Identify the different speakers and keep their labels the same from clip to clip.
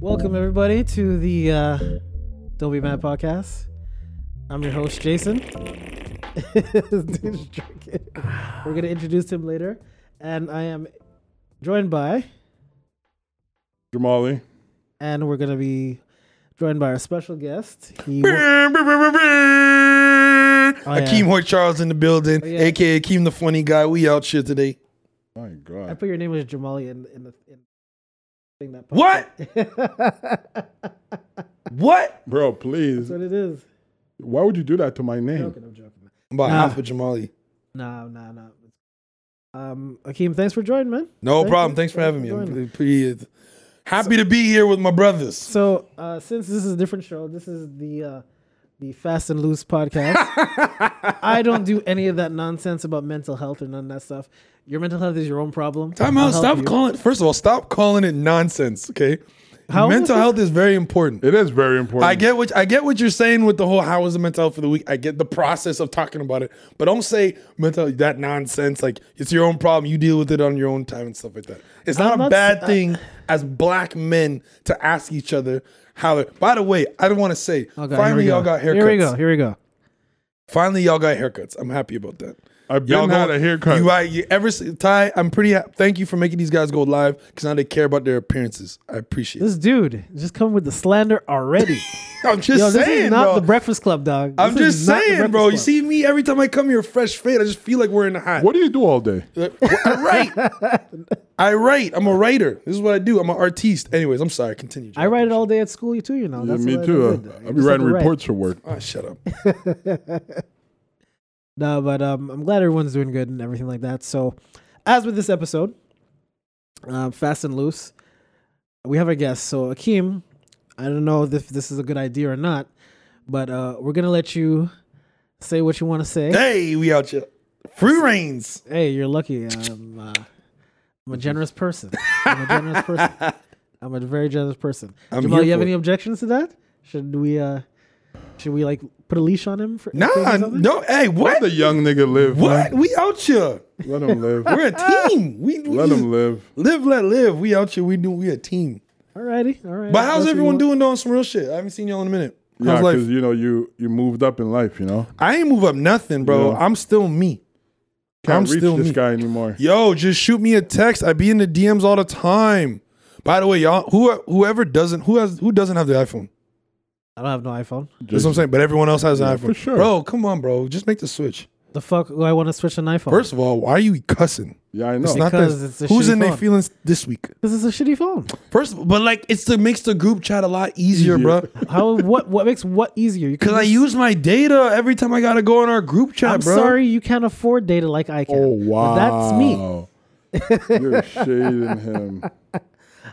Speaker 1: Welcome everybody to the uh, Don't Be Mad podcast. I'm your host Jason. This dude's drinking. We're gonna introduce him later, and I am joined by,
Speaker 2: Jamali.
Speaker 1: and we're gonna be joined by our special guest. He
Speaker 3: Akeem
Speaker 1: Oh, yeah. Oh,
Speaker 3: Hoy Charles in the building,
Speaker 1: yeah.
Speaker 3: aka Akeem the funny guy. We out shit today.
Speaker 2: My
Speaker 1: I
Speaker 2: God.
Speaker 1: put your name as Jamali in, in the in the thing that.
Speaker 3: What? what?
Speaker 2: Bro, please.
Speaker 1: That's what it is.
Speaker 2: Why would you do that to my name?
Speaker 1: Joking, I'm joking.
Speaker 3: About
Speaker 1: Nah.
Speaker 3: Alpha Jamali.
Speaker 1: No, no, no. Um, Akeem, thanks for joining, man.
Speaker 3: No
Speaker 1: Thank
Speaker 3: problem.
Speaker 1: you.
Speaker 3: Thanks for having me.
Speaker 1: for joining.
Speaker 3: I'm pretty uh, happy to be here with my brothers.
Speaker 1: So, uh, since this is a different show, this is the uh, the Fast and Loose podcast. I don't do any of that nonsense about mental health or none of that stuff. Your mental health is your own problem.
Speaker 3: Time
Speaker 1: I'll
Speaker 3: out.
Speaker 1: help
Speaker 3: Stop
Speaker 1: you.
Speaker 3: calling. First of all, stop calling it nonsense. Okay.
Speaker 1: How-
Speaker 3: mental health is very important.
Speaker 2: It is very important.
Speaker 3: I get what I get what you're saying with the whole how was the mental health for the week. I get the process of talking about it, but don't say mental that nonsense. Like it's your own problem. You deal with it on your own time and stuff like that. It's not,
Speaker 1: I'm not
Speaker 3: a bad
Speaker 1: s-
Speaker 3: thing as black men to ask each other how. they're- By the way, I don't want to say.
Speaker 1: Oh, God, here
Speaker 3: finally,
Speaker 1: we
Speaker 3: y'all
Speaker 1: go.
Speaker 3: got haircuts.
Speaker 1: Here we go. Here we go.
Speaker 3: Finally, y'all got haircuts. I'm happy about that.
Speaker 2: I've been had a haircut.
Speaker 3: You, I, you ever see- Ty? I'm pretty. Ha- thank you for making these guys go live because now they care about their appearances. I appreciate. it.
Speaker 1: This dude just come with the slander already.
Speaker 3: I'm just
Speaker 1: Yo, this
Speaker 3: saying,
Speaker 1: is not
Speaker 3: bro.
Speaker 1: the Breakfast Club, dog.
Speaker 3: I'm
Speaker 1: This
Speaker 3: just
Speaker 1: is not the
Speaker 3: saying,
Speaker 1: Breakfast
Speaker 3: bro. You
Speaker 1: Club.
Speaker 3: see me every time I come here, fresh fade. I just feel like we're in the hot.
Speaker 2: What do you do all day?
Speaker 3: I write. I write. I'm a writer. This is what I do. I'm an artiste. Anyways, I'm sorry. Continue. Jack.
Speaker 1: I write it all day at school. You too, you know.
Speaker 2: Yeah,
Speaker 1: That's
Speaker 2: me
Speaker 1: what I
Speaker 2: too.
Speaker 1: did.
Speaker 2: I'll be
Speaker 1: Just
Speaker 2: writing
Speaker 1: have to write.
Speaker 2: reports for work.
Speaker 3: Ah, shut up.
Speaker 1: No, but um, I'm glad everyone's doing good and everything like that. So, as with this episode, uh, fast and loose, we have a guest. So, Akeem, I don't know if this is a good idea or not, but uh, we're gonna let you say what you want to say.
Speaker 3: Hey, we out here. Free reigns.
Speaker 1: Hey, you're lucky. I'm, uh, I'm a generous person. I'm a generous person. I'm a very generous person.
Speaker 3: I'm
Speaker 1: Jamal,
Speaker 3: here
Speaker 1: you have
Speaker 3: for
Speaker 1: any
Speaker 3: it.
Speaker 1: objections to that? Should we? Uh, should we like put a leash on him for? if he
Speaker 3: Nah,
Speaker 1: does something?
Speaker 3: no. Hey,
Speaker 2: Let
Speaker 3: what?
Speaker 2: the young nigga live.
Speaker 3: What?
Speaker 2: man.
Speaker 3: We out here.
Speaker 2: Let him live.
Speaker 3: We're a team. We, we
Speaker 2: Let
Speaker 3: just-
Speaker 2: him live.
Speaker 3: live, let live. We out here. We do. We a team.
Speaker 1: Alrighty, alright.
Speaker 3: But how's everyone doing though? on Some real shit. I haven't seen y'all in a minute.
Speaker 2: Yeah,
Speaker 3: How's life?
Speaker 2: because you know you you moved up in life. You know,
Speaker 3: I ain't move up nothing, bro.
Speaker 2: Yeah.
Speaker 3: I'm still me.
Speaker 2: can't
Speaker 3: I'm
Speaker 2: reach
Speaker 3: still
Speaker 2: this
Speaker 3: me.
Speaker 2: guy anymore.
Speaker 3: Yo, just shoot me a text. I be in the DMs all the time. By the way, y'all, who whoever doesn't who has who doesn't have the iPhone?
Speaker 1: I don't have no iPhone.
Speaker 3: That's what I'm saying. But everyone else has an iPhone.
Speaker 2: for sure.
Speaker 3: Bro, come on, bro. Just make the switch.
Speaker 1: The fuck do I want to switch an iPhone?
Speaker 3: First of all, why are you cussing?
Speaker 2: Yeah, I know.
Speaker 3: It's not
Speaker 1: Because
Speaker 3: this.
Speaker 1: it's a
Speaker 3: Who's
Speaker 1: shitty
Speaker 3: in their
Speaker 1: phone.
Speaker 3: feelings this week?
Speaker 1: this is a shitty phone.
Speaker 3: First, of all, but like it's the makes the group chat a lot easier,
Speaker 2: Easier.
Speaker 3: bro.
Speaker 1: How what what makes what easier? You
Speaker 3: Cause I use my data every time I gotta go in our group chat,
Speaker 1: I'm
Speaker 3: bro.
Speaker 1: sorry, you can't afford data like I can.
Speaker 2: oh
Speaker 1: But
Speaker 2: wow,
Speaker 1: that's me.
Speaker 2: You're shading him.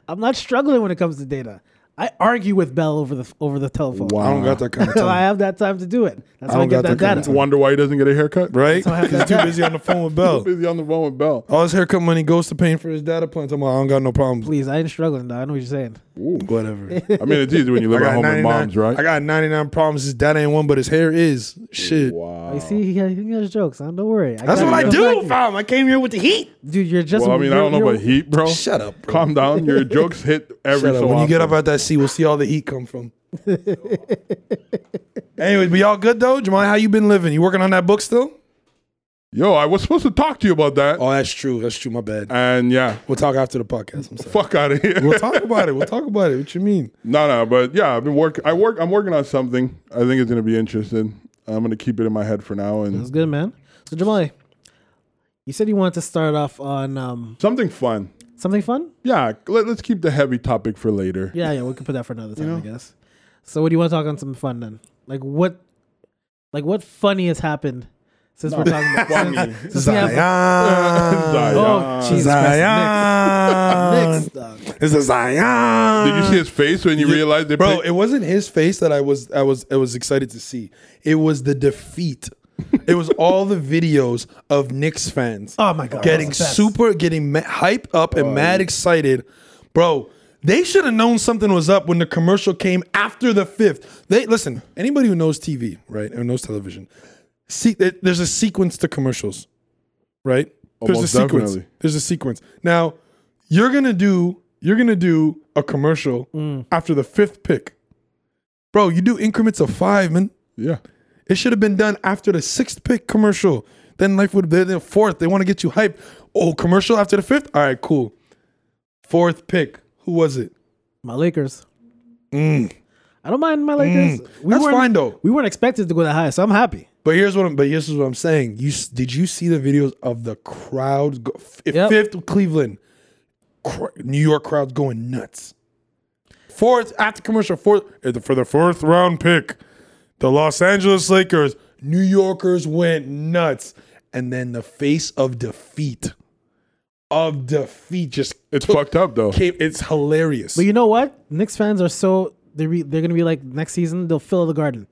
Speaker 1: I'm not struggling when it comes to data. I argue with Bell over the over the telephone.
Speaker 2: Wow.
Speaker 3: I don't got that kind of
Speaker 1: So I
Speaker 3: time,
Speaker 1: have that time to do it. That's how I,
Speaker 3: don't
Speaker 1: get
Speaker 3: got
Speaker 1: that
Speaker 3: that kind
Speaker 1: data.
Speaker 3: of
Speaker 2: Wonder why he doesn't get a haircut?
Speaker 3: right?
Speaker 1: I have
Speaker 3: Cause
Speaker 1: that
Speaker 3: he's too busy on the phone with Bell.
Speaker 2: Busy on the phone with Bell.
Speaker 3: All his haircut money goes to paying for his data plan. I'm like, I don't got no problems.
Speaker 1: Please, I ain't struggling though. I know what you're saying.
Speaker 3: Whatever.
Speaker 2: I mean, it's easy when you live at home with moms, right?
Speaker 3: I got 99 problems. His dad ain't one, but his hair is. Shit.
Speaker 2: wow.
Speaker 1: I see he, he has jokes, son. Don't worry.
Speaker 3: That's
Speaker 1: got
Speaker 3: what I
Speaker 1: you.
Speaker 3: do, fam. I came here with the heat.
Speaker 1: dude. You're just.
Speaker 2: Well, I mean, I
Speaker 1: you're-
Speaker 2: don't know
Speaker 1: you're-
Speaker 2: about heat, bro.
Speaker 3: Shut up, bro.
Speaker 2: Calm down. Your jokes hit every
Speaker 3: Shut up.
Speaker 2: so
Speaker 3: when you get up
Speaker 2: often.
Speaker 3: out that sea, we'll see all the heat come from. Anyways, but y'all good though? Jamal, how you been living? You working on that book still?
Speaker 2: Yo, I was supposed to talk to you about that.
Speaker 3: Oh, that's true. That's true. My bad.
Speaker 2: And yeah,
Speaker 3: We'll talk after the podcast. I'm sorry.
Speaker 2: fuck out of here.
Speaker 3: We'll talk about it. We'll talk about it. What you mean?
Speaker 2: no, no, but yeah, I've been work. I work. I'm working on something. I think it's gonna be interesting. I'm gonna keep it in my head for now
Speaker 1: That's
Speaker 2: and
Speaker 1: good, man. So Jamal, you said you wanted to start off on um,
Speaker 2: something fun.
Speaker 1: something fun.
Speaker 2: Yeah, let, us keep the heavy topic for later.
Speaker 1: Yeah, yeah, we can put that for another time, I guess. So, what do you want to talk on some fun then? Like what, like what funny has happened since we're talking about
Speaker 2: Funny.
Speaker 1: Since, since we have-
Speaker 3: Zion.
Speaker 1: Oh,
Speaker 2: Zion.
Speaker 1: Jesus
Speaker 3: Zion.
Speaker 1: Christ! Next, Uh, dog.
Speaker 3: It's a Zion.
Speaker 2: Did you see his face when you realized they
Speaker 3: Bro,
Speaker 2: picked-
Speaker 3: it wasn't his face that I was I was I was excited to see. It was the defeat. it was all the videos of Knicks fans
Speaker 1: Oh my god!
Speaker 3: getting
Speaker 1: that's the best.
Speaker 3: super, getting ma- hype up and mad excited. Bro, they should have known something was up when the commercial came after the fifth. They listen. Anybody who knows TV, right, or knows television, see, there- there's a sequence to commercials, right? There's
Speaker 2: Almost
Speaker 3: a sequence.
Speaker 2: definitely.
Speaker 3: There's a sequence. Now, you're gonna do you're gonna do a commercial
Speaker 1: Mm.
Speaker 3: after the fifth pick, bro. You do increments of five, man.
Speaker 2: Yeah.
Speaker 3: It should have been done after the sixth pick commercial. Then life would be the fourth. They want to get you hyped. Oh, commercial after the fifth. All right, cool. Fourth pick. Who was it?
Speaker 1: My Lakers.
Speaker 3: Mm.
Speaker 1: I don't mind my Lakers.
Speaker 3: That's
Speaker 1: weren't-
Speaker 3: fine, though.
Speaker 1: We weren't expected to go that high, so I'm happy.
Speaker 3: But here's what I'm. But here's what I'm saying. You s- did you see the videos of the crowd? Go, f-
Speaker 1: Yep.
Speaker 3: Fifth Cleveland, cr- New York crowds going nuts. Fourth after commercial fourth eh, the- for the fourth round pick, the Los Angeles Lakers. New Yorkers went nuts, and then the face of defeat, of defeat, just
Speaker 2: It's fucked up though.
Speaker 3: came. It's hilarious.
Speaker 1: But you know what? Knicks fans are so they're re, they're gonna be like next season they'll fill the garden.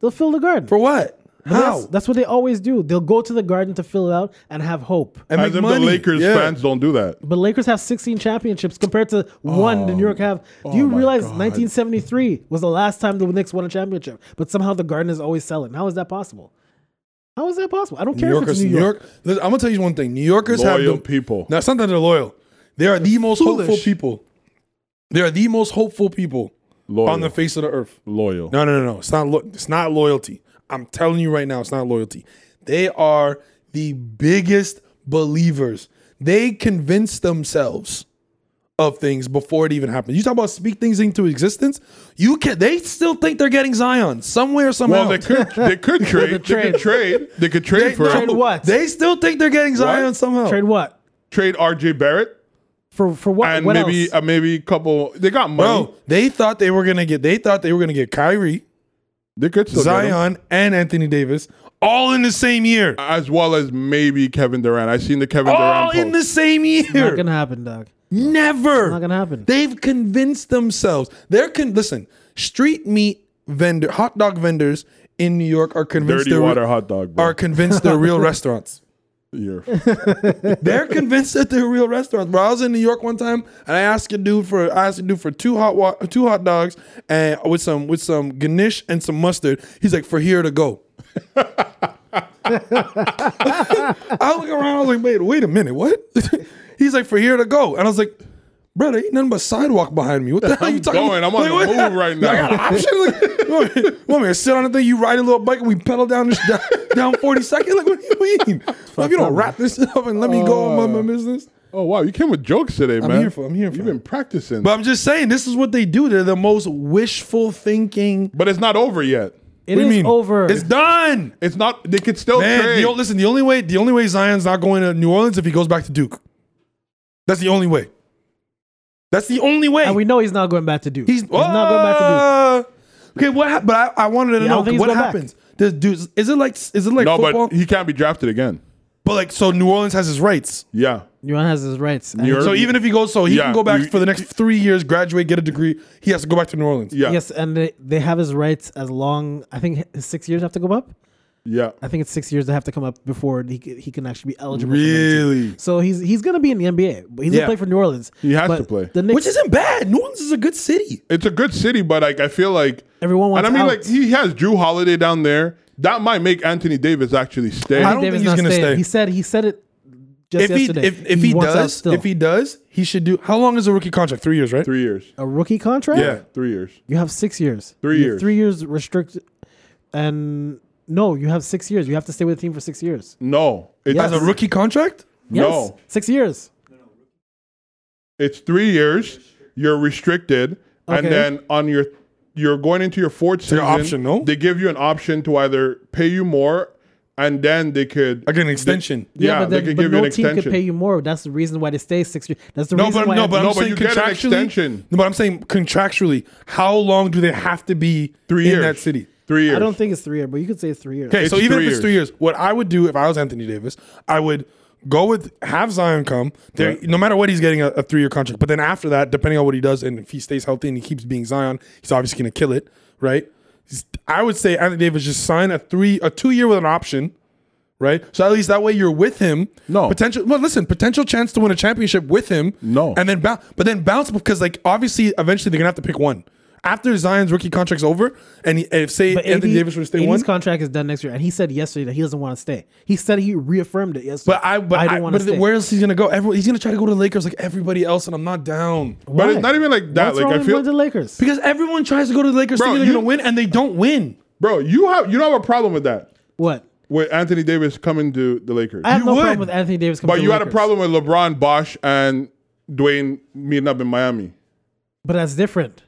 Speaker 1: They'll fill the garden.
Speaker 3: for what?
Speaker 1: But
Speaker 3: How?
Speaker 1: That's, that's what they always do. They'll go to the garden to fill it out and have hope.
Speaker 3: and
Speaker 2: As if the Lakers
Speaker 3: Yeah.
Speaker 2: fans don't do that.
Speaker 1: But Lakers have 16 championships compared to one the New York have. Do you
Speaker 2: my
Speaker 1: realize
Speaker 2: God.
Speaker 1: 1973 was the last time the Knicks won a championship? But somehow the Garden is always selling. How is that possible? How is that possible? I don't
Speaker 3: New
Speaker 1: care if it's
Speaker 3: Yorkers,
Speaker 1: New York.
Speaker 3: Listen, I'm gonna tell you one thing. New Yorkers have
Speaker 2: Loyal
Speaker 3: the,
Speaker 2: people.
Speaker 3: Now, sometimes they're loyal. They are the most
Speaker 1: foolish.
Speaker 3: hopeful people. They are the most hopeful people
Speaker 2: Loyal.
Speaker 3: on the face of the earth.
Speaker 2: Loyal.
Speaker 3: No, no, no, no. It's not. Lo- it's not loyalty. I'm telling you right now, it's not loyalty. They are the biggest believers. They convince themselves of things before it even happens. You talk about speak things into existence. You can. They still think they're getting Zion somewhere somehow.
Speaker 2: Well, they could they could trade. they
Speaker 1: trade.
Speaker 2: could trade. They could trade for
Speaker 1: Trade
Speaker 2: him.
Speaker 1: what?
Speaker 3: They still think they're getting Zion somehow.
Speaker 1: Trade what?
Speaker 2: Trade RJ Barrett
Speaker 1: For for what?
Speaker 2: and
Speaker 1: what
Speaker 2: maybe
Speaker 1: else?
Speaker 2: uh, maybe a couple. They got money.
Speaker 3: Bro, they thought they were gonna get. They thought they were gonna get Kyrie,
Speaker 2: they could still get him.
Speaker 3: Zion, and Anthony Davis all in the same year.
Speaker 2: as well as maybe Kevin Durant. I seen the Kevin
Speaker 3: all
Speaker 2: Durant
Speaker 3: Oh, in the
Speaker 2: post.
Speaker 3: same
Speaker 1: not
Speaker 3: year.
Speaker 1: gonna happen, dog.
Speaker 3: Never.
Speaker 1: Not gonna happen.
Speaker 3: They've convinced themselves. They're con. Listen, street meat vendor, hot dog vendors in New York are convinced.
Speaker 2: dirty
Speaker 3: they're re-
Speaker 2: water hot dog. Bro.
Speaker 3: Are convinced they're real restaurants.
Speaker 2: You're-
Speaker 3: They're convinced that they're real restaurants. Bro, I was in New York one time, and I asked a dude for I asked a dude for two hot wa- two hot dogs and with some with some ganache and some mustard. He's like, for here to go. I look around. I was like, wait, wait a minute, what? He's like, for here to go, and I was like. Brother, ain't nothing but sidewalk behind me. What the hell are you talking
Speaker 2: going.
Speaker 3: about?
Speaker 2: I'm on the
Speaker 3: what-
Speaker 2: move right now.
Speaker 3: I got an option. Like, you want, me, you want me to sit on the thing? You ride a little bike and we pedal down this down, down 42nd? Like, what do you mean? Like, you don't wrap this up and let me go on
Speaker 1: Uh.
Speaker 3: my, my business.
Speaker 2: oh wow, you came with jokes today, man.
Speaker 3: here for- I'm here for
Speaker 2: You've
Speaker 3: it.
Speaker 2: been practicing,
Speaker 3: But
Speaker 2: but,
Speaker 3: I'm just saying, this is what they do. They're the most wishful thinking.
Speaker 2: it's not over yet.
Speaker 1: It is over.
Speaker 3: It's done.
Speaker 2: It's not. They could still
Speaker 3: Man,
Speaker 2: trade.
Speaker 3: the, o- listen, the only way the only way Zion's not going to New Orleans if he goes back to Duke. That's the only way. That's the only way.
Speaker 1: and we know he's not going back to Duke.
Speaker 3: he's
Speaker 1: he's not going back to Duke.
Speaker 3: to Duke. Okay, what hap- but I, I wanted to
Speaker 1: Yeah, I don't
Speaker 3: know
Speaker 1: think he's
Speaker 3: what
Speaker 1: going back.
Speaker 3: happens. Does dude is it like is it like
Speaker 2: no,
Speaker 3: football?
Speaker 2: but he can't be drafted again.
Speaker 3: But like, so New Orleans has his rights.
Speaker 2: Yeah,
Speaker 1: Yuan has his rights. And
Speaker 2: You're-
Speaker 3: So even if he goes, so he
Speaker 2: Yeah,
Speaker 3: can go back
Speaker 2: you-
Speaker 3: for the next three years, graduate, get a degree. He has to go back to New Orleans.
Speaker 2: yeah,
Speaker 1: Yes, and they, they have his rights as long. I think his six years have to come up.
Speaker 2: yeah.
Speaker 1: I think it's six years that have to come up before he c- he can actually be eligible. for another team.
Speaker 3: Really?
Speaker 1: So he's he's gonna be in the NBA, but he's
Speaker 3: Yeah.
Speaker 1: gonna play for New Orleans.
Speaker 2: He has
Speaker 1: But
Speaker 2: to play.
Speaker 1: The Knicks,
Speaker 3: Which isn't bad. New Orleans is a good city.
Speaker 2: It's a good city, but like I feel like
Speaker 1: Everyone wants
Speaker 2: And I mean,
Speaker 1: out.
Speaker 2: like he has Drew Holiday down there. That might make Anthony Davis actually stay.
Speaker 3: I don't think
Speaker 1: Davis
Speaker 3: he's
Speaker 1: not
Speaker 3: gonna
Speaker 1: staying.
Speaker 3: stay.
Speaker 1: He said he said it just
Speaker 3: If he
Speaker 1: yesterday.
Speaker 3: if, if he,
Speaker 1: wants out
Speaker 3: does
Speaker 1: still.
Speaker 3: if he does, he should do. How long is a rookie contract? Three years, right?
Speaker 2: Three years.
Speaker 1: a rookie contract,
Speaker 2: Yeah, three years.
Speaker 1: you have six years.
Speaker 2: Three
Speaker 1: You have
Speaker 2: years.
Speaker 1: Three years restricted, and no, you have six years. You have to stay with the team for six years.
Speaker 2: No, it's
Speaker 1: Yes.
Speaker 3: As a rookie contract,
Speaker 1: Yes,
Speaker 2: No.
Speaker 1: six years.
Speaker 2: It's three years. You're restricted, and
Speaker 1: Okay.
Speaker 2: then on your you're going into your fourth season.
Speaker 3: an option, no?
Speaker 2: They give you an option to either pay you more, and then they could
Speaker 3: like an extension.
Speaker 2: yeah,
Speaker 1: but,
Speaker 2: they
Speaker 1: then,
Speaker 2: could
Speaker 1: but
Speaker 2: give
Speaker 1: no
Speaker 2: you an
Speaker 1: team
Speaker 2: extension.
Speaker 1: could pay you more. That's the reason why they stay six years. That's the
Speaker 3: No,
Speaker 1: reason
Speaker 3: but
Speaker 1: why
Speaker 3: no, but I'm
Speaker 2: No, but
Speaker 3: saying
Speaker 2: you get an
Speaker 3: contractually.
Speaker 2: extension.
Speaker 3: No, but I'm saying contractually. How long do they have to be
Speaker 2: three
Speaker 3: in
Speaker 2: years
Speaker 3: that city?
Speaker 2: Three years.
Speaker 1: I don't think it's three years, but you could say it's three years.
Speaker 3: Okay,
Speaker 2: It's
Speaker 3: so even if
Speaker 2: three
Speaker 3: it's three years, what I would do if I was Anthony Davis, I would go with have Zion come. There,
Speaker 2: Right.
Speaker 3: no matter what, he's getting a, a three year contract. But then after that, depending on what he does, and if he stays healthy and he keeps being Zion, he's obviously going to kill it, right? He's- I would say Anthony Davis just sign a three a two year with an option. Right, so at least that way you're with him.
Speaker 2: No.
Speaker 3: potential. Well, listen, potential chance to win a championship with him.
Speaker 2: No.
Speaker 3: and then bounce, but then bounce because like obviously eventually they're gonna have to pick one. after Zion's rookie contract's over, and he, if say
Speaker 1: But
Speaker 3: Anthony
Speaker 1: 80
Speaker 3: Davis were to stay
Speaker 1: 80's
Speaker 3: one,
Speaker 1: contract is done next year, and he said yesterday that he doesn't want to stay. He said he reaffirmed it yesterday.
Speaker 3: but I but I
Speaker 1: don't wanna
Speaker 3: but
Speaker 1: stay.
Speaker 3: where else he's gonna go? Everyone, he's gonna try to go to the Lakers like everybody else, and I'm not down
Speaker 2: But
Speaker 1: Why?
Speaker 2: it's not even like that.
Speaker 1: What's
Speaker 2: like
Speaker 1: wrong
Speaker 2: I
Speaker 1: with
Speaker 2: feel,
Speaker 1: going to the Lakers?
Speaker 3: because everyone tries to go to the Lakers
Speaker 2: Bro,
Speaker 3: thinking they're
Speaker 2: you-
Speaker 3: gonna win, and they don't win.
Speaker 2: bro, you have you don't have a problem with that.
Speaker 1: What?
Speaker 2: With Anthony Davis coming to the Lakers,
Speaker 1: I have
Speaker 3: You
Speaker 1: no
Speaker 3: would.
Speaker 1: problem with Anthony Davis coming.
Speaker 2: but
Speaker 1: to
Speaker 2: you
Speaker 1: the
Speaker 2: had a
Speaker 1: Lakers.
Speaker 2: problem with LeBron, Bosch, and Dwayne meeting up in Miami.
Speaker 1: But that's different.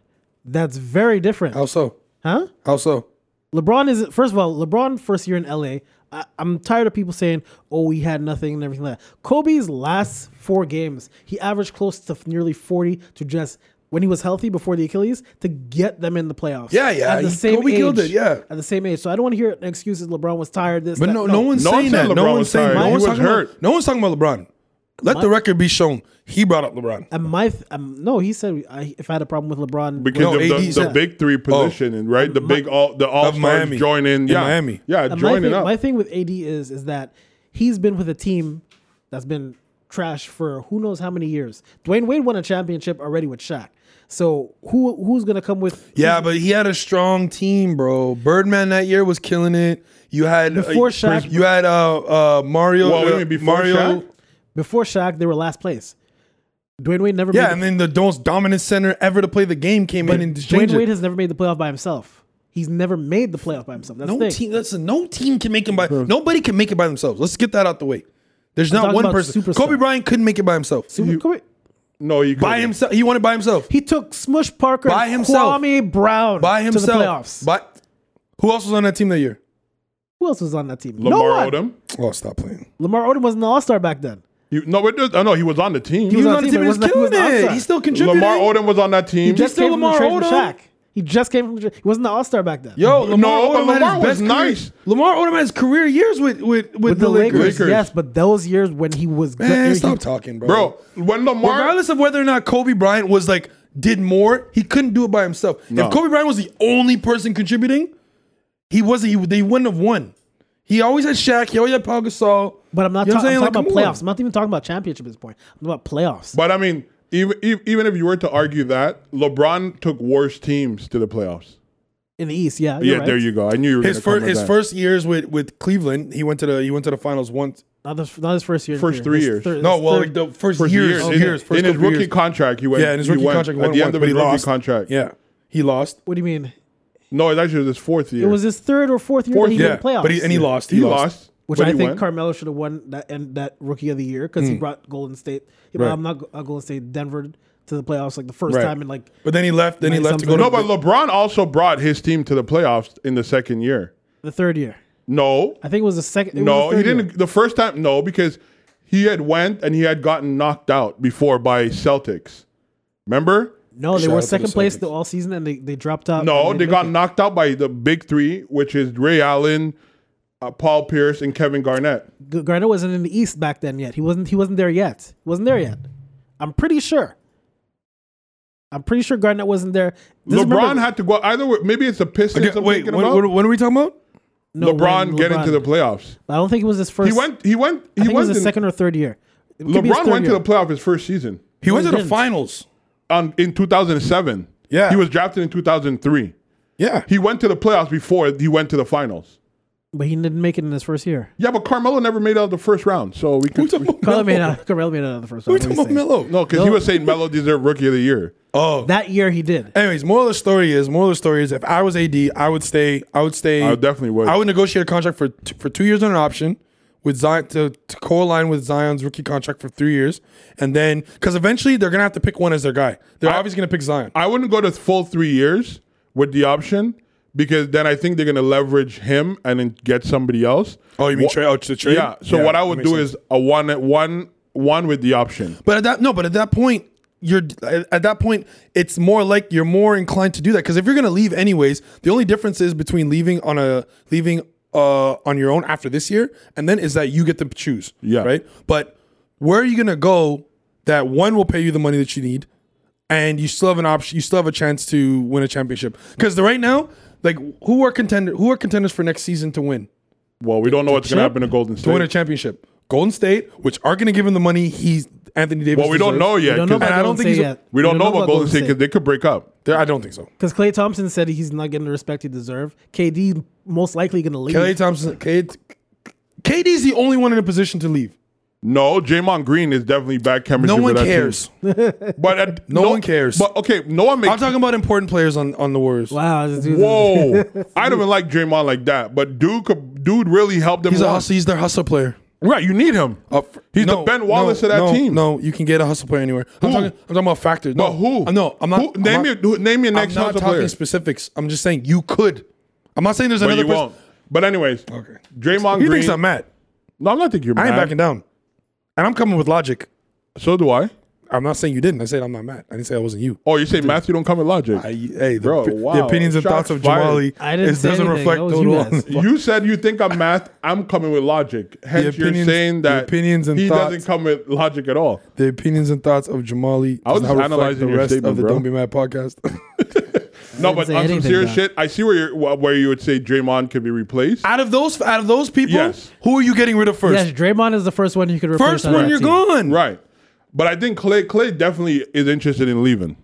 Speaker 1: That's very different.
Speaker 3: How so?
Speaker 1: Huh?
Speaker 3: How so?
Speaker 1: LeBron is first of all, LeBron first year in LA. I, I'm tired of people saying, "Oh, we had nothing and everything like that." Kobe's last four games, he averaged close to f- nearly 40 to just when he was healthy before the Achilles to get them in the playoffs.
Speaker 3: Yeah, yeah,
Speaker 1: At the
Speaker 3: he-
Speaker 1: same
Speaker 3: Kobe
Speaker 1: age,
Speaker 3: killed it, yeah.
Speaker 1: at the same age. So I don't want to hear excuses. LeBron was tired. This,
Speaker 3: But
Speaker 1: that.
Speaker 3: no, no, one's
Speaker 2: No one
Speaker 3: saying
Speaker 2: said
Speaker 3: that. No
Speaker 2: LeBron
Speaker 3: one's
Speaker 2: was
Speaker 3: saying.
Speaker 2: tired.
Speaker 3: No
Speaker 2: He
Speaker 3: one's
Speaker 2: was
Speaker 3: talking
Speaker 2: hurt.
Speaker 3: about. No one's talking about LeBron. Let the record be shown. He brought up LeBron.
Speaker 1: And my th- um, no, he said I, if I had a problem with LeBron,
Speaker 2: Because
Speaker 3: No,
Speaker 2: of the,
Speaker 3: AD's
Speaker 2: the
Speaker 3: at-
Speaker 2: big three position and right, the big all the all stars
Speaker 3: Miami.
Speaker 2: joining,
Speaker 3: In
Speaker 2: yeah,
Speaker 3: Miami.
Speaker 2: yeah,
Speaker 1: And my
Speaker 2: joining
Speaker 1: thing,
Speaker 2: up.
Speaker 1: my thing with AD is is that he's been with a team that's been trash for who knows how many years. Dwayne Wade won a championship already with Shaq. So who who's gonna come with
Speaker 3: Yeah, but he had a strong team, bro. Birdman that year was killing it. You had
Speaker 1: Before
Speaker 3: uh,
Speaker 1: Shaq-
Speaker 3: You had uh, uh, Mario.
Speaker 2: Well, wait a
Speaker 3: uh,
Speaker 2: minute, before
Speaker 3: Mario.
Speaker 2: Shaq?
Speaker 1: before Shaq they were last place. Dwayne Wade never
Speaker 3: Yeah,
Speaker 1: made
Speaker 3: and then the most dominant center ever to play the game came in and
Speaker 1: the,
Speaker 3: changed
Speaker 1: Dwayne Wade
Speaker 3: it.
Speaker 1: has never made the playoff by himself. He's never made the playoff by himself. That's
Speaker 3: No
Speaker 1: the thing.
Speaker 3: team. Listen, no team can make it by. Nobody can make it by themselves. Let's get that out the way. There's not
Speaker 1: talking
Speaker 3: one
Speaker 1: about
Speaker 3: person.
Speaker 1: superstar.
Speaker 3: Kobe Bryant couldn't make it by himself.
Speaker 1: Dude, come here.
Speaker 2: no, you
Speaker 3: By himself, he won it by himself.
Speaker 1: He took Smush Parker
Speaker 3: By
Speaker 1: and
Speaker 3: himself.
Speaker 1: Kwame Brown
Speaker 3: By himself.
Speaker 1: to the playoffs.
Speaker 3: By, who else was on that team that year?
Speaker 1: Who else was on that team? no
Speaker 2: Lamar
Speaker 1: one.
Speaker 2: Odom.
Speaker 3: Oh, stop playing.
Speaker 1: Lamar Odom was an All Star back then.
Speaker 2: You, no, it does, oh, no, he was on the team.
Speaker 3: He was on
Speaker 1: on
Speaker 3: the
Speaker 1: the
Speaker 3: team.
Speaker 1: team,
Speaker 3: He was
Speaker 1: but he
Speaker 3: killing
Speaker 1: wasn't- he wasn't
Speaker 3: it.
Speaker 1: outside.
Speaker 3: He still contributed.
Speaker 2: Lamar Odom was on that team.
Speaker 1: Just
Speaker 3: still
Speaker 1: came from the
Speaker 3: Lamar
Speaker 1: trade from
Speaker 3: Odom.
Speaker 1: Shaq. He just came from the trade. He wasn't an All Star back then.
Speaker 3: Yo, Lamar
Speaker 2: No, but
Speaker 3: Odom had
Speaker 2: Lamar
Speaker 3: his
Speaker 2: was
Speaker 3: best career-
Speaker 2: nice.
Speaker 3: Lamar Odom had his career years with with, with,
Speaker 1: with the, Lakers,
Speaker 2: Lakers.
Speaker 1: Yes, but those years when he was good,
Speaker 3: Man,
Speaker 1: he-
Speaker 3: stop talking, bro.
Speaker 2: bro. When Lamar,
Speaker 3: regardless of whether or not Kobe Bryant was like did more, he couldn't do it by himself.
Speaker 2: No.
Speaker 3: If Kobe Bryant was the only person contributing, he wasn't. He, they wouldn't have won. He always had Shaq. He always had Paul Gasol.
Speaker 1: But I'm not
Speaker 3: You know
Speaker 1: talking, I'm
Speaker 3: what I'm saying?
Speaker 1: talking
Speaker 3: Like, come
Speaker 1: about
Speaker 3: on.
Speaker 1: playoffs. I'm not even talking about championship at this point. I'm talking about playoffs.
Speaker 2: but I mean, even ev- even if you were to argue that LeBron took worse teams to the playoffs.
Speaker 1: in the East, yeah.
Speaker 2: Yeah,
Speaker 1: You're right.
Speaker 2: there you go. I knew you were
Speaker 3: His
Speaker 2: gonna come
Speaker 3: first
Speaker 2: with
Speaker 3: his
Speaker 2: that.
Speaker 3: first years with with Cleveland, he went to the he went to the finals once.
Speaker 1: Not, this, not his first year.
Speaker 2: First
Speaker 1: here.
Speaker 2: three
Speaker 1: His
Speaker 2: years.
Speaker 1: third-
Speaker 3: No,
Speaker 1: his
Speaker 3: well,
Speaker 1: third-
Speaker 3: like the first,
Speaker 2: First
Speaker 3: years,
Speaker 2: in,
Speaker 3: years, first
Speaker 2: in his
Speaker 3: couple
Speaker 2: rookie
Speaker 3: years.
Speaker 2: contract, he went.
Speaker 3: yeah, in his
Speaker 2: he
Speaker 3: rookie
Speaker 2: went
Speaker 3: contract, he
Speaker 2: at
Speaker 3: won
Speaker 2: the
Speaker 3: once,
Speaker 2: end of
Speaker 3: but
Speaker 2: his
Speaker 3: he
Speaker 2: rookie
Speaker 3: lost.
Speaker 2: contract.
Speaker 3: Yeah, he lost.
Speaker 1: what do you mean?
Speaker 2: No, it's actually his fourth year.
Speaker 1: It was his third or fourth year
Speaker 2: Fourth-
Speaker 1: that he
Speaker 3: Yeah,
Speaker 1: made playoffs.
Speaker 3: but he, and he lost. He,
Speaker 2: he
Speaker 3: lost.
Speaker 2: lost,
Speaker 1: which
Speaker 2: but
Speaker 1: I
Speaker 2: he
Speaker 1: think
Speaker 2: won.
Speaker 1: Carmelo should have won that and that rookie of the year because he brought Golden State. he-
Speaker 3: Mm. Right.
Speaker 1: I'm not uh, Golden State, Denver to the playoffs like the first
Speaker 3: Right.
Speaker 1: time in like
Speaker 3: But then he left. Then he
Speaker 1: Like
Speaker 3: left to go
Speaker 1: something.
Speaker 3: to.
Speaker 2: No, but LeBron also brought his team to the playoffs in the second year.
Speaker 1: the third year.
Speaker 2: No,
Speaker 1: I think it was the second. it was
Speaker 2: no,
Speaker 1: the
Speaker 2: he
Speaker 1: third year.
Speaker 2: didn't. The first time, no, because he had went and he had gotten knocked out before by Celtics. Remember?
Speaker 1: No, they
Speaker 3: Shout out
Speaker 1: were
Speaker 3: to the
Speaker 1: second place
Speaker 3: Celtics.
Speaker 1: the all season and they, they dropped out.
Speaker 2: No,
Speaker 1: and
Speaker 2: they
Speaker 1: made
Speaker 2: got
Speaker 1: it.
Speaker 2: knocked out by the big three, which is Ray Allen, uh, Paul Pierce, and Kevin Garnett.
Speaker 1: G- Garnett wasn't in the East back then yet. He wasn't. He wasn't there yet. He wasn't there yet. I'm pretty sure. I'm pretty sure Garnett wasn't there. Just
Speaker 2: LeBron
Speaker 1: remember-
Speaker 2: had to go either way. Maybe it's the Pistons.
Speaker 3: Okay,
Speaker 2: I'm
Speaker 3: wait,
Speaker 2: thinking
Speaker 3: what,
Speaker 2: about.
Speaker 3: what, what are we talking about?
Speaker 1: no,
Speaker 2: LeBron
Speaker 1: when
Speaker 2: getting to the playoffs.
Speaker 1: I don't think it was his first.
Speaker 2: He went. He went.
Speaker 1: I
Speaker 2: He
Speaker 1: think it was
Speaker 2: went.
Speaker 1: his
Speaker 2: in-
Speaker 1: second or third year. It could be his
Speaker 2: LeBron
Speaker 1: third
Speaker 2: went to
Speaker 1: year.
Speaker 2: the playoff his first season
Speaker 3: He went
Speaker 1: he
Speaker 3: to the
Speaker 1: didn't.
Speaker 3: finals.
Speaker 2: on in 2007.
Speaker 3: Yeah.
Speaker 2: he was drafted in 2003.
Speaker 3: Yeah,
Speaker 2: He went to the playoffs before he went to the finals.
Speaker 1: but he didn't make it in his first year.
Speaker 2: Yeah, but Carmelo never made it out of the first round, so we
Speaker 3: Who
Speaker 2: could.
Speaker 3: talking about
Speaker 1: Carmelo
Speaker 3: Melo?
Speaker 1: made out. Carmelo made out of the first
Speaker 3: Who
Speaker 1: round. What
Speaker 3: talking
Speaker 1: are you saying?
Speaker 3: about Melo?
Speaker 2: No, because he was saying Melo deserved Rookie of the Year.
Speaker 3: Oh.
Speaker 1: That year he did.
Speaker 3: Anyways, moral of the story is moral of the story is if I was AD, I would stay. I would stay.
Speaker 2: I definitely would.
Speaker 3: I would negotiate a contract for t- for two years on an option with Zion to, to co-align with Zion's rookie contract for three years, and then because eventually they're gonna have to pick one as their guy. They're obviously gonna pick Zion.
Speaker 2: I wouldn't go to full three years with the option because then I think they're going to leverage him and then get somebody else.
Speaker 3: oh, you mean
Speaker 2: Wha-
Speaker 3: trade? Oh, to trade?
Speaker 2: Yeah. So what I would do is a one one one with the option.
Speaker 3: But at that no, but at that point, you're at that point, it's more like you're more inclined to do that because if you're gonna leave anyways, the only difference is between leaving on a leaving uh on your own after this year, and then is that you get to choose.
Speaker 2: Yeah.
Speaker 3: Right. But where are you gonna go? That one will pay you the money that you need, and you still have an option. You still have a chance to win a championship because right now, like who are contender who are contenders for next season to win?
Speaker 2: Well, we don't know what's going to
Speaker 1: Chip?
Speaker 2: happen to Golden
Speaker 3: to win a
Speaker 2: State.
Speaker 3: championship. Golden State, which are going to give him the money he's Anthony Davis.
Speaker 2: Well, we don't
Speaker 3: deserves.
Speaker 2: know
Speaker 1: We
Speaker 2: yet.
Speaker 1: don't know
Speaker 2: 'cause-
Speaker 1: about
Speaker 3: And I don't
Speaker 1: Golden
Speaker 3: think
Speaker 1: State
Speaker 3: he's a-
Speaker 1: yet.
Speaker 2: we don't know about Golden State because they could break up.
Speaker 3: There, I don't think so.
Speaker 1: Because Clay Thompson said he's not getting the respect he deserves. KD most likely going to leave.
Speaker 3: Kelly Thompson, K- KD's the only one in a position to leave.
Speaker 2: No, Jamon Green is definitely bad chemistry.
Speaker 3: No
Speaker 2: for
Speaker 3: one
Speaker 2: that team.
Speaker 3: cares.
Speaker 2: But uh,
Speaker 3: No one cares.
Speaker 2: But okay, no one
Speaker 3: I'm
Speaker 2: makes.
Speaker 3: talking about important players on, on the Warriors.
Speaker 1: wow. this dude-
Speaker 2: Whoa, I don't even like Draymond like that. But dude, could, dude really helped them.
Speaker 3: He's a
Speaker 2: win.
Speaker 3: hustle. He's their hustle player.
Speaker 2: Right, you need him. He's the Ben Wallace
Speaker 3: no,
Speaker 2: of that
Speaker 3: no,
Speaker 2: team.
Speaker 3: No, you can get a hustle player anywhere. I'm
Speaker 2: Who?
Speaker 3: talking, I'm talking about factors. No, uh,
Speaker 2: But who?
Speaker 3: No, I'm not.
Speaker 2: Who-
Speaker 3: I'm
Speaker 2: name
Speaker 3: not-
Speaker 2: your who- name your next
Speaker 3: I'm not
Speaker 2: Hustle
Speaker 3: talking
Speaker 2: player.
Speaker 3: specifics. I'm just saying you could. I'm not saying there's
Speaker 2: But
Speaker 3: another
Speaker 2: you
Speaker 3: person.
Speaker 2: won't. But anyways, okay. Draymond
Speaker 3: He
Speaker 2: Green.
Speaker 3: thinks I'm mad.
Speaker 2: no, I'm not thinking you're
Speaker 3: I
Speaker 2: mad.
Speaker 3: ain't backing down. And I'm coming with logic.
Speaker 2: So do I.
Speaker 3: I'm not saying you didn't. I said I'm not mad. I didn't say I wasn't you.
Speaker 2: Oh, you say Matthew don't come with logic.
Speaker 3: I, hey, the,
Speaker 2: Oh, Bro,
Speaker 3: opi- the
Speaker 2: wow.
Speaker 3: opinions and
Speaker 2: Shots
Speaker 3: thoughts of
Speaker 2: fired.
Speaker 3: Jamali
Speaker 1: I didn't
Speaker 3: is,
Speaker 1: say
Speaker 3: doesn't
Speaker 1: anything.
Speaker 3: reflect
Speaker 1: That was you
Speaker 3: total.
Speaker 1: guys.
Speaker 2: you said you think I'm math. I'm coming with logic. Hence, you're
Speaker 3: opinions-
Speaker 2: saying
Speaker 3: the
Speaker 2: that
Speaker 3: opinions and
Speaker 2: he
Speaker 3: thoughts.
Speaker 2: doesn't come with logic at all.
Speaker 3: the opinions and thoughts of Jamali
Speaker 2: I was just
Speaker 3: does not reflect
Speaker 2: analyzing
Speaker 3: the
Speaker 2: your
Speaker 3: rest of
Speaker 2: statement,
Speaker 3: the
Speaker 2: bro.
Speaker 3: Don't Be Mad podcast.
Speaker 2: No,
Speaker 1: didn't
Speaker 2: but
Speaker 1: say
Speaker 2: on some
Speaker 1: anything,
Speaker 2: serious
Speaker 1: though.
Speaker 2: shit, I see where you are where you would say Draymond could be replaced.
Speaker 3: out of those, out of those people,
Speaker 2: Yes.
Speaker 3: who are you getting rid of first?
Speaker 1: Yes, Draymond is the first one you could replace.
Speaker 3: first
Speaker 1: on
Speaker 3: when
Speaker 1: that
Speaker 3: you're
Speaker 1: team.
Speaker 3: gone.
Speaker 2: right, but I think Clay Clay definitely is interested in leaving.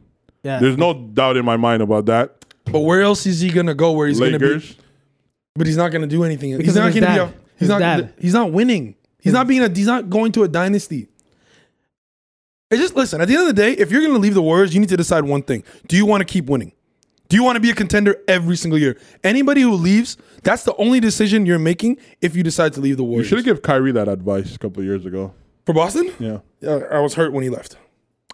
Speaker 1: Yeah.
Speaker 2: There's no doubt in my mind about that.
Speaker 3: But where else is he gonna go? Where he's gonna
Speaker 2: Lakers.
Speaker 3: be? But he's not gonna do anything.
Speaker 1: Because
Speaker 3: he's
Speaker 1: of
Speaker 3: not
Speaker 1: his
Speaker 3: gonna
Speaker 1: dad.
Speaker 3: be. A, he's
Speaker 1: His
Speaker 3: not.
Speaker 1: dad. Hmm.
Speaker 3: He's not winning. He's not being a. He's not going to a dynasty. It's just listen. At the end of the day, if you're gonna leave the Warriors, you need to decide one thing: Do you want to keep winning? Do you want to be a contender every single year? Anybody who leaves, that's the only decision you're making if you decide to leave the
Speaker 2: You
Speaker 3: Warriors.
Speaker 2: should have given Kyrie that advice a couple of years ago.
Speaker 3: For Boston,
Speaker 2: Yeah.
Speaker 3: Yeah, I was hurt when he left.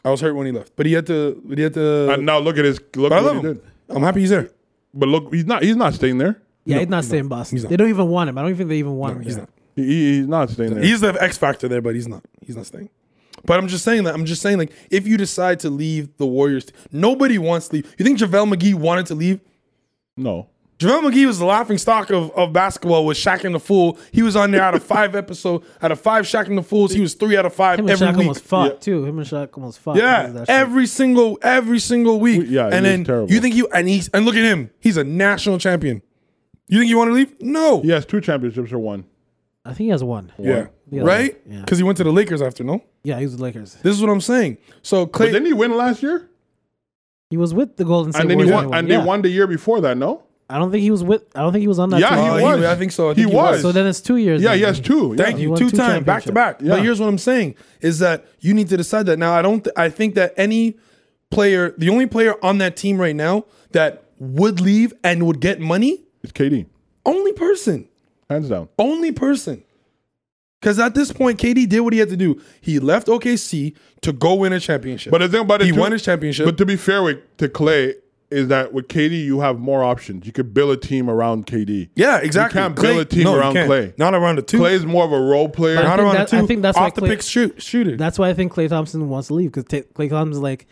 Speaker 3: I was hurt when he left, but he had to. But he had to.
Speaker 2: And now look at his look.
Speaker 3: but I
Speaker 2: What
Speaker 3: love
Speaker 2: he
Speaker 3: him.
Speaker 2: did.
Speaker 3: I'm happy he's there.
Speaker 2: But look, he's not. He's not staying there.
Speaker 1: yeah, he's not staying in Boston.
Speaker 3: not.
Speaker 1: They don't even want him. I don't think they even want him.
Speaker 3: He's
Speaker 1: there.
Speaker 3: not.
Speaker 2: He- He, he's not staying there.
Speaker 3: He's the X factor there, but he's not. He's not staying. But I'm just saying that. I'm just saying like if you decide to leave the Warriors, nobody wants to leave. You think JaVale McGee wanted to leave?
Speaker 2: no.
Speaker 3: JaVale McGee was the laughing stock of, of basketball with Shaq and the Fool. He was on there out of five episode out of five Shaq and the Fools. He was three out of five
Speaker 1: Him and
Speaker 3: every
Speaker 1: Shaq
Speaker 3: week.
Speaker 1: almost fought too. Him and Shaq almost fought. because of
Speaker 3: Yeah,
Speaker 1: that shit.
Speaker 3: every single every single week.
Speaker 2: yeah, he
Speaker 3: and
Speaker 2: was
Speaker 3: then
Speaker 2: terrible.
Speaker 3: you think you and he's and look at him. He's a national champion. You think you want to leave? No.
Speaker 2: He has two championships or one.
Speaker 1: I think he has one.
Speaker 3: Yeah.
Speaker 1: Yeah.
Speaker 3: Right?
Speaker 1: Yeah.
Speaker 3: Because he went to the Lakers after, no?
Speaker 1: Yeah, he was with Lakers.
Speaker 3: This is what I'm saying. So
Speaker 2: But
Speaker 3: Clay,
Speaker 2: didn't he win last year?
Speaker 1: He was with the Golden State
Speaker 2: And then he
Speaker 1: Warriors
Speaker 2: won.
Speaker 1: anyway.
Speaker 2: And
Speaker 1: yeah.
Speaker 2: they won the year before that. No.
Speaker 1: I don't think he was with. I don't think he was on that.
Speaker 2: Yeah,
Speaker 1: team.
Speaker 3: Uh,
Speaker 2: he
Speaker 3: he-
Speaker 2: was.
Speaker 3: I think so. I
Speaker 2: he
Speaker 3: think he
Speaker 2: was.
Speaker 3: was.
Speaker 1: So then it's two years.
Speaker 2: yeah,
Speaker 1: then.
Speaker 2: he has two. Yeah.
Speaker 3: Thank you.
Speaker 1: won
Speaker 3: Two,
Speaker 1: two
Speaker 3: time, back to back.
Speaker 2: Yeah.
Speaker 3: But here's what I'm saying is that you need to decide that. Now, I don't, th- I think that any player, the only player on that team right now that would leave and would get money,
Speaker 2: It's KD,
Speaker 3: only person,
Speaker 2: hands down.
Speaker 3: only person. Because at this point, KD did what he had to do. He left OKC to go win a championship.
Speaker 2: But the thing about it,
Speaker 3: he
Speaker 2: too-
Speaker 3: won his championship.
Speaker 2: But to be fair with to Clay, is that with KD you have more options. You could build a team around KD.
Speaker 3: yeah, exactly.
Speaker 2: can't build a team
Speaker 3: you
Speaker 2: around
Speaker 3: can't.
Speaker 2: Clay.
Speaker 3: Not around the two.
Speaker 2: Clay's more of a role player.
Speaker 1: I
Speaker 3: not
Speaker 1: think
Speaker 3: around
Speaker 1: that-
Speaker 3: the
Speaker 1: I
Speaker 3: two.
Speaker 1: think that's why
Speaker 3: off the
Speaker 1: Clay-
Speaker 3: pick shoot, shooter.
Speaker 1: That's why I think Clay Thompson wants to leave because t- Clay Thompson's like,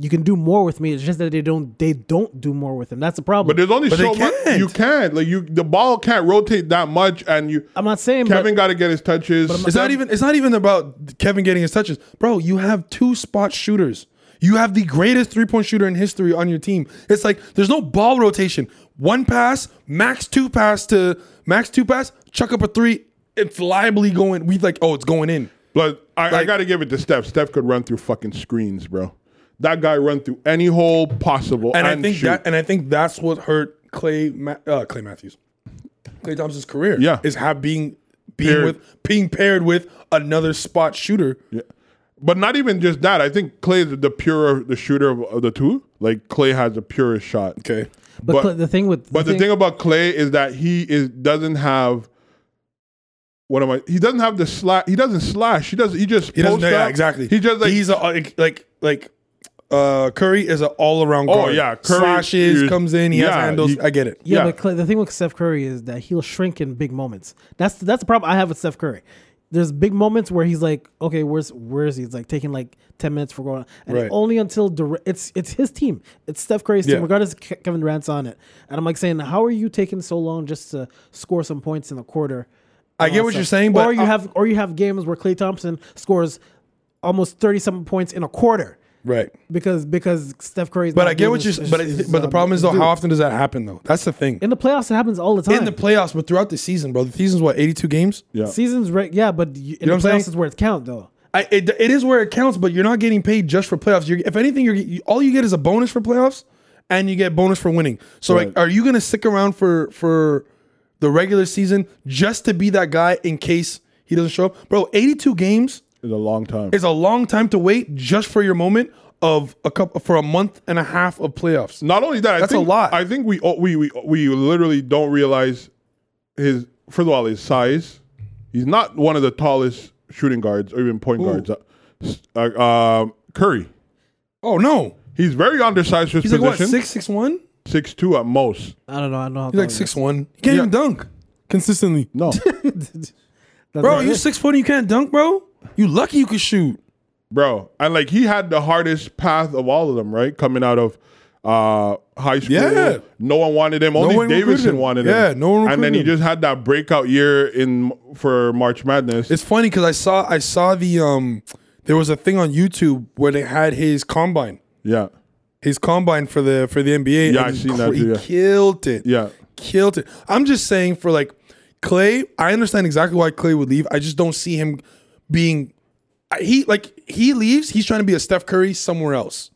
Speaker 1: you can do more with me. It's just that they don't. They don't do more with him. That's the problem.
Speaker 2: But there's only
Speaker 3: But they
Speaker 2: so much
Speaker 3: can't.
Speaker 2: you can. Like you, the ball can't rotate that much, and you.
Speaker 1: I'm not saying.
Speaker 2: Kevin got to get his touches.
Speaker 3: It's not even. It's not even about Kevin getting his touches, bro. You have two spot shooters. You have the greatest three point shooter in history on your team. It's like there's no ball rotation. One pass, max two pass to max two pass. Chuck up a three. It's liably going. We like. Oh, it's going in.
Speaker 2: But I, I
Speaker 3: Like-
Speaker 2: got to give it to Steph. Steph could run through fucking screens, bro. That guy run through any hole possible,
Speaker 3: And, I think
Speaker 2: shoot.
Speaker 3: that. And I think that's what hurt Clay. Ma- uh, Clay Matthews. Clay Thompson's career.
Speaker 2: Yeah.
Speaker 3: is have being being
Speaker 2: Paired.
Speaker 3: with being paired with another spot shooter.
Speaker 2: Yeah. But not even just that. I think Clay is the purer, the shooter of, of the two. Like Clay has the purest shot.
Speaker 3: Okay.
Speaker 1: but,
Speaker 2: but-
Speaker 1: Clay- the thing with.
Speaker 2: But the thing, about Clay is that he is doesn't have. What am I? He doesn't have the slash. He doesn't slash. He does. He just.
Speaker 3: He doesn't.
Speaker 2: posts
Speaker 3: Yeah,
Speaker 2: up.
Speaker 3: exactly.
Speaker 2: He just like.
Speaker 3: he's a, like like like uh, Curry is an all around
Speaker 2: Oh,
Speaker 3: guard.
Speaker 2: yeah, Curry
Speaker 3: slashes
Speaker 2: is-
Speaker 3: comes in. He has
Speaker 2: yeah,
Speaker 3: handles.
Speaker 2: he-
Speaker 3: I get it.
Speaker 1: Yeah,
Speaker 2: Yeah.
Speaker 1: but Clay, the thing with Steph Curry is that he'll shrink in big moments. That's that's the problem I have with Steph Curry. There's big moments where he's like, okay, where's where's he? It's like taking like ten minutes for going, and
Speaker 3: Right.
Speaker 1: only until dire- it's it's his team, it's Steph Curry's
Speaker 3: Yeah.
Speaker 1: team, regardless if Ke- Kevin Durant's on it. And I'm like saying, how are you taking so long just to score some points in the quarter?
Speaker 3: I get what you're saying, but
Speaker 1: or you
Speaker 3: I-
Speaker 1: have or you have games where Clay Thompson scores almost thirty some points in a quarter
Speaker 3: Right.
Speaker 1: because because Steph Curry's.
Speaker 3: But
Speaker 1: not
Speaker 3: I get
Speaker 1: doing
Speaker 3: what you're.
Speaker 1: his-
Speaker 3: s- But
Speaker 1: his-
Speaker 3: it,
Speaker 1: his,
Speaker 3: but the
Speaker 1: um,
Speaker 3: problem is
Speaker 1: his
Speaker 3: though,
Speaker 1: due.
Speaker 3: how often does that happen though? That's the thing.
Speaker 1: in the playoffs it happens all the time
Speaker 3: In the playoffs, but throughout the season, bro, the season's what 82 games.
Speaker 2: yeah.
Speaker 1: Seasons, right? Yeah, but you, in
Speaker 3: Oh. know
Speaker 1: the
Speaker 3: what I'm
Speaker 1: playoffs
Speaker 3: saying?
Speaker 1: is where it count though.
Speaker 3: I, it, it is where it counts, but you're not getting paid just for playoffs. You're, if anything, you're you- all you get is a bonus for playoffs, and you get bonus for winning. So, like, are you going to stick around for for the regular season just to be that guy in case he doesn't show up, bro? 82 games
Speaker 2: It's a long time.
Speaker 3: is a long time to wait just for your moment of a couple for a month and a half of playoffs.
Speaker 2: Not only that, I
Speaker 3: That's a
Speaker 2: think,
Speaker 3: lot.
Speaker 2: I think we all- we we we literally don't realize his first of all his size. He's not one of the tallest shooting guards or even point guards. Uh, s- Uh, um, Curry.
Speaker 3: Oh no,
Speaker 2: He's very undersized for his
Speaker 3: he's like what
Speaker 2: position.
Speaker 3: six six one.
Speaker 2: six two at most.
Speaker 1: I don't know. I don't know. How
Speaker 3: He's like six one. He can't even dunk consistently.
Speaker 2: No,
Speaker 3: Bro, you six foot and you can't dunk, bro. You lucky you could shoot.
Speaker 2: bro, and like he had the hardest path of all of them, right? Coming out of uh high school,
Speaker 3: Yeah.
Speaker 2: no one wanted him.
Speaker 3: one
Speaker 2: Only
Speaker 3: recruited
Speaker 2: Davidson
Speaker 3: him.
Speaker 2: wanted
Speaker 3: Yeah,
Speaker 2: him.
Speaker 3: no one
Speaker 2: And then he
Speaker 3: recruited him.
Speaker 2: just had that breakout year in for March Madness.
Speaker 3: It's funny because I saw I saw the um there was a thing on YouTube where they had his combine.
Speaker 2: yeah,
Speaker 3: His combine for the for the NBA.
Speaker 2: Yeah,
Speaker 3: and
Speaker 2: I
Speaker 3: he
Speaker 2: seen that
Speaker 3: He
Speaker 2: too, yeah.
Speaker 3: killed it.
Speaker 2: yeah.
Speaker 3: Killed it. I'm just saying for like Clay, I understand exactly why Clay would leave. I just don't see him being I- he like he leaves, he's trying to be a Steph Curry somewhere else.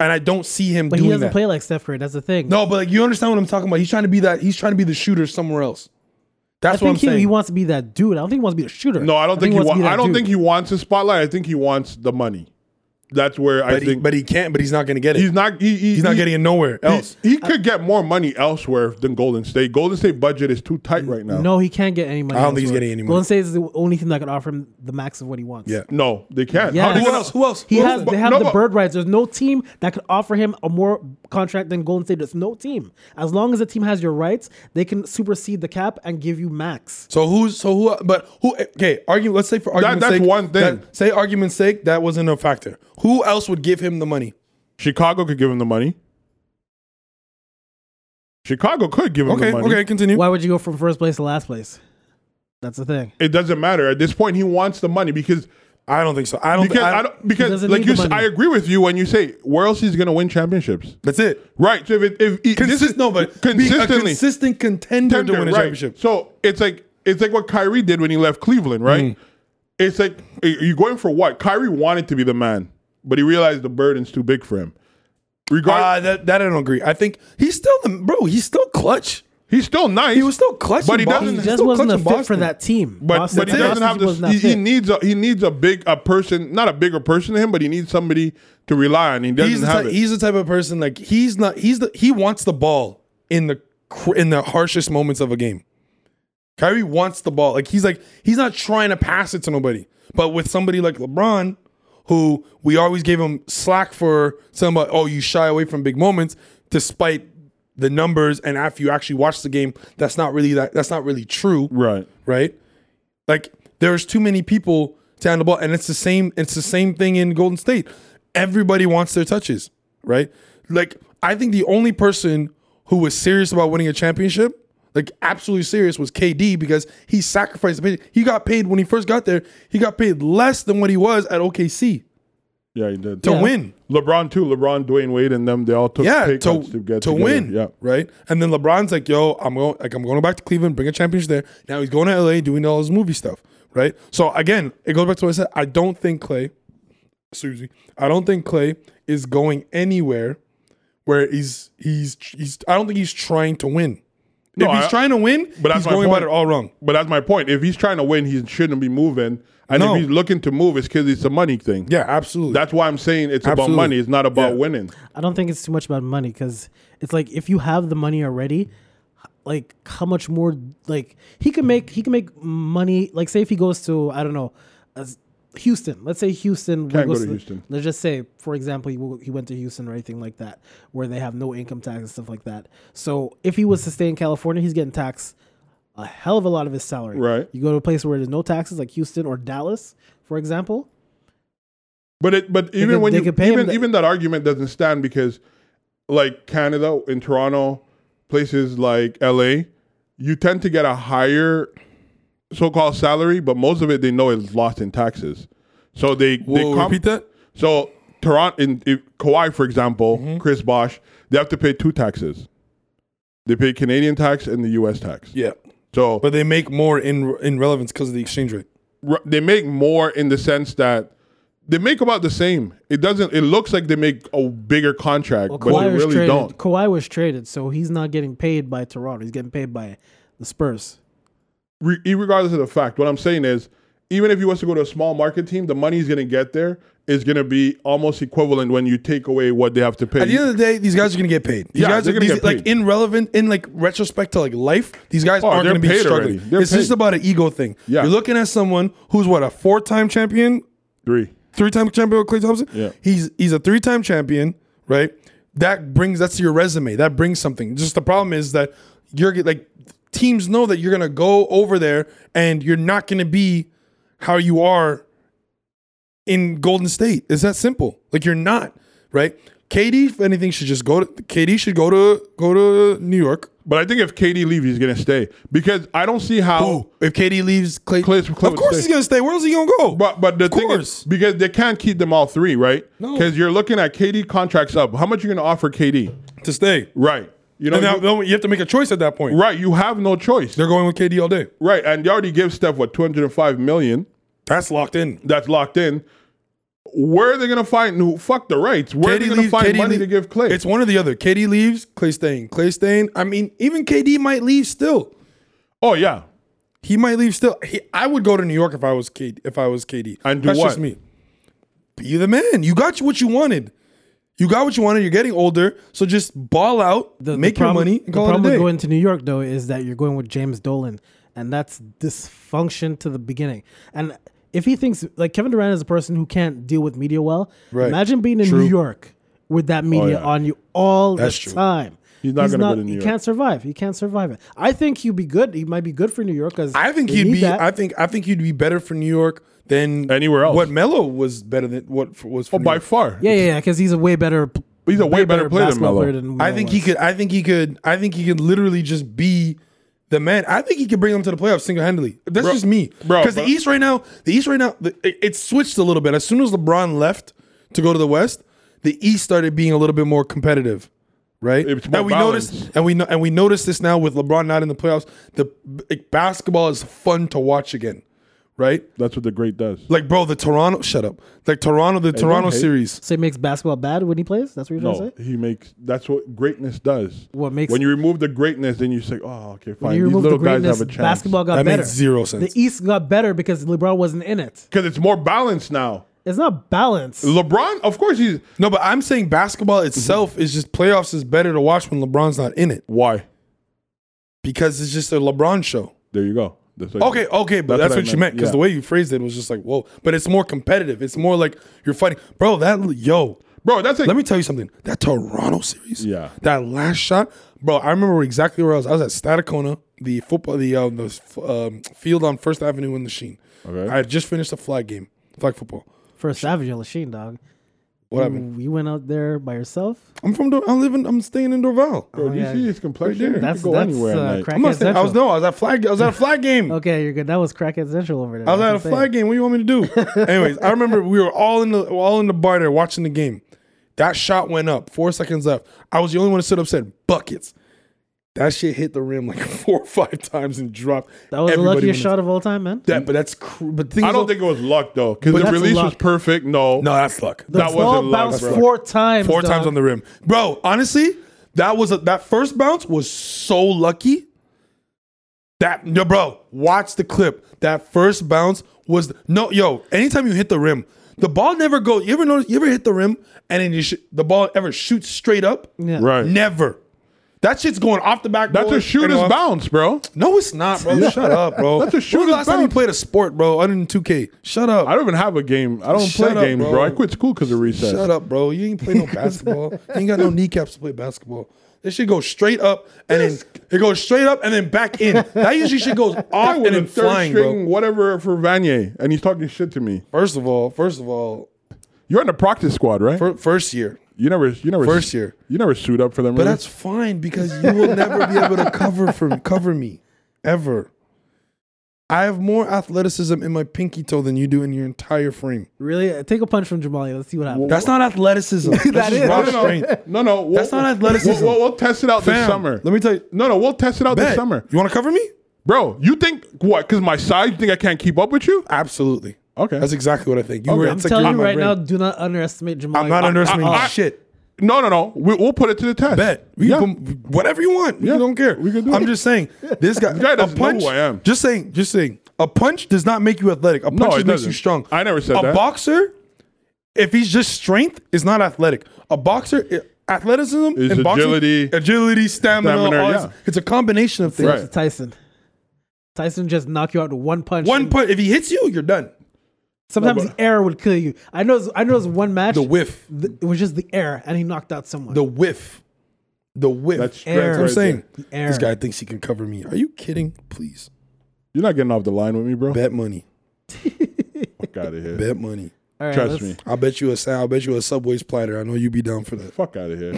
Speaker 3: And I don't see him
Speaker 1: But
Speaker 3: doing
Speaker 1: he doesn't
Speaker 3: that.
Speaker 1: play like Steph Curry. That's the thing.
Speaker 3: no, but like you understand what I'm talking about. He's trying to be that he's trying to be the shooter somewhere else.
Speaker 1: I
Speaker 3: That's what I'm
Speaker 1: think he,
Speaker 3: saying.
Speaker 1: he wants to be that dude. I don't think he wants to be a shooter.
Speaker 2: No, I don't think, he.
Speaker 1: wants to
Speaker 2: Wa-
Speaker 1: be that
Speaker 2: I don't
Speaker 1: dude.
Speaker 2: think he wants a spotlight. I think he wants the money. That's where I
Speaker 3: but, he,
Speaker 2: think.
Speaker 3: but he can't, but he's not gonna get it.
Speaker 2: he's not. He, he-
Speaker 3: He's not
Speaker 2: he-
Speaker 3: getting it nowhere
Speaker 2: He,
Speaker 3: else.
Speaker 2: he could get more money elsewhere than Golden State. Golden State budget is too tight right now.
Speaker 1: No, he can't get any money.
Speaker 3: I don't think he's
Speaker 1: elsewhere.
Speaker 3: getting any money.
Speaker 1: Golden State is the only team that can offer him the max of what he wants.
Speaker 3: Yeah.
Speaker 2: no, they can't.
Speaker 1: Yeah.
Speaker 2: How they
Speaker 1: Who
Speaker 2: gonna-
Speaker 1: else?
Speaker 3: Who else?
Speaker 1: He
Speaker 3: Who
Speaker 1: has
Speaker 3: else?
Speaker 1: they have
Speaker 2: no,
Speaker 1: the
Speaker 2: but-
Speaker 1: bird rights. There's no team that could offer him a more contract than Golden State. There's no team. As long as the team has your rights, they can supersede the cap and give you max.
Speaker 3: So who's so who? But who? Okay, argue. Let's say for argument's
Speaker 2: that's
Speaker 3: sake,
Speaker 2: one thing.
Speaker 3: that- say argument's sake, that wasn't a factor. Who else would give him the money?
Speaker 2: Chicago could give him the money. Chicago could give him
Speaker 3: Okay,
Speaker 2: the money.
Speaker 3: okay, continue.
Speaker 1: Why would you go from first place to last place? That's the thing.
Speaker 2: It doesn't matter at this point. He wants the money because
Speaker 3: I don't think so. I don't.
Speaker 2: because
Speaker 3: think,
Speaker 2: I don't, because
Speaker 1: doesn't
Speaker 2: like
Speaker 1: need
Speaker 2: you,
Speaker 1: the
Speaker 2: s- I
Speaker 1: money.
Speaker 2: agree with you when you say where else he's going to win championships.
Speaker 3: That's it.
Speaker 2: Right. So if it, if he- this is
Speaker 3: Consist, no, but be a
Speaker 2: consistently
Speaker 3: consistent contender to win a
Speaker 2: right.
Speaker 3: championship. Uh,
Speaker 2: So it's like it's like what Kyrie did when he left Cleveland,
Speaker 1: Mm.
Speaker 2: right? It's like are you going for what? Kyrie wanted to be the man, but he realized the burden's too big for him. Regard,
Speaker 3: Uh, that that I don't agree. I think he's still the bro. He's still clutch.
Speaker 2: he's still nice.
Speaker 3: He was still clutch,
Speaker 2: But
Speaker 3: in
Speaker 2: he
Speaker 3: Boston.
Speaker 2: doesn't-
Speaker 1: He
Speaker 3: He's
Speaker 1: just
Speaker 3: still
Speaker 1: wasn't a fit
Speaker 3: clutch in
Speaker 1: for
Speaker 3: Boston.
Speaker 1: that team.
Speaker 2: but,
Speaker 1: Boston-
Speaker 2: but he doesn't
Speaker 1: Boston
Speaker 2: have
Speaker 1: was
Speaker 2: the
Speaker 1: not
Speaker 2: he, he
Speaker 1: fit.
Speaker 2: needs a he needs a big a person not a bigger person than him, but he needs somebody to rely on. He doesn't
Speaker 3: He's the,
Speaker 2: have
Speaker 3: type,
Speaker 2: it.
Speaker 3: he's the type of person like he's not. He's the he wants the ball in the cr- in the harshest moments of a game. Kyrie wants the ball. Like he's like he's not trying to pass it to nobody. But with somebody like LeBron, who we always gave him slack for somebody, oh, you shy away from big moments, despite the numbers. And after you actually watch the game, that's not really that. That's not really true
Speaker 2: right.
Speaker 3: right? Like there's too many people to handle the ball, and it's the same. It's the same thing in Golden State. Everybody wants their touches, right? Like I think the only person who was serious about winning a championship, like absolutely serious, was KD because he sacrificed. the pay- He got paid when he first got there. He got paid less than what he was at OKC
Speaker 2: Yeah, he did.
Speaker 3: to win.
Speaker 2: LeBron too. LeBron, Dwayne Wade, and them they all took
Speaker 3: Yeah,
Speaker 2: pay
Speaker 3: to,
Speaker 2: cuts
Speaker 3: to,
Speaker 2: get together.
Speaker 3: win.
Speaker 2: Yeah.
Speaker 3: Right. And then LeBron's like, yo, I'm going like I'm going back to Cleveland, bring a championship there. Now he's going to LA doing all his movie stuff. Right. So again, it goes back to what I said. I don't think Clay, excuse me, I don't think Clay is going anywhere where he's he's he's I don't think he's trying to win.
Speaker 2: No,
Speaker 3: if he's
Speaker 2: I-
Speaker 3: trying to win,
Speaker 2: but
Speaker 3: but
Speaker 2: that's
Speaker 3: he's
Speaker 2: my
Speaker 3: going about
Speaker 2: point.
Speaker 3: it all wrong.
Speaker 2: But that's my point. If he's trying to win, he shouldn't be moving. And
Speaker 3: No.
Speaker 2: if he's looking to move, it's because it's a money thing.
Speaker 3: Yeah, absolutely.
Speaker 2: That's why I'm saying it's
Speaker 3: Absolutely.
Speaker 2: about money. It's not about
Speaker 3: Yeah.
Speaker 2: winning.
Speaker 1: I don't think it's too much about money because it's like if you have the money already, like how much more like he can make he can make money. Like say if he goes to I don't know, as Houston. Let's say Houston
Speaker 2: Can't
Speaker 1: goes
Speaker 2: go to Houston.
Speaker 1: Let's just say for example he, w- he went to Houston or anything like that where they have no income tax and stuff like that. So if he was to stay in California, he's getting taxed a hell of a lot of his salary.
Speaker 2: Right.
Speaker 1: You go to a place where there's no taxes like Houston or Dallas, for example.
Speaker 2: But it, but even
Speaker 1: could-
Speaker 2: when
Speaker 1: they
Speaker 2: you
Speaker 1: could pay him
Speaker 2: even
Speaker 1: the-
Speaker 2: even that argument doesn't stand because, like Canada in Toronto, places like L.A., you tend to get a higher so-called salary, but most of it they know is lost in taxes. So they they
Speaker 3: Whoa,
Speaker 2: comp-
Speaker 3: repeat that? Mm-hmm.
Speaker 2: So Toronto in, in Kawhi, for example, Chris Bosch, they have to pay two taxes. They pay Canadian tax and the U.S. tax.
Speaker 3: yeah.
Speaker 2: So
Speaker 3: But they make more in in relevance because of the exchange rate.
Speaker 2: r- they make more in the sense that they make about the same. It doesn't. It looks like they make a bigger contract,
Speaker 1: Well,
Speaker 2: but
Speaker 1: Kawhi
Speaker 2: they
Speaker 1: was
Speaker 2: really
Speaker 1: traded.
Speaker 2: don't.
Speaker 1: Kawhi was traded, so he's not getting paid by Toronto. He's getting paid by the Spurs.
Speaker 2: Re- regardless of the fact, what I'm saying is, even if you was to go to a small market team, the money he's gonna get there is gonna be almost equivalent when you take away what they have to pay.
Speaker 3: At the end of the day, these guys are gonna get paid. These
Speaker 2: Yeah,
Speaker 3: guys
Speaker 2: they're
Speaker 3: are
Speaker 2: gonna
Speaker 3: these,
Speaker 2: get
Speaker 3: like
Speaker 2: paid.
Speaker 3: in relevant in like retrospect to like life, these guys
Speaker 2: Oh,
Speaker 3: aren't
Speaker 2: they're
Speaker 3: gonna be
Speaker 2: paid
Speaker 3: struggling.
Speaker 2: already. They're
Speaker 3: It's just
Speaker 2: paid.
Speaker 3: about an ego thing.
Speaker 2: Yeah.
Speaker 3: You're looking at someone who's what, a four time champion,
Speaker 2: Three.
Speaker 3: three time champion with Clay Thompson?
Speaker 2: Yeah.
Speaker 3: He's he's a three time champion, right? That brings that's your resume. That brings something. Just the problem is that you're get- like teams know that you're gonna go over there and you're not gonna be how you are in Golden State. It's that simple. Like you're not, right? KD, if anything, should just go to KD should go to go to New York.
Speaker 2: But I think if KD leaves, he's gonna stay because I don't see how.
Speaker 3: Oh, if KD leaves, Clay,
Speaker 2: Clay- Clay
Speaker 3: of
Speaker 2: would
Speaker 3: course
Speaker 2: stay.
Speaker 3: he's gonna stay. Where else he gonna go?
Speaker 2: But but the thing
Speaker 3: course.
Speaker 2: is because they can't keep them all three, right?
Speaker 3: No.
Speaker 2: Because you're looking at KD contracts up. How much you gonna offer KD?
Speaker 3: to stay.
Speaker 2: Right. You know.
Speaker 3: And now,
Speaker 2: you-
Speaker 3: then you have to make a choice at that point.
Speaker 2: right. You have no choice.
Speaker 3: They're going with KD all day.
Speaker 2: Right. And you already give Steph what 205 million
Speaker 3: That's locked in.
Speaker 2: that's locked in. Where are they gonna find? who- Fuck the rights. Where are they gonna
Speaker 3: leaves-
Speaker 2: find
Speaker 3: KD
Speaker 2: money
Speaker 3: leave-
Speaker 2: to give Clay?
Speaker 3: It's one or the other. KD leaves, Clay staying. Clay staying. I mean, even KD might leave still.
Speaker 2: oh yeah.
Speaker 3: He might leave still. He, I would go to New York if I was KD. If I was KD,
Speaker 2: And do
Speaker 3: that's
Speaker 2: what?
Speaker 3: just me. Be the man. You got what you wanted. You got what you wanted. You're getting older, so just ball out,
Speaker 1: The- the
Speaker 3: make
Speaker 1: problem-
Speaker 3: your money, and
Speaker 1: the
Speaker 3: call it a
Speaker 1: problem
Speaker 3: day.
Speaker 1: with going to New York though is that you're going with James Dolan, and that's dysfunction to the beginning. And if he thinks like Kevin Durant is a person who can't deal with media well,
Speaker 3: Right.
Speaker 1: imagine being in New York with that media
Speaker 2: Oh, yeah.
Speaker 1: on you all
Speaker 3: That's
Speaker 1: the
Speaker 3: true.
Speaker 1: time.
Speaker 2: He's not gonna go to New
Speaker 1: He
Speaker 2: York.
Speaker 1: can't survive. He can't survive it. I think he'd be good. He might be good for New York because
Speaker 3: I think he'd be. I think. I think he'd be better for New York than
Speaker 2: Anywhere else.
Speaker 3: What Melo was better than what f- was for
Speaker 2: Oh,
Speaker 3: New
Speaker 2: by
Speaker 3: York.
Speaker 2: far.
Speaker 1: yeah, yeah, yeah, because he's a way better. p-
Speaker 2: He's a way better player than
Speaker 1: basketball
Speaker 2: Melo.
Speaker 3: I think he
Speaker 1: was.
Speaker 3: could. I think he could. I think he could literally just be the man. I think he could bring them to the playoffs single handedly. That's
Speaker 2: Bro-
Speaker 3: just me,
Speaker 2: bro,
Speaker 3: Because the
Speaker 2: bro.
Speaker 3: East right now, the East right now, the, it, it switched a little bit. As soon as LeBron left to go to the West, the East started being a little bit more competitive, right?
Speaker 2: It's more
Speaker 3: and we noticed,
Speaker 2: balanced.
Speaker 3: and we know, and we noticed this now with LeBron not in the playoffs. The like, basketball is fun to watch again, right?
Speaker 2: That's what the great does.
Speaker 3: Like, bro, the Toronto, shut up. Like Toronto, the Toronto
Speaker 2: hate.
Speaker 3: series.
Speaker 1: So it makes basketball bad when he plays. That's what you're trying
Speaker 2: No,
Speaker 1: to say.
Speaker 2: he makes. That's what greatness does.
Speaker 1: What makes-
Speaker 2: when you remove the greatness, then you say, "Oh, okay, fine."
Speaker 1: You
Speaker 2: These
Speaker 1: remove
Speaker 2: little
Speaker 1: the
Speaker 2: guys
Speaker 1: greatness,
Speaker 2: have a chance.
Speaker 1: Basketball got
Speaker 3: That
Speaker 1: better.
Speaker 3: makes zero sense.
Speaker 1: The East got better because LeBron wasn't in it.
Speaker 2: because it's more balanced now.
Speaker 1: It's not balanced.
Speaker 2: LeBron, of course, he's
Speaker 3: No, but I'm saying basketball
Speaker 2: Mm-hmm.
Speaker 3: itself is just playoffs is better to watch when LeBron's not in it
Speaker 2: why.
Speaker 3: because it's just a LeBron show.
Speaker 2: There you go. That's what-
Speaker 3: Okay, oh. okay, but that's,
Speaker 2: That's what I
Speaker 3: what, you meant
Speaker 2: meant,
Speaker 3: because
Speaker 2: yeah.
Speaker 3: the way you phrased it was just like whoa. But it's more competitive. It's more like you're fighting, bro. That yo,
Speaker 2: bro. That's like
Speaker 3: let me tell you something. That Toronto series,
Speaker 2: Yeah.
Speaker 3: that last shot, bro. I remember exactly where I was. I was at Staticona, the football, the um, the um, field on First Avenue in the Sheen.
Speaker 2: Okay.
Speaker 3: I had just finished a flag game, flag football.
Speaker 1: For a Savage on Lachine, dog.
Speaker 3: What
Speaker 2: Hmm.
Speaker 1: You-
Speaker 3: happened?
Speaker 1: You went out there by yourself.
Speaker 3: I'm from. Dor- I'm living. I'm staying in Dorval.
Speaker 2: Bro, do you
Speaker 1: Oh, yeah.
Speaker 2: see his complexion? He
Speaker 1: That's
Speaker 2: could
Speaker 1: that's
Speaker 2: at
Speaker 1: uh,
Speaker 2: night.
Speaker 1: crackhead
Speaker 3: I'm not staying. I was
Speaker 1: Central.
Speaker 3: no. I was at flag. I was at a flag game.
Speaker 1: Okay, you're good. That was crackhead central over there.
Speaker 3: I was at a flag game. What do you want me to do? Anyways, I remember we were all in the all in the bar there watching the game. That shot went up. Four seconds left. I was the only one who stood up. Said buckets. That shit hit the rim like four or five times and dropped.
Speaker 1: That was
Speaker 3: Everybody
Speaker 1: the luckiest
Speaker 3: went-
Speaker 1: shot of all time, man.
Speaker 3: That, but that's cr- but things
Speaker 2: I don't think it was luck though, because the
Speaker 1: that's
Speaker 2: release was
Speaker 1: luck.
Speaker 2: perfect. No,
Speaker 3: no. That's luck.
Speaker 1: the
Speaker 2: that
Speaker 1: ball
Speaker 2: wasn't luck,
Speaker 1: bounced
Speaker 2: bro.
Speaker 1: four times.
Speaker 3: four times on the rim, bro. Honestly, that was a, that first bounce was so lucky. That no, bro. Watch the clip. That first bounce was no, yo. Anytime you hit the rim, the ball never goes. You ever notice? You ever hit the rim and then you sh- the ball ever shoots straight up?
Speaker 1: Yeah.
Speaker 2: right.
Speaker 3: Never. That shit's going off the backboard.
Speaker 2: That's a
Speaker 3: and
Speaker 2: shooter's
Speaker 3: off-
Speaker 2: bounce, bro.
Speaker 3: No, it's not, bro. Shut up, bro. That's
Speaker 2: a
Speaker 3: When
Speaker 2: shooter's
Speaker 3: was the last time you
Speaker 2: bounce.
Speaker 3: played a sport, bro? Other than two K. Shut up.
Speaker 2: I don't even have a game. I don't
Speaker 3: Shut
Speaker 2: play
Speaker 3: up,
Speaker 2: games, bro.
Speaker 3: bro.
Speaker 2: I quit school because of recess.
Speaker 3: Shut up, bro. You ain't play no basketball. you ain't got no kneecaps to play basketball. This shit goes straight up and then it goes straight up and then back in. That usually shit goes off
Speaker 2: I
Speaker 3: and
Speaker 2: was a
Speaker 3: then
Speaker 2: third
Speaker 3: flying,
Speaker 2: string,
Speaker 3: bro.
Speaker 2: whatever for Vanier, and he's talking shit to me.
Speaker 3: First of all, first of all,
Speaker 2: You're in the practice squad, right?
Speaker 3: fir- first year.
Speaker 2: you never, you never,
Speaker 3: First year.
Speaker 2: you never suit up for them.
Speaker 3: But
Speaker 2: really?
Speaker 3: that's fine because you will never be able to cover from cover me ever. I have more athleticism in my pinky toe than you do in your entire frame.
Speaker 1: Really? Uh, Take a punch from Jamali. Let's see what happens.
Speaker 3: That's not athleticism. That's
Speaker 1: That
Speaker 3: just
Speaker 1: is.
Speaker 3: raw
Speaker 2: no, no,
Speaker 3: strength.
Speaker 2: no, no, no. We'll,
Speaker 3: That's not athleticism.
Speaker 2: We'll, we'll, we'll test it out this
Speaker 3: Fam,
Speaker 2: summer.
Speaker 3: Let me tell you.
Speaker 2: no, no, we'll test it out
Speaker 3: Bet.
Speaker 2: this summer.
Speaker 3: You want to cover me?
Speaker 2: Bro, you think what? Because my size, you think I can't keep up with you?
Speaker 3: Absolutely.
Speaker 2: Okay.
Speaker 3: That's exactly what I think. You were,
Speaker 1: I'm
Speaker 3: it's like
Speaker 1: telling
Speaker 3: you're
Speaker 1: you
Speaker 3: in my
Speaker 1: right
Speaker 3: brain.
Speaker 1: now, do not underestimate Jamal.
Speaker 3: I'm not
Speaker 1: Young.
Speaker 3: underestimating
Speaker 2: I- I-
Speaker 3: shit.
Speaker 2: No, no, no. We, we'll put it to the test.
Speaker 3: Bet. We
Speaker 2: yeah.
Speaker 3: can, whatever you want. We
Speaker 2: Yeah.
Speaker 3: don't care.
Speaker 2: We can do
Speaker 3: I'm
Speaker 2: it.
Speaker 3: just saying, this guy,
Speaker 2: guy
Speaker 3: a
Speaker 2: doesn't know
Speaker 3: punch,
Speaker 2: who I am.
Speaker 3: Just saying, just saying, a punch does not make you athletic. A punch
Speaker 2: it
Speaker 3: just makes you
Speaker 2: doesn't.
Speaker 3: strong.
Speaker 2: I never said
Speaker 3: a
Speaker 2: that.
Speaker 3: boxer, if he's just strength, is not athletic. A boxer, i- athleticism
Speaker 2: Is
Speaker 3: and boxing,
Speaker 2: agility-
Speaker 3: agility, stamina,
Speaker 2: stamina,
Speaker 3: all this-
Speaker 2: yeah.
Speaker 3: it's a combination of things.
Speaker 2: Right.
Speaker 1: Tyson. Tyson just knock you out with one punch.
Speaker 3: One punch, if he hits you, you're done.
Speaker 1: Sometimes the air would kill you. I know. I know. It was one match.
Speaker 3: The whiff,
Speaker 1: th- it was just the air, and he knocked out someone.
Speaker 3: the whiff, the whiff.
Speaker 2: That's strength
Speaker 1: Air.
Speaker 3: That's what I'm
Speaker 2: right
Speaker 3: saying.
Speaker 2: there.
Speaker 1: air.
Speaker 3: This guy thinks he can cover me. Are you kidding? Please.
Speaker 2: You're not getting off the line with me, bro.
Speaker 3: Bet money.
Speaker 2: Fuck out of here.
Speaker 3: Bet money.
Speaker 1: All right,
Speaker 2: Trust
Speaker 1: let's-
Speaker 2: me.
Speaker 3: I'll bet you a I'll bet you a Subway's platter. I know you'd be down for that.
Speaker 2: Fuck out of here.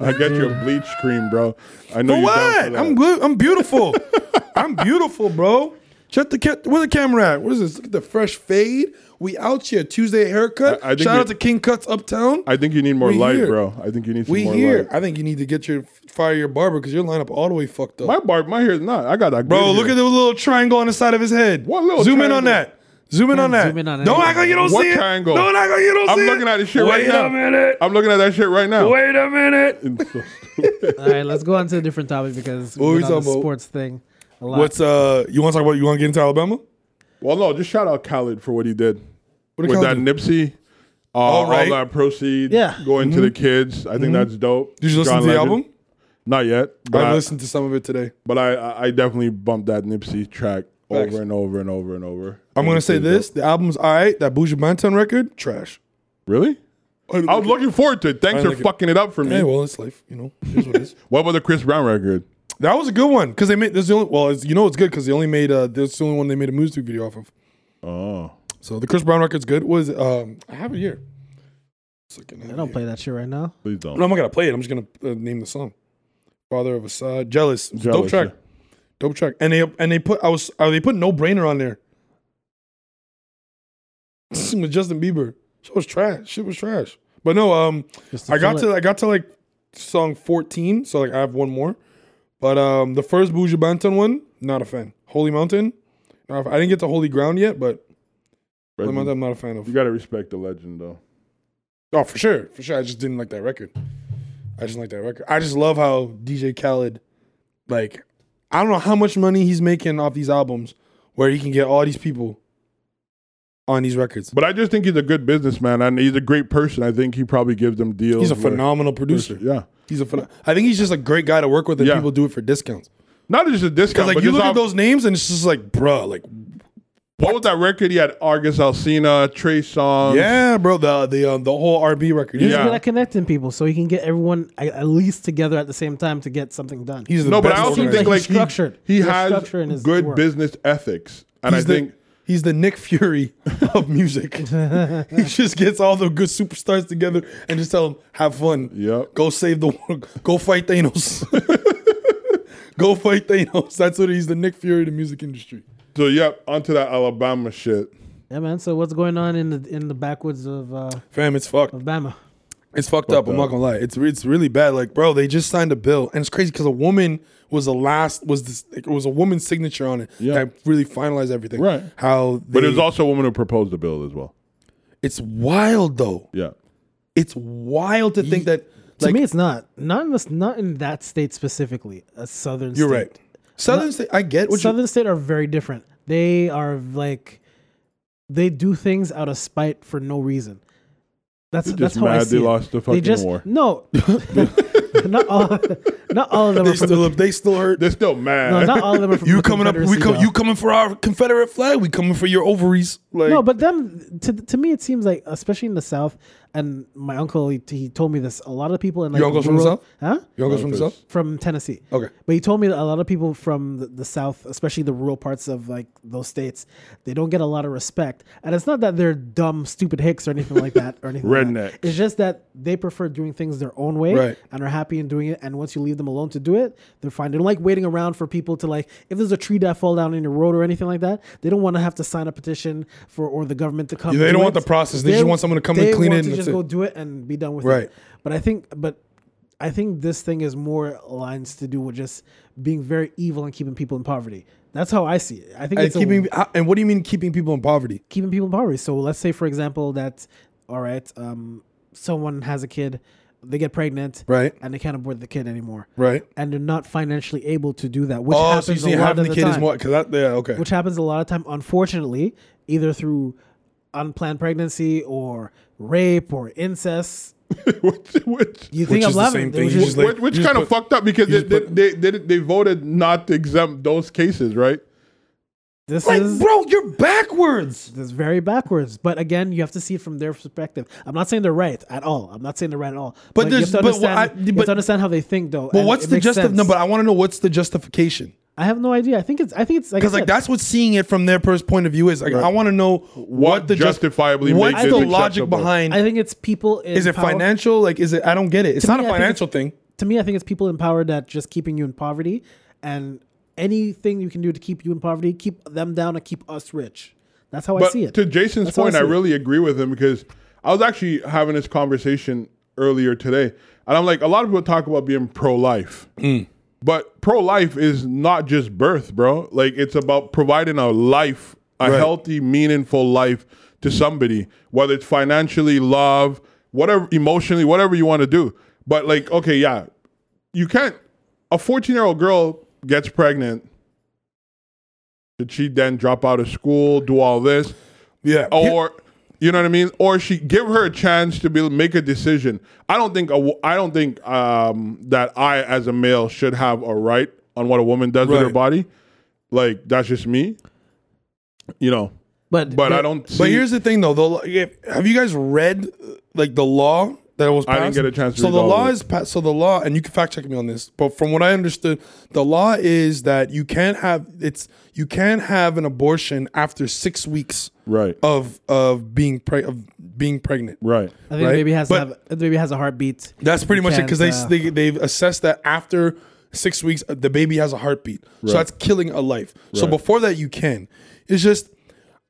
Speaker 2: I got your bleach cream, bro. I know you down for
Speaker 3: What?
Speaker 2: that.
Speaker 3: I'm good. I'm beautiful. I'm beautiful, bro. Check the ca- where the camera at? What is this? Look at the fresh fade. We out here. Tuesday haircut.
Speaker 2: I- I think
Speaker 3: Shout
Speaker 2: we-
Speaker 3: out to King Cuts Uptown.
Speaker 2: I think you need more
Speaker 3: We
Speaker 2: light,
Speaker 3: here.
Speaker 2: bro. I think you need some
Speaker 3: we
Speaker 2: more
Speaker 3: here.
Speaker 2: light.
Speaker 3: I think you need to get your fire your barber because your lineup all the way fucked up.
Speaker 2: My barb, my hair's not. I got that.
Speaker 3: bro, look at the little triangle on the side of his head.
Speaker 2: What little
Speaker 3: Zoom in
Speaker 2: triangle?
Speaker 3: on that. Zoom in on that.
Speaker 1: zoom in on it.
Speaker 3: don't act like you don't
Speaker 2: What
Speaker 3: see it.
Speaker 2: triangle?
Speaker 3: Don't act like you don't
Speaker 2: I'm
Speaker 3: see it.
Speaker 2: looking at this shit
Speaker 3: Wait
Speaker 2: right now.
Speaker 3: a minute.
Speaker 2: I'm looking at that shit right now.
Speaker 3: Wait a minute.
Speaker 1: All right, let's go on to a different topic because
Speaker 3: What
Speaker 1: we're
Speaker 3: we
Speaker 1: on the
Speaker 3: talking about?
Speaker 1: sports thing a lot.
Speaker 3: What's uh? You want to talk about? You want to get into Alabama?
Speaker 2: Well, no, just shout out Khaled for what he did
Speaker 3: What did
Speaker 2: with that
Speaker 3: Khaled
Speaker 2: Nipsey. Uh, all,
Speaker 3: All right.
Speaker 2: that proceed
Speaker 1: Yeah.
Speaker 2: going to the kids. I think that's dope.
Speaker 3: Did you listen to the album?
Speaker 2: Not yet, but
Speaker 3: I
Speaker 2: I,
Speaker 3: listened to some of it today.
Speaker 2: but I- I I definitely bumped that Nipsey track
Speaker 3: Facts.
Speaker 2: over and over and over and over.
Speaker 3: I'm gonna say this: the album's all right. That Buju Banton record, trash.
Speaker 2: Really? I was looking forward to it. Thanks for
Speaker 3: like it.
Speaker 2: fucking it up for me.
Speaker 3: Hey, well, it's life, you know. Here's what it is.
Speaker 2: What about the Chris Brown record?
Speaker 3: that was a good one because they made. There's the only. Well, it's, you know, it's good because they only made. Uh, that's the only one they made a music video off of.
Speaker 2: Oh,
Speaker 3: So the Chris Brown record's good. Was um, I have it here. It's like an
Speaker 1: I don't play that shit right now.
Speaker 2: please don't.
Speaker 3: No, I'm not gonna play it. I'm just gonna uh, name the song. Father of Assad, jealous, It's a dope
Speaker 2: Jealous,
Speaker 3: track, dope track. And they and they put I was uh, they put no brainer on there. With Justin Bieber, shit was trash. Shit was trash. But no, um,
Speaker 1: Just
Speaker 3: I got
Speaker 1: fill
Speaker 3: to I got to like song 14, so like I have one more. But um, the first Buju Banton one, not a fan. Holy Mountain, not a fan. I didn't get to Holy Ground yet, but Holy Mountain,
Speaker 2: You
Speaker 3: I'm not a fan of.
Speaker 2: gotta respect the legend, though.
Speaker 3: Oh, for sure, for sure. I just didn't like that record. I just didn't like that record. I just love how DJ Khaled, like, I don't know how much money he's making off these albums, where he can get all these people on these records.
Speaker 2: But I just think he's a good businessman and he's a great person. I think he probably gives them deals.
Speaker 3: He's a
Speaker 2: where-
Speaker 3: phenomenal producer.
Speaker 2: Yeah,
Speaker 3: He's a phenom- I think he's just a great guy to work with, and
Speaker 2: Yeah.
Speaker 3: people do it for discounts.
Speaker 2: not just a discount.
Speaker 3: Because like
Speaker 2: but
Speaker 3: you
Speaker 2: just
Speaker 3: look at
Speaker 2: off-
Speaker 3: those names, and it's just like, bruh, like,
Speaker 2: What was that record? He had Argus Alcina, Trey Songz.
Speaker 3: yeah, bro, the the um, the whole RB record. He's,
Speaker 1: He's
Speaker 2: Um, Yeah.
Speaker 1: good at connecting people, so he can get everyone a- at least together at the same time to get something done.
Speaker 3: he's the
Speaker 2: No, but
Speaker 3: best
Speaker 2: I also
Speaker 3: organizer.
Speaker 2: think
Speaker 1: like
Speaker 2: like
Speaker 1: he's structured.
Speaker 2: he, he
Speaker 1: He has
Speaker 2: has
Speaker 1: structure in his
Speaker 2: good
Speaker 1: work.
Speaker 2: business ethics, and
Speaker 3: He's
Speaker 2: I
Speaker 3: the-
Speaker 2: think
Speaker 3: he's the Nick Fury of music. he just gets all the good superstars together and just tell them, "Have fun.
Speaker 2: Yep.
Speaker 3: Go save the world. Go fight Thanos. Go fight Thanos." That's what he's the Nick Fury of the music industry.
Speaker 2: so. Yep, onto that Alabama shit.
Speaker 1: yeah, man. So what's going on in the in the backwoods of uh,
Speaker 3: Fam, it's fucked.
Speaker 1: of Bama?
Speaker 3: It's fucked up. I'm not
Speaker 2: Mm-hmm. up.
Speaker 3: gonna lie. It's it's really bad. Like, bro, they just signed a bill, and it's crazy because a woman was the last was this it was a woman's signature on it
Speaker 2: Yeah.
Speaker 3: that really finalized everything.
Speaker 2: Right.
Speaker 3: How? They,
Speaker 2: But it was also a woman who proposed the bill as well.
Speaker 3: it's wild though.
Speaker 2: Yeah,
Speaker 3: It's wild to think that.
Speaker 1: To
Speaker 3: Like,
Speaker 1: me, it's not not in this, not in that state specifically. A southern.
Speaker 3: You're
Speaker 1: state.
Speaker 3: right. Southern state, I get what
Speaker 1: Southern state are very different. They are like they do things out of spite for no reason. That's
Speaker 2: They're
Speaker 1: that's
Speaker 2: just
Speaker 1: how I
Speaker 2: mad
Speaker 1: see
Speaker 2: they
Speaker 1: it.
Speaker 2: lost the
Speaker 1: they
Speaker 2: fucking
Speaker 1: just,
Speaker 2: war.
Speaker 1: No, not all. Not all of them.
Speaker 3: you.
Speaker 1: Are
Speaker 3: They
Speaker 1: from,
Speaker 3: still, they still hurt.
Speaker 2: they're still mad.
Speaker 1: no, not all of them. Are from
Speaker 3: You
Speaker 1: the
Speaker 3: coming up? We
Speaker 1: Confederacy,
Speaker 3: come.
Speaker 1: though.
Speaker 3: You coming for our Confederate flag? We coming for your ovaries? Like,
Speaker 1: No, but them to to me it seems like especially in the South, and my uncle he, he told me this. A lot of people in like
Speaker 3: Your uncle's from the
Speaker 1: rural-
Speaker 3: South?
Speaker 1: huh?
Speaker 3: you uncle's from the south.
Speaker 1: From Tennessee.
Speaker 3: Okay.
Speaker 1: But he told me that a lot of people from the, the South, especially the rural parts of like those states, they don't get a lot of respect. And it's not that they're dumb, stupid hicks or anything like that or anything. like that.
Speaker 2: Rednecks.
Speaker 1: It's just that they prefer doing things their own way
Speaker 3: Right.
Speaker 1: and are happy in doing it. And once you leave them alone to do it, they're fine. They don't like waiting around for people to like if there's a tree that fall down in your road or anything like that. They don't want to have to sign a petition for or the government to come.
Speaker 3: Yeah, they
Speaker 1: do
Speaker 3: don't
Speaker 1: it.
Speaker 3: want the process. They just want someone to come and
Speaker 1: they
Speaker 3: clean it
Speaker 1: want
Speaker 3: and
Speaker 1: To
Speaker 3: that's
Speaker 1: just
Speaker 3: it.
Speaker 1: go do it and be done with it.
Speaker 3: Right.
Speaker 1: But I think, but I think this thing is more lines to do with just being very evil and keeping people in poverty. That's how I see it. I think
Speaker 3: And
Speaker 1: it's a-
Speaker 3: keeping how- and what do you mean keeping people in poverty?
Speaker 1: keeping people in poverty. So let's say, for example, that all right, um, someone has a kid, they get pregnant,
Speaker 3: Right.
Speaker 1: and they can't abort the kid anymore,
Speaker 3: Right.
Speaker 1: and they're not financially able to do that, which
Speaker 3: Oh,
Speaker 1: happens
Speaker 3: so you see
Speaker 1: a lot
Speaker 3: having
Speaker 1: of
Speaker 3: the
Speaker 1: the
Speaker 3: kid
Speaker 1: time.
Speaker 3: is more because that yeah okay.
Speaker 1: which happens a lot of time, unfortunately, either through unplanned pregnancy or rape or incest.
Speaker 2: which which,
Speaker 1: You think
Speaker 3: Which
Speaker 1: I'm
Speaker 3: is the
Speaker 1: laughing?
Speaker 3: same
Speaker 1: They
Speaker 3: thing.
Speaker 1: was
Speaker 3: You
Speaker 1: just-
Speaker 3: just like-
Speaker 2: which, which
Speaker 3: you just
Speaker 2: kind of
Speaker 3: put-
Speaker 2: fucked up because they,
Speaker 3: you just
Speaker 2: they,
Speaker 3: put-
Speaker 2: they, they they voted not to exempt those cases, right?
Speaker 1: this
Speaker 3: like,
Speaker 1: is
Speaker 3: bro, you're backwards.
Speaker 1: That's very backwards. But again, you have to see it from their perspective. I'm not saying they're right at all. I'm not saying they're right at all. But, you,
Speaker 3: there's-
Speaker 1: have to,
Speaker 3: but what
Speaker 1: understand,
Speaker 3: I-
Speaker 1: you have
Speaker 3: but-
Speaker 1: to understand how they think, though.
Speaker 3: But
Speaker 1: and
Speaker 3: what's
Speaker 1: it
Speaker 3: the
Speaker 1: makes
Speaker 3: just
Speaker 1: sense.
Speaker 3: no? But I want to know what's the justification
Speaker 1: I have no idea. I think it's. I think it's like. I
Speaker 3: because like
Speaker 1: said,
Speaker 3: that's what seeing it from their first point of view is. Like I want to know what, the jus-
Speaker 2: justifiably
Speaker 3: what's
Speaker 2: makes
Speaker 1: it
Speaker 3: the
Speaker 1: acceptable?
Speaker 3: logic behind.
Speaker 1: I think it's people. In
Speaker 3: is it
Speaker 1: power-
Speaker 3: financial? Like is it? I don't get it. It's not a
Speaker 1: me, I think it's-
Speaker 3: financial thing.
Speaker 1: To me, I think it's people in power that just keeping you in poverty, and anything you can do to keep you in poverty, keep them down and keep us rich. That's how I
Speaker 2: But
Speaker 1: see it.
Speaker 2: to Jason's
Speaker 1: That's how I
Speaker 2: point, I,
Speaker 1: see it.
Speaker 2: really agree with him because I was actually having this conversation earlier today, and I'm like, a lot of people talk about being pro-life, but pro-life is not just birth, bro. Like it's about providing a life, a healthy, meaningful life to somebody, whether it's financially, love, whatever, emotionally, whatever you want to do. But like, okay, yeah, you can't. A 14 year old girl gets pregnant. Did she then drop out of school, do all this?
Speaker 3: Yeah.
Speaker 2: or you know what I mean, or she give her a chance to be make a decision. I don't think a wo- I don't think um, that I as a male should have a right on what a woman does with her
Speaker 3: Right.
Speaker 2: body. Like that's just me, you know.
Speaker 1: but
Speaker 2: But I don't. See,
Speaker 3: But here's the thing, though. The, if- have you guys read uh, like the law that was?
Speaker 2: I
Speaker 3: Passed?
Speaker 2: didn't get a chance to
Speaker 3: So
Speaker 2: read
Speaker 3: the
Speaker 2: all of
Speaker 3: law
Speaker 2: it.
Speaker 3: is passed. So the law, and you can fact check me on this, but from what I understood, the law is that you can't have it's you can't have an abortion after six weeks
Speaker 2: right,
Speaker 3: of of being preg of being pregnant.
Speaker 2: right,
Speaker 1: I think the
Speaker 3: right?
Speaker 1: baby has
Speaker 3: But-
Speaker 1: to have, the baby has a heartbeat.
Speaker 3: That's pretty
Speaker 1: You
Speaker 3: much it because they,
Speaker 1: can't, uh,
Speaker 3: they they've assessed that after six weeks uh, the baby has a heartbeat, so that's killing a life. So
Speaker 2: Right.
Speaker 3: before that, you can. It's just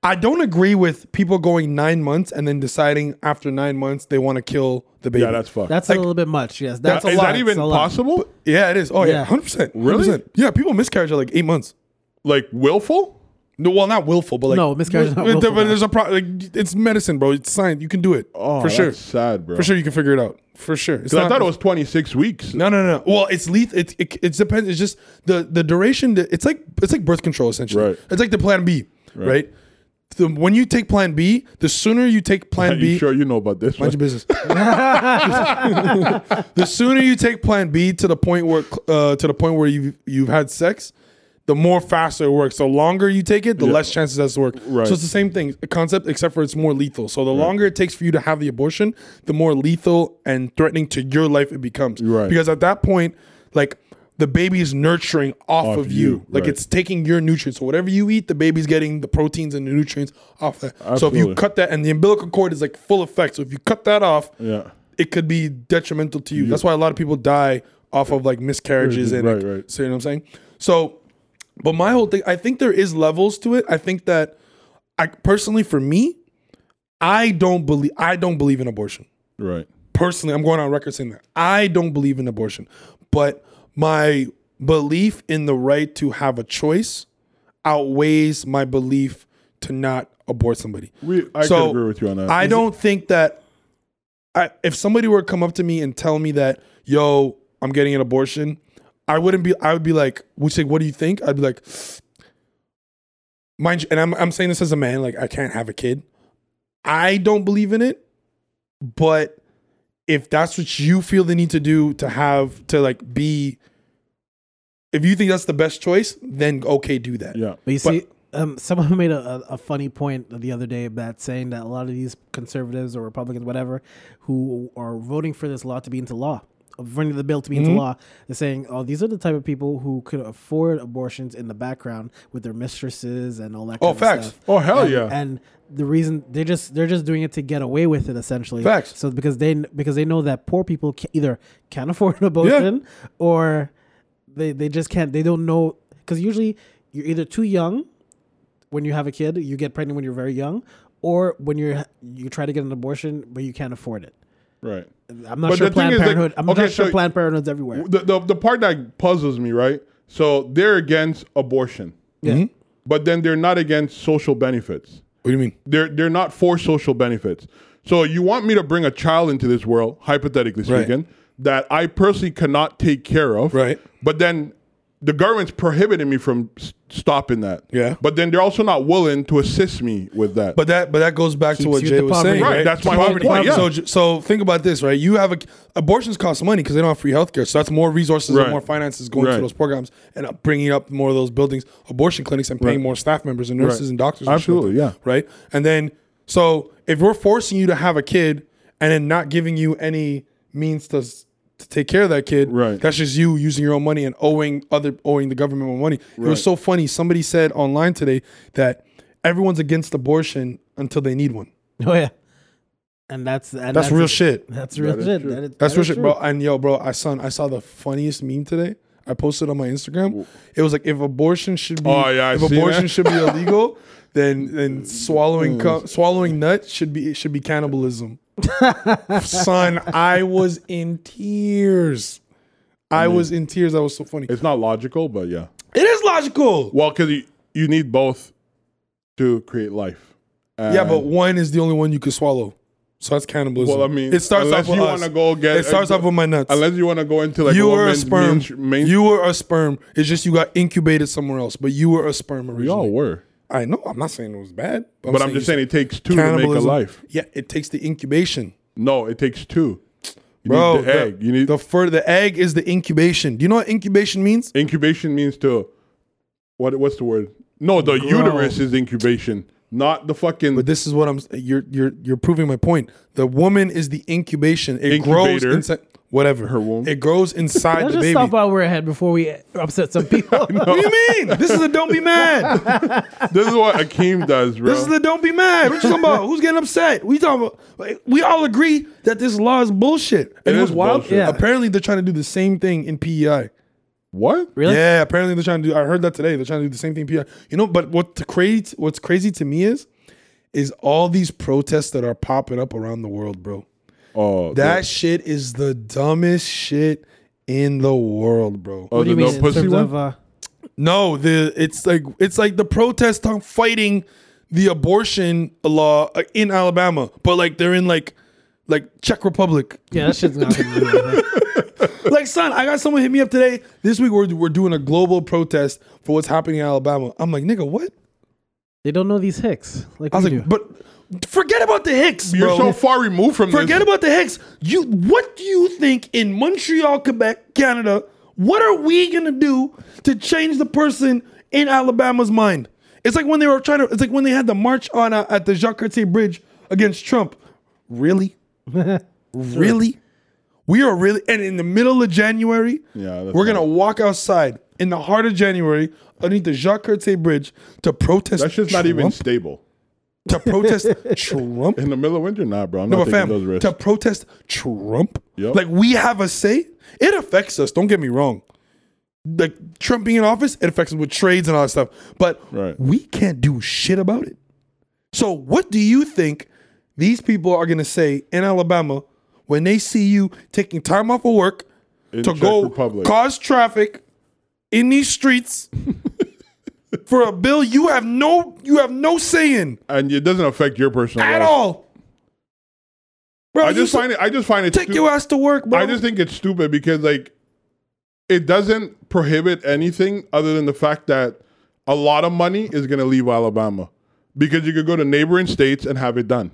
Speaker 3: I don't agree with people going nine months and then deciding after nine months they want to kill the baby.
Speaker 2: yeah, that's fucked.
Speaker 1: That's a little bit much. Yes, that's
Speaker 2: is
Speaker 1: a lot.
Speaker 2: that even
Speaker 1: It's a lot.
Speaker 2: possible?
Speaker 3: yeah, it is. Oh yeah,
Speaker 1: Yeah.
Speaker 3: hundred percent.
Speaker 2: Really?
Speaker 3: Yeah, people miscarriage at like eight months.
Speaker 2: Like willful?
Speaker 3: No, well, not willful, but like
Speaker 1: No, miscarriage is not
Speaker 3: But-
Speaker 1: willful,
Speaker 3: But
Speaker 1: no.
Speaker 3: there's a pro- like it's medicine, bro. It's science. You can do it
Speaker 2: Oh,
Speaker 3: for sure.
Speaker 2: that's sad, bro.
Speaker 3: For sure, you can figure it out. For sure. It's
Speaker 2: I
Speaker 3: not-
Speaker 2: thought it was 26 weeks.
Speaker 3: No, no, no. Well, it's lethal. It, it it depends. It's just the the duration. that- It's like it's like birth control essentially.
Speaker 2: Right.
Speaker 3: It's like the Plan B, right? The, when you take Plan B, the sooner you take Plan
Speaker 2: you
Speaker 3: B,
Speaker 2: sure you know about this?
Speaker 3: mind
Speaker 2: one?
Speaker 3: your business. the sooner you take Plan B to the point where uh, to the point where you you've had sex, the more faster it works. The longer you take it, the less chances it has to work.
Speaker 2: Right.
Speaker 3: So it's the same thing concept, except for it's more lethal. So the longer it takes for you to have the abortion, the more lethal and threatening to your life it becomes.
Speaker 2: Right.
Speaker 3: Because at that point, like. The baby is nurturing off, of you.
Speaker 2: you,
Speaker 3: Like
Speaker 2: right.
Speaker 3: it's taking your nutrients. So whatever you eat, the baby's getting the proteins and the nutrients off that. So if you
Speaker 2: Absolutely.
Speaker 3: cut that and the umbilical cord is like full effect. So if you cut that off,
Speaker 2: Yeah.
Speaker 3: it could be detrimental to you. That's why a lot of people die off of like miscarriages and
Speaker 2: Right,
Speaker 3: like,
Speaker 2: right.
Speaker 3: so you know what I'm saying? So but my whole thing I think there is levels to it. I think that I personally for me, I don't believe I don't believe in abortion
Speaker 2: Right.
Speaker 3: personally, I'm going on record saying that I don't believe in abortion, but my belief in the right to have a choice outweighs my belief to not abort somebody.
Speaker 2: We, I can agree with you on that.
Speaker 3: I don't think that I, if somebody were to come up to me and tell me that, yo, I'm getting an abortion, I wouldn't be, I would be like, would say, what do you think? I'd be like, mind you, and I'm, I'm saying this as a man, like, I can't have a kid. I don't believe in it, but if that's what you feel the need to do to have, to like be, if you think that's the best choice, then okay, do that.
Speaker 2: Yeah.
Speaker 1: But you see, um, someone made a, a, a funny point the other day about saying that a lot of these conservatives or Republicans, whatever, who are voting for this law to be into law, voting the bill to be
Speaker 3: Mm-hmm.
Speaker 1: into law, they're saying, oh, these are the type of people who could afford abortions in the background with their mistresses and all that.
Speaker 3: Oh,
Speaker 1: kind
Speaker 3: facts.
Speaker 1: Of stuff.
Speaker 2: Oh, hell
Speaker 1: And-
Speaker 2: yeah.
Speaker 1: And the reason they just they're just doing it to get away with it essentially.
Speaker 3: Facts.
Speaker 1: So because they because they know that poor people ca either can't afford an abortion or they they just can't they don't know because usually you're either too young when you have a kid you get pregnant when you're very young or when you're you try to get an abortion but you can't afford it
Speaker 2: Right.
Speaker 1: I'm not
Speaker 2: But
Speaker 1: sure
Speaker 2: the thing
Speaker 1: Planned
Speaker 2: is, like,
Speaker 1: Parenthood. I'm
Speaker 2: okay,
Speaker 1: not sure
Speaker 2: so-
Speaker 1: Planned Parenthood's everywhere.
Speaker 2: The, the the part that puzzles me, right? So they're against abortion,
Speaker 1: Yeah.
Speaker 2: but then they're not against social benefits.
Speaker 3: What Mm-hmm. do you mean?
Speaker 2: They're they're not for social benefits. So you want me to bring a child into this world, hypothetically
Speaker 3: Right.
Speaker 2: speaking, that I personally cannot take care of.
Speaker 3: Right.
Speaker 2: But then the government's prohibiting me from s- stopping that.
Speaker 3: Yeah.
Speaker 2: But then they're also not willing to assist me with that.
Speaker 3: But that but that goes back to
Speaker 1: Keeps
Speaker 3: what
Speaker 1: you
Speaker 3: Jay
Speaker 1: at the
Speaker 3: was
Speaker 1: poverty
Speaker 3: saying,
Speaker 1: rate.
Speaker 3: right?
Speaker 2: Right, that's my whole
Speaker 3: Poverty.
Speaker 2: point, yeah.
Speaker 3: So j- so think about this, right? You have a abortions cost money because they don't have free healthcare, so that's more resources
Speaker 2: Right.
Speaker 3: and more finances going
Speaker 2: Right.
Speaker 3: to those programs and uh, bringing up more of those buildings, abortion clinics, and paying
Speaker 2: Right.
Speaker 3: more staff members and nurses
Speaker 2: Right.
Speaker 3: and doctors. and shit like
Speaker 2: Absolutely,
Speaker 3: that, Right, and then so if we're forcing you to have a kid and then not giving you any means to. s- To take care of that kid,
Speaker 2: Right.
Speaker 3: That's just you using your own money and owing other owing the government more money. It was so funny. Somebody said online today that everyone's against abortion until they need one.
Speaker 1: Oh yeah. And that's and
Speaker 3: That's, real
Speaker 1: it.
Speaker 3: shit.
Speaker 1: That's real
Speaker 2: That is
Speaker 1: shit.
Speaker 2: true.
Speaker 1: That is,
Speaker 3: That's
Speaker 1: that
Speaker 3: real
Speaker 1: is
Speaker 3: shit,
Speaker 1: true.
Speaker 3: bro. And yo, bro, I son, I saw the funniest meme today. I posted on my Instagram. It was like if abortion should be
Speaker 2: Oh, yeah, I
Speaker 3: if
Speaker 2: see that. Mm.
Speaker 3: abortion should be illegal, then then swallowing cu- swallowing nut should be it should be cannibalism. son, I was in tears. I was in tears. That was so funny.
Speaker 2: Mm. it's not logical, but yeah.
Speaker 3: It is logical.
Speaker 2: Well, because you, you need both to create life.
Speaker 3: Yeah,
Speaker 2: And-
Speaker 3: but one is the only one you can swallow. So that's cannibalism.
Speaker 2: Well, I mean,
Speaker 3: it starts
Speaker 2: unless
Speaker 3: off with
Speaker 2: you
Speaker 3: us.
Speaker 2: wanna go get-
Speaker 3: it starts off with my nuts.
Speaker 2: unless you want to go into like
Speaker 3: you
Speaker 2: a
Speaker 3: were a
Speaker 2: woman's
Speaker 3: sperm.
Speaker 2: Main, main,
Speaker 3: you were a sperm. It's just you got incubated somewhere else, but you were a sperm
Speaker 2: we all
Speaker 3: originally.
Speaker 2: were,
Speaker 3: I know. I'm not saying it was bad,
Speaker 2: but I'm just saying it takes two to make a life.
Speaker 3: Yeah, it takes the incubation,
Speaker 2: No, it takes two. You
Speaker 3: bro.
Speaker 2: need the egg. you need
Speaker 3: the fur. The egg is the incubation. Do you know what incubation means?
Speaker 2: incubation means to what? What's the word? No, the uterus is incubation, not the fucking.
Speaker 3: But this is what I'm. You're you're you're proving my point. The woman is the incubation. It grows
Speaker 2: Incubator.
Speaker 3: inside whatever
Speaker 2: Her womb.
Speaker 3: It grows inside
Speaker 1: Let's
Speaker 3: the
Speaker 1: just
Speaker 3: baby.
Speaker 1: stop while we're ahead before we upset some people.
Speaker 3: What do you mean? This is a don't be mad.
Speaker 2: this is what Akeem does, bro.
Speaker 3: This is the don't be mad. What you talking about? Who's getting upset? We talking about. like, we all agree that this law is bullshit. And
Speaker 2: It
Speaker 3: it was
Speaker 2: is
Speaker 3: wild.
Speaker 2: bullshit.
Speaker 1: Yeah.
Speaker 3: Apparently, they're trying to do the same thing in PEI.
Speaker 2: what?
Speaker 1: Really?
Speaker 3: Yeah. Apparently, they're trying to do. I heard that today. They're trying to do the same thing. in PEI. You know, but what the crazy? What's crazy to me is, is all these protests that are popping up around the world, bro.
Speaker 2: Oh,
Speaker 3: That shit is the dumbest shit in the world, bro.
Speaker 2: the, oh,
Speaker 1: what do you
Speaker 2: the
Speaker 1: mean
Speaker 2: no
Speaker 1: in
Speaker 2: pussy
Speaker 1: terms
Speaker 2: one?
Speaker 1: of uh,
Speaker 3: No, the it's like it's like the protest on fighting the abortion law uh, in Alabama, but like they're in like like Czech Republic.
Speaker 1: yeah, that shit's not gonna be right.
Speaker 3: like son, I got someone hit me up today. This week we're we're doing a global protest for what's happening in Alabama. I'm like, nigga, what?
Speaker 1: They don't know these hicks. Like
Speaker 3: I was
Speaker 1: we do.
Speaker 3: like, but forget about the Hicks,
Speaker 2: You're
Speaker 3: bro.
Speaker 2: so far removed from
Speaker 3: forget
Speaker 2: this.
Speaker 3: about the Hicks. You what do you think in Montreal, Quebec, Canada? What are we gonna do to change the person in Alabama's mind? It's like when they were trying to. It's like when they had the march on uh, at the Jacques Cartier Bridge against Trump. Really, really, we are really. And in the middle of January,
Speaker 2: Yeah, that's
Speaker 3: we're gonna walk outside in the heart of January underneath the Jacques Cartier Bridge to protest.
Speaker 2: That's just not even
Speaker 3: Trump?
Speaker 2: stable.
Speaker 3: to protest Trump.
Speaker 2: In the middle of winter, nah, bro. I'm
Speaker 3: No,
Speaker 2: not
Speaker 3: but
Speaker 2: taking
Speaker 3: fam,
Speaker 2: those risks.
Speaker 3: to protest Trump,
Speaker 2: Yep.
Speaker 3: like we have a say. It affects us. Don't get me wrong. Like Trump being in office, it affects us with trades and all that stuff. But
Speaker 2: Right.
Speaker 3: we can't do shit about it. So what do you think these people are gonna say in Alabama when they see you taking time off of work
Speaker 2: In
Speaker 3: to
Speaker 2: Czech
Speaker 3: go
Speaker 2: Republic.
Speaker 3: cause traffic in these streets for a bill you have no you have no say in
Speaker 2: and it doesn't affect your personal
Speaker 3: at
Speaker 2: life.
Speaker 3: all? Bro,
Speaker 2: I
Speaker 3: you
Speaker 2: just
Speaker 3: so-
Speaker 2: find it. I just find it.
Speaker 3: take
Speaker 2: stu-
Speaker 3: your ass to work, bro.
Speaker 2: I just think it's stupid because like it doesn't prohibit anything other than the fact that a lot of money is going to leave Alabama because you could go to neighboring states and have it done.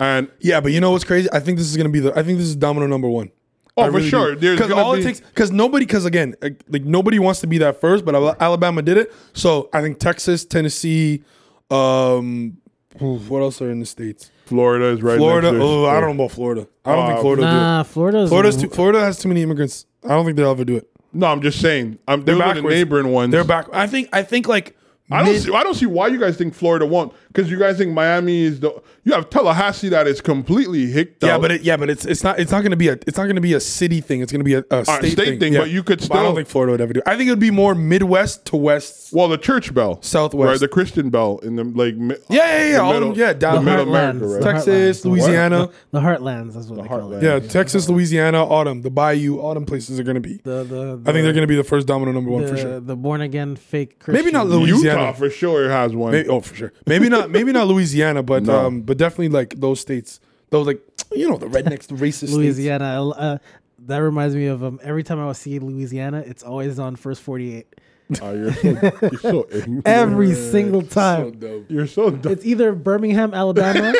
Speaker 2: And
Speaker 3: yeah, but you know what's crazy? I think this is gonna be the. I think this is domino number one.
Speaker 2: oh,
Speaker 3: I
Speaker 2: for
Speaker 3: really
Speaker 2: sure,
Speaker 3: do.
Speaker 2: there's
Speaker 3: because
Speaker 2: gonna
Speaker 3: all
Speaker 2: be,
Speaker 3: it takes because nobody because again like like, nobody wants to be that first, but Al- Alabama did it. So I think Texas, Tennessee, um, oof, what else are in the states?
Speaker 2: Florida is right.
Speaker 3: Florida.
Speaker 2: next to
Speaker 3: Oh,
Speaker 2: it.
Speaker 3: I don't know about Florida. I don't
Speaker 2: Uh,
Speaker 3: think Florida. will do it.
Speaker 1: nah, Florida's
Speaker 3: Florida's too, Florida has too many immigrants. I don't think they'll ever do it.
Speaker 2: No, I'm just saying. I'm they're
Speaker 3: They're
Speaker 2: the
Speaker 3: backwards.
Speaker 2: neighboring ones.
Speaker 3: They're back. I think. I think like
Speaker 2: I don't
Speaker 3: Mid-
Speaker 2: see. I don't see why you guys think Florida won't because you guys think Miami is the. You have Tallahassee that is completely hicked
Speaker 3: Yeah,
Speaker 2: out.
Speaker 3: but it, yeah, but it's it's not it's not gonna be a it's not gonna be a city thing. It's gonna be a, a state,
Speaker 2: state
Speaker 3: thing.
Speaker 2: thing,
Speaker 3: yeah.
Speaker 2: but you could
Speaker 3: I
Speaker 2: still-
Speaker 3: don't think Florida would ever do. I think it would be more Midwest to West.
Speaker 2: well, the church bell,
Speaker 3: Southwest.
Speaker 2: right? The Christian bell in the like. mi-
Speaker 3: Yeah, yeah, yeah.
Speaker 2: the
Speaker 3: all
Speaker 2: middle-
Speaker 3: of them. Yeah,
Speaker 2: the
Speaker 3: down
Speaker 2: middle
Speaker 1: Heartlands,
Speaker 2: America, right?
Speaker 1: the
Speaker 3: Texas,
Speaker 1: Heartlands.
Speaker 3: Louisiana.
Speaker 1: The Heartlands is what they call
Speaker 2: Heartland.
Speaker 1: it.
Speaker 3: Yeah, Texas, Louisiana, autumn, the Bayou, autumn places are gonna be.
Speaker 1: The, the, the,
Speaker 3: I think they're gonna be the first domino number one
Speaker 1: the,
Speaker 3: for sure.
Speaker 1: the born again fake Christian.
Speaker 3: Maybe not Louisiana.
Speaker 2: Utah for sure has one.
Speaker 3: Maybe, oh, for sure. Maybe not. Maybe not Louisiana, but
Speaker 2: No.
Speaker 3: um, but definitely like those states. Those like you know the rednecks, the racist states.
Speaker 1: Louisiana. Uh, that reminds me of um, every time I was seeing Louisiana, it's always on first 48.
Speaker 2: Ah, you're so, you're so ignorant.
Speaker 1: Every single
Speaker 3: So
Speaker 1: time.
Speaker 3: dope.
Speaker 2: You're so dumb.
Speaker 1: It's either Birmingham, Alabama,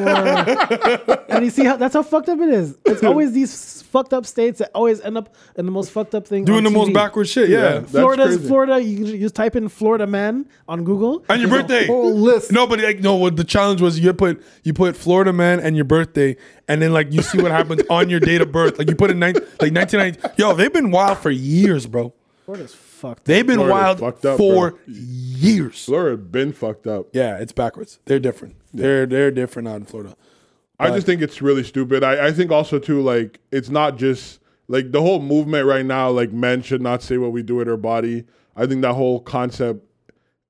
Speaker 1: or, and you see how that's how fucked up it is. It's always these fucked up states that always end up in the most fucked up thing.
Speaker 3: Doing
Speaker 1: on
Speaker 3: the most
Speaker 1: TV.
Speaker 3: backward shit. Yeah.
Speaker 2: That's
Speaker 1: Florida's
Speaker 2: crazy.
Speaker 1: Florida. You you just type in Florida man on Google.
Speaker 3: And your
Speaker 1: There's a
Speaker 3: birthday.
Speaker 1: whole list.
Speaker 3: No, but like no. What the challenge was? You put you put Florida man and your birthday, and then like you see what happens on your date of birth. Like you put in nine, like nineteen ninety. Yo, they've been wild for years, bro.
Speaker 1: Florida's fucked.
Speaker 3: They've been
Speaker 2: Florida's
Speaker 3: wild
Speaker 2: fucked up,
Speaker 3: for
Speaker 2: bro.
Speaker 3: years.
Speaker 2: Florida been fucked up.
Speaker 3: Yeah, it's backwards. They're different. They're they're different out in Florida.
Speaker 2: I just think it's really stupid. I, I think also too, like it's not just like the whole movement right now, like men should not say what we do with our body. I think that whole concept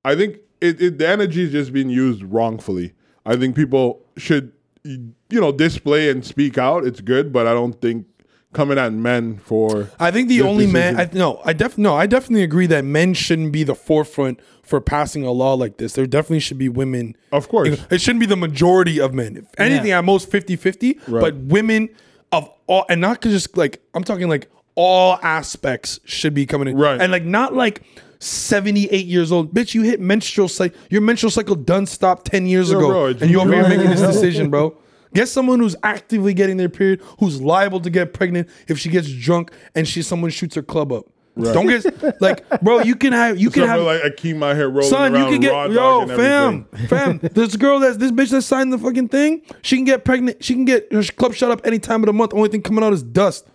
Speaker 2: I think it, it the energy is just being used wrongfully. I think people should you know, display and speak out. It's good, but I don't think coming at men for
Speaker 3: I think the
Speaker 2: This-
Speaker 3: only
Speaker 2: this
Speaker 3: man.
Speaker 2: is a-
Speaker 3: I, no, I def no, I definitely agree that men shouldn't be the forefront for passing a law like this. There definitely should be women.
Speaker 2: Of course.
Speaker 3: You know, it shouldn't be the majority of men. If anything, at most 50-50, But women of all, and not just like I'm talking like all aspects should be coming in,
Speaker 2: Right.
Speaker 3: And like not like. 78 years old, bitch. You hit menstrual cycle. Your menstrual cycle done stopped 10 years
Speaker 2: Yeah,
Speaker 3: ago,
Speaker 2: bro,
Speaker 3: and you over
Speaker 2: you're
Speaker 3: here making this decision, bro. Get someone who's actively getting their period, who's liable to get pregnant if she gets drunk and she someone shoots her club up. Don't get like, bro. You can have you can
Speaker 2: something
Speaker 3: have
Speaker 2: like Akeem out here rolling
Speaker 3: son. You
Speaker 2: around
Speaker 3: can
Speaker 2: raw
Speaker 3: get yo
Speaker 2: dog and
Speaker 3: fam
Speaker 2: everything.
Speaker 3: fam. This girl that's this bitch that signed the fucking thing. She can get pregnant. She can get her club shut up any time of the month. Only thing coming out is dust.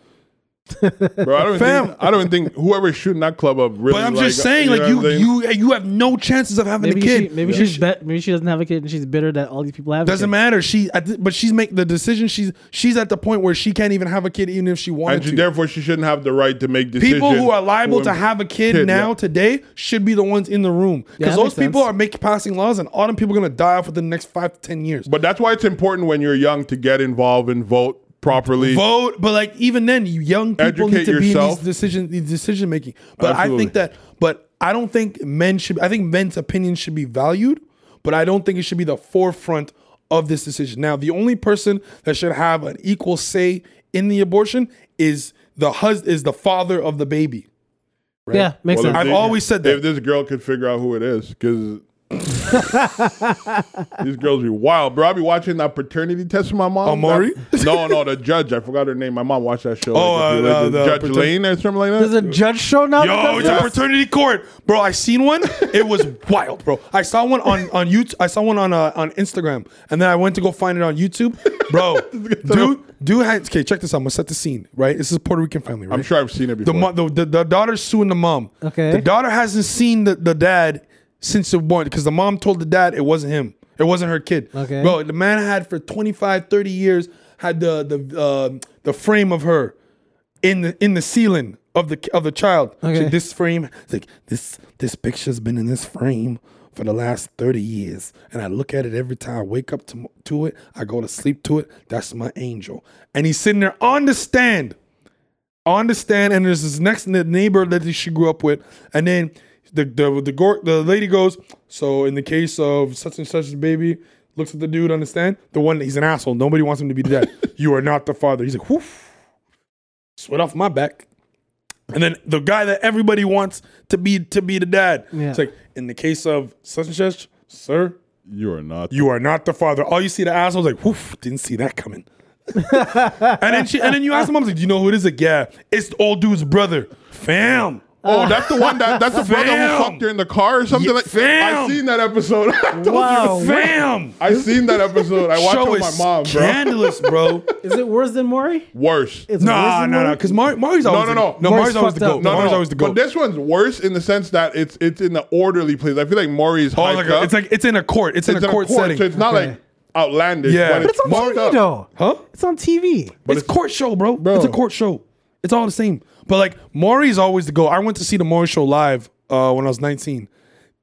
Speaker 2: Bro, I don't
Speaker 3: Fam.
Speaker 2: think I don't think whoever's shooting that club up really.
Speaker 3: But I'm just saying,
Speaker 2: you
Speaker 3: like
Speaker 2: know
Speaker 3: you
Speaker 2: what I'm saying?
Speaker 3: you you have no chances of having
Speaker 1: Maybe
Speaker 3: a kid.
Speaker 1: she, maybe she's bet. Maybe she doesn't have a kid, and she's bitter that all these people have.
Speaker 3: Doesn't
Speaker 1: kids.
Speaker 3: matter. She, at the- but she's making the decision. She's she's at the point where she can't even have a kid, even if she wanted
Speaker 2: and she,
Speaker 3: to.
Speaker 2: therefore she shouldn't have the right to make decisions.
Speaker 3: people who are liable to have a kid,
Speaker 2: kid,
Speaker 3: now
Speaker 2: yeah.
Speaker 3: today should be the ones in the room
Speaker 1: Yeah, that
Speaker 3: because those
Speaker 1: makes
Speaker 3: people
Speaker 1: sense.
Speaker 3: are making passing laws and all them people are gonna die off within the next five to ten years.
Speaker 2: But that's why it's important when you're young to get involved and vote properly.
Speaker 3: vote, but like even then, you young people
Speaker 2: Educate
Speaker 3: need to
Speaker 2: yourself.
Speaker 3: be in these decision these decision making. But I
Speaker 2: Absolutely.
Speaker 3: think that, but I don't think men should. I think men's opinion should be valued, but I don't think it should be the forefront of this decision. Now, the only person that should have an equal say in the abortion is the hus is the father of the baby.
Speaker 1: Yeah, makes
Speaker 2: Well, if
Speaker 1: sense.
Speaker 3: I've
Speaker 2: they-
Speaker 3: always said
Speaker 2: If
Speaker 3: that.
Speaker 2: this girl could figure out who it is, because these girls be wild, bro. I be watching that paternity test with my mom.
Speaker 3: Amaury?
Speaker 2: That- no, no, the judge. I forgot her name. My mom watched that show.
Speaker 3: Oh,
Speaker 2: like, if you like
Speaker 3: uh, the-
Speaker 2: it.
Speaker 3: the
Speaker 2: Judge
Speaker 3: patern-
Speaker 2: Lane or something like that.
Speaker 1: There's a judge show now.
Speaker 3: Yo,
Speaker 1: that
Speaker 3: it's a
Speaker 1: does this?
Speaker 3: fraternity court, bro. I seen one. It was wild, bro. I saw one on on YouTube. I saw one on uh, on Instagram, and then I went to go find it on YouTube, bro. dude, dude had okay. Check this out. I'm gonna set the scene. Right, this is a Puerto Rican family. Right,
Speaker 2: I'm sure I've seen it
Speaker 3: the,
Speaker 2: before.
Speaker 3: mo- the, the the daughter's suing the mom.
Speaker 1: Okay.
Speaker 3: the daughter hasn't seen the, the dad since it won because the mom told the dad it wasn't him. It wasn't her kid.
Speaker 1: Okay.
Speaker 3: bro. The man had for 25, 30 years had the the uh, the frame of her in the in the ceiling of the of the child. She-
Speaker 1: Okay.
Speaker 3: this frame, it's like this this picture's been in this frame for the last thirty years, and I look at it every time I wake up to to it. I go to sleep to it. That's my angel, and he's sitting there on the stand, on the stand, and there's this next n- neighbor that she grew up with, and then. The the the, gor the lady goes. So in the case of such and such baby, looks at the dude on the stand. The one he's an asshole. Nobody wants him to be the dad. you are not the father. He's like, whoof sweat off my back. And then the guy that everybody wants to be to be the dad.
Speaker 1: Yeah.
Speaker 3: It's like in the case of such and such, sir,
Speaker 2: you are not.
Speaker 3: you are not the father. All you see the asshole's like, woof, didn't see that coming. and then she and then you ask the mom, like, do you know who it is? Like, yeah, it's the old dude's brother. Fam.
Speaker 2: Oh, that's the one that that's the brother
Speaker 3: Fam.
Speaker 2: who fucked her in the car or something
Speaker 3: Yeah,
Speaker 2: like.
Speaker 3: fam.
Speaker 2: I seen that episode. I told you.
Speaker 1: Wow. Oh,
Speaker 3: Fam!
Speaker 2: I seen that episode. I watched it
Speaker 3: Show
Speaker 2: with my
Speaker 3: is
Speaker 2: mom, bro.
Speaker 3: scandalous, bro.
Speaker 1: Is it worse than Maury?
Speaker 2: Worse.
Speaker 1: It's
Speaker 3: Nah,
Speaker 1: worse than
Speaker 3: nah, nah.
Speaker 1: Maury?
Speaker 3: Because Mar- Mari's always
Speaker 2: no,
Speaker 3: the-
Speaker 2: no.
Speaker 3: no.
Speaker 1: Maury's
Speaker 3: Mari's always the
Speaker 1: fucked
Speaker 3: goat.
Speaker 1: up.
Speaker 2: No,
Speaker 3: Mari's
Speaker 2: no,
Speaker 3: always the goat.
Speaker 2: But this one's worse in the sense that it's it's in the orderly place. I feel like Maury's
Speaker 3: Oh,
Speaker 2: hyped
Speaker 3: like a,
Speaker 2: up.
Speaker 3: it's like it's in a court. It's, in a court, setting.
Speaker 2: so it's not
Speaker 1: Okay.
Speaker 2: like outlandish.
Speaker 3: Yeah.
Speaker 2: but
Speaker 3: But
Speaker 2: it's,
Speaker 1: It's on
Speaker 2: marked
Speaker 1: TV
Speaker 2: up.
Speaker 1: though.
Speaker 3: huh?
Speaker 1: It's on TV.
Speaker 3: But it's, court show, bro. It's a court show. It's all the same. But like Maury's always the goat. I went to see the Maury show live uh, when I was 19.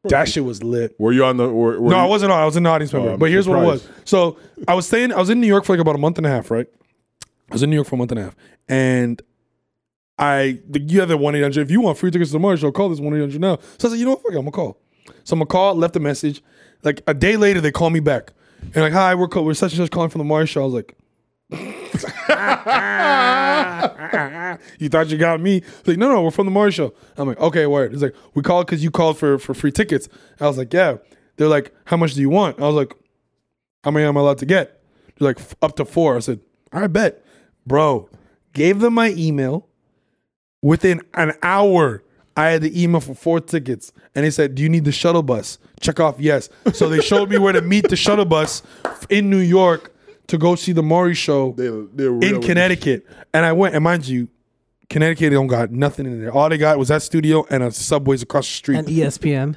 Speaker 3: That shit was lit.
Speaker 2: Were you on the? Were, were
Speaker 3: No,
Speaker 2: you,
Speaker 3: I wasn't on. I was an audience member.
Speaker 2: I'm
Speaker 3: but here's what it was.
Speaker 2: surprised.
Speaker 3: So I was staying. I was in New York for like about a month and a half, right? I was in New York for a month and a half, and I the, you have that one eight hundred. If you want free tickets to the Mars show, call this one eight hundred now. So I said, you know what, fuck it, I'm gonna call. So I'm gonna call. Left a message. Like a day later, they call me back. And like, hi, we're call, we're such and such calling from the Mars show. I was like, you thought you got me? It's like, no, no, we're from the Mars show. I'm like, okay, word. It's like, we called because you called for for free tickets. I was like, yeah. They're like, how much do you want? I was like, how many am I allowed to get? They're like, "F- up to four. I said, all right, bet. Bro, gave them my email. Within an hour, I had the email for four tickets. And they said, do you need the shuttle bus? Check off yes. So they showed me where to meet the shuttle bus f- in New York to go see the Maury show
Speaker 2: They, they were
Speaker 3: in Connecticut. And I went, and mind you, Connecticut don't got nothing in there. All they got was that studio and a Subway's across the street.
Speaker 1: And E- ESPN.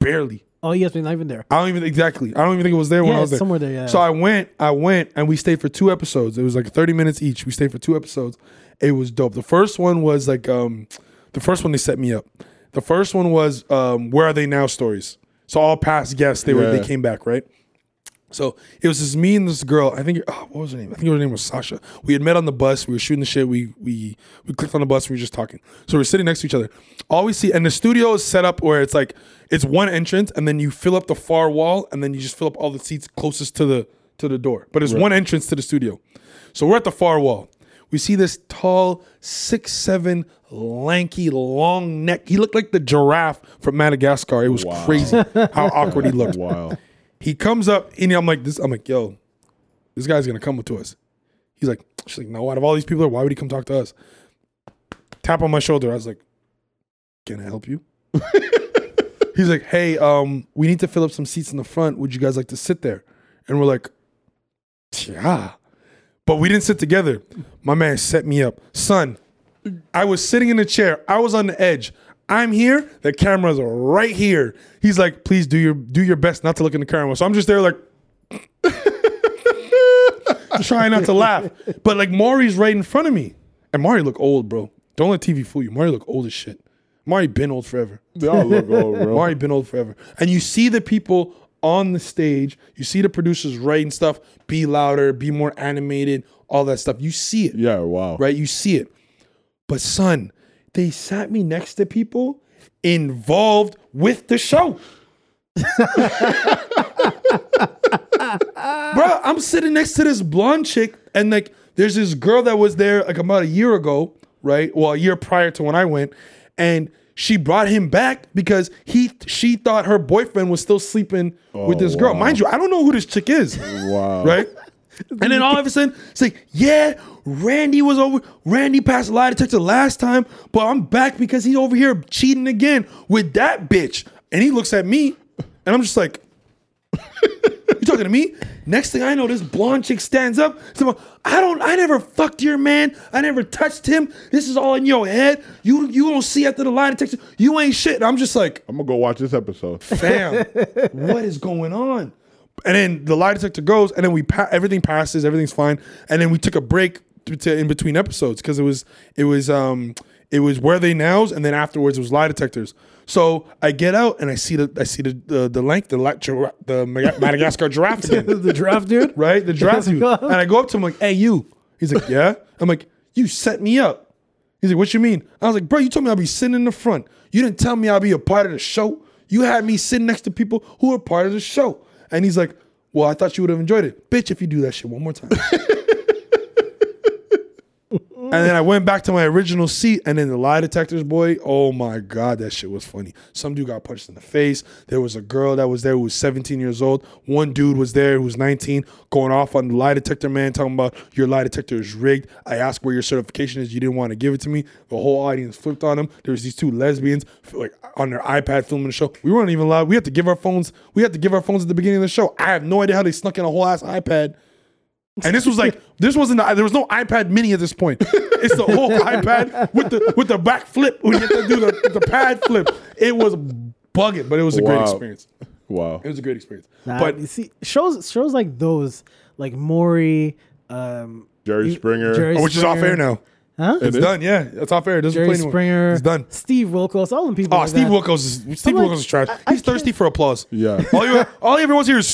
Speaker 3: barely.
Speaker 1: Oh, ESPN not even there.
Speaker 3: I don't even exactly. I don't even think it was there when
Speaker 1: Yeah,
Speaker 3: I was
Speaker 1: it's
Speaker 3: there.
Speaker 1: somewhere there, yeah.
Speaker 3: So I went, I went, and we stayed for two episodes. It was like thirty minutes each. We stayed for two episodes. It was dope. The first one was like, um, the first one they set me up. The first one was um, where are they now stories. So all past guests they were
Speaker 2: Yeah.
Speaker 3: they came back right. So it was just me and this girl. I think oh, what was her name? I think her name was Sasha. We had met on the bus. We were shooting the shit. We we we clicked on the bus. We were just talking. So we're sitting next to each other. All we see, and the studio is set up where it's like it's one entrance, and then you fill up the far wall, and then you just fill up all the seats closest to the to the door. But it's one entrance to the studio. So we're at the far wall. We see this tall, six seven, lanky, long neck. He looked like the giraffe from Madagascar. It was
Speaker 2: Wow.
Speaker 3: crazy how awkward he looked.
Speaker 2: Wow.
Speaker 3: He comes up and I'm like, this. I'm like, yo, this guy's gonna come to us. He's like, she's like, no. Out of all these people, why would he come talk to us? Tap on my shoulder. I was like, can I help you? He's like, hey, um, we need to fill up some seats in the front. Would you guys like to sit there? And we're like, yeah. But we didn't sit together. My man set me up. Son, I was sitting in a chair. I was on the edge. I'm here. The cameras are right here. He's like, please do your do your best not to look in the camera. So I'm just there like trying not to laugh. But like Maury's right in front of me. And Maury look old, bro. Don't let TV fool you. Maury look old as shit. Maury been old forever.
Speaker 2: They all look old, bro.
Speaker 3: Maury been old forever. And you see the people on the stage, you see the producers writing stuff, be louder, be more animated, all that stuff. You see it
Speaker 2: Yeah. Wow.
Speaker 3: right? You see it. But son, they sat me next to people involved with the show. Bro, I'm sitting next to this blonde chick, and like there's this girl that was there like about a year ago, right? Well, a year prior to when I went, and she brought him back because he she thought her boyfriend was still sleeping with this girl.
Speaker 2: Oh, wow.
Speaker 3: Mind you, I don't know who this chick is
Speaker 2: Wow.
Speaker 3: right? And then all of a sudden, it's like, yeah, Randy was over. Randy passed a lie detector last time, but I'm back because he's over here cheating again with that bitch. And he looks at me, and I'm just like, you talking to me? Next thing I know, this blonde chick stands up. Someone, I don't, I never fucked your man. I never touched him. This is all in your head. You, you don't see after the lie detector. You ain't shit. And I'm just like,
Speaker 2: I'm gonna go watch this episode.
Speaker 3: fam, what is going on? And then the lie detector goes, and then we pa- everything passes, everything's fine, and then we took a break to, to in between episodes because it was it was um it was where they nows, and then afterwards it was lie detectors. So I get out and I see the I see the the, the length the la- gir- the Maga- Madagascar giraffe again,
Speaker 1: The draft dude.
Speaker 3: right? The giraffe,
Speaker 1: Yes,
Speaker 3: dude.
Speaker 1: go.
Speaker 3: and I go up to him like, "Hey, you." He's like, "Yeah." I'm like, "You set me up." He's like, "What you mean?" I was like, "Bro, you told me I'd be sitting in the front. You didn't tell me I'd be a part of the show. You had me sitting next to people who are part of the show." And he's like, "Well, I thought you would have enjoyed it, bitch. If you do that shit one more time." And then I went back to my original seat, and then the lie detectors boy. Oh my god, that shit was funny. Some dude got punched in the face. There was a girl that was there who was 17 years old. One dude was there who was 19, going off on the lie detector man, talking about your lie detector is rigged. I asked where your certification is. You didn't want to give it to me. The whole audience flipped on him. There was these two lesbians like on their iPad filming the show. We weren't even allowed. We had to give our phones. We had to give our phones at the beginning of the show. I have no idea how they snuck in a whole ass iPad. And this was like this wasn't the, there was no iPad Mini at this point. It's the whole iPad with the with the back flip when you have to do the, the pad flip. It was bugging, but it was a great
Speaker 2: Wow.
Speaker 3: experience.
Speaker 2: Wow.
Speaker 3: It was a great experience.
Speaker 1: Nah,
Speaker 3: but
Speaker 1: you see shows shows like those, like Maury, um,
Speaker 2: Jerry
Speaker 1: you-
Speaker 2: Springer. Oh,
Speaker 1: Jerry
Speaker 3: which is off air
Speaker 1: Springer.
Speaker 3: now.
Speaker 1: Huh?
Speaker 3: It's
Speaker 2: is?
Speaker 3: done. Yeah, it's off air. It doesn't
Speaker 1: Jerry
Speaker 3: play anymore.
Speaker 1: Springer.
Speaker 3: It's done.
Speaker 1: Steve Wilkos. All them people.
Speaker 3: Oh,
Speaker 1: like
Speaker 3: Steve
Speaker 1: that.
Speaker 3: Wilkos is Steve
Speaker 1: like,
Speaker 3: Wilkos is trash.
Speaker 1: I- I
Speaker 3: He's thirsty for applause.
Speaker 2: Yeah.
Speaker 3: All you all you everyone's here is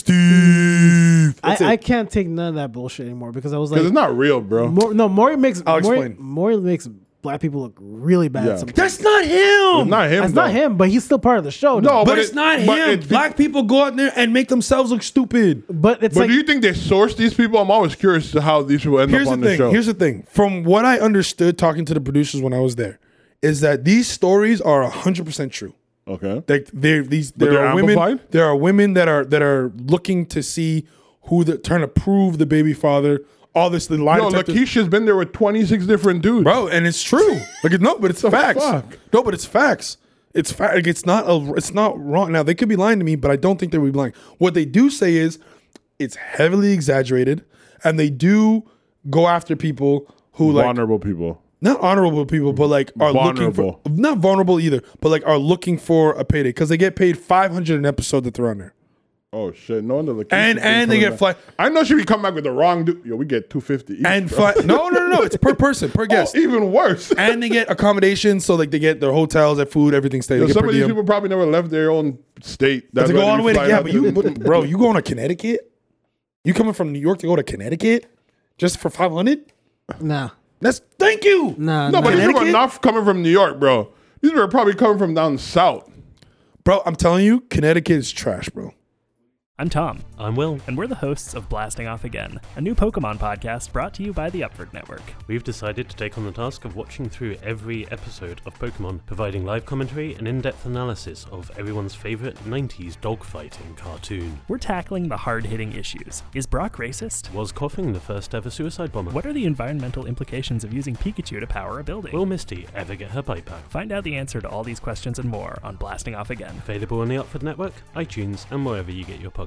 Speaker 3: Steve. That's
Speaker 1: I, I
Speaker 3: it.
Speaker 1: can't take none of that bullshit anymore because I was like,
Speaker 2: Because it's not real, bro.
Speaker 1: Maury- no, Maury makes
Speaker 3: I'll
Speaker 1: Maury,
Speaker 3: explain.
Speaker 1: Maury makes black people look really bad.
Speaker 2: Yeah.
Speaker 1: Sometimes
Speaker 3: That's not him.
Speaker 2: not him.
Speaker 1: it's not
Speaker 2: though.
Speaker 1: him, but he's still part of the show. though.
Speaker 2: No,
Speaker 3: But,
Speaker 2: But
Speaker 3: it's
Speaker 2: it-
Speaker 3: not
Speaker 2: but
Speaker 3: him.
Speaker 2: it-
Speaker 3: Black people go out there and make themselves look stupid.
Speaker 1: but it's
Speaker 2: But
Speaker 1: like
Speaker 2: do you think they source these people? I'm always curious to how these people end
Speaker 3: here's
Speaker 2: up
Speaker 3: the
Speaker 2: on
Speaker 3: thing.
Speaker 2: the, show.
Speaker 3: Here's the thing. From what I understood talking to the producers when I was there, is that these stories are hundred percent true.
Speaker 2: okay.
Speaker 3: Like they these there
Speaker 2: they're
Speaker 3: are women.
Speaker 2: amplified?
Speaker 3: There are women that are that are looking to see who the trying to prove the baby father. All this the lie
Speaker 2: Yo,
Speaker 3: detector-
Speaker 2: Lakeisha's been there with 26 different dudes.
Speaker 3: bro, and it's true. Like it- no, but it's facts.
Speaker 2: fuck?
Speaker 3: No, but it's facts. It's fact. Like, it's not a. It's not wrong. Now they could be lying to me, but I don't think they would be lying. What they do say is, it's heavily exaggerated, and they do go after people who like
Speaker 2: Vulnerable people.
Speaker 3: not honorable people, but like are
Speaker 2: Vulnerable.
Speaker 3: looking for not vulnerable either, but like are looking for a payday because they get paid five hundred an episode that they're on there,
Speaker 2: Oh shit! No wonder Lakeisha.
Speaker 3: and and they get fly
Speaker 2: I know she be coming back with the wrong dude. Yo, we get 250 each,
Speaker 3: and
Speaker 2: bro.
Speaker 3: fly. No, no, no, no. It's per person, per
Speaker 2: Oh,
Speaker 3: guest,
Speaker 2: even worse.
Speaker 3: and they get accommodations. So like they get their hotels, their food, everything. Stay. They
Speaker 2: Yo,
Speaker 3: get
Speaker 2: some
Speaker 3: per
Speaker 2: of these
Speaker 3: diem.
Speaker 2: people probably never left their own state. That's
Speaker 3: to go
Speaker 2: why
Speaker 3: all the
Speaker 2: they
Speaker 3: way to
Speaker 2: fly
Speaker 3: yeah,
Speaker 2: out
Speaker 3: but
Speaker 2: to-
Speaker 3: you, but, bro, you going to Connecticut? You coming from New York to go to Connecticut just for five hundred?
Speaker 1: nah,
Speaker 3: That's thank you.
Speaker 1: nah,
Speaker 2: no,
Speaker 1: nah.
Speaker 2: but these people are
Speaker 3: Connecticut?
Speaker 2: not coming from New York, bro. These people are probably coming from down south.
Speaker 3: bro, I'm telling you, Connecticut is trash, bro.
Speaker 4: I'm Tom. I'm Will. And we're the hosts of Blasting Off Again, a new Pokemon podcast brought to you by the Upward Network.
Speaker 5: We've decided to take on the task of watching through every episode of Pokemon, providing live commentary and in depth analysis of everyone's favorite 90s dogfighting cartoon.
Speaker 4: We're tackling the hard hitting issues. Is Brock racist?
Speaker 5: Was coughing the first ever suicide bomber?
Speaker 4: What are the environmental implications of using Pikachu to power a building?
Speaker 5: Will Misty ever get her pipe back?
Speaker 4: find out the answer to all these questions and more on Blasting Off Again.
Speaker 5: Available on the Upford Network, iTunes, and wherever you get your podcasts.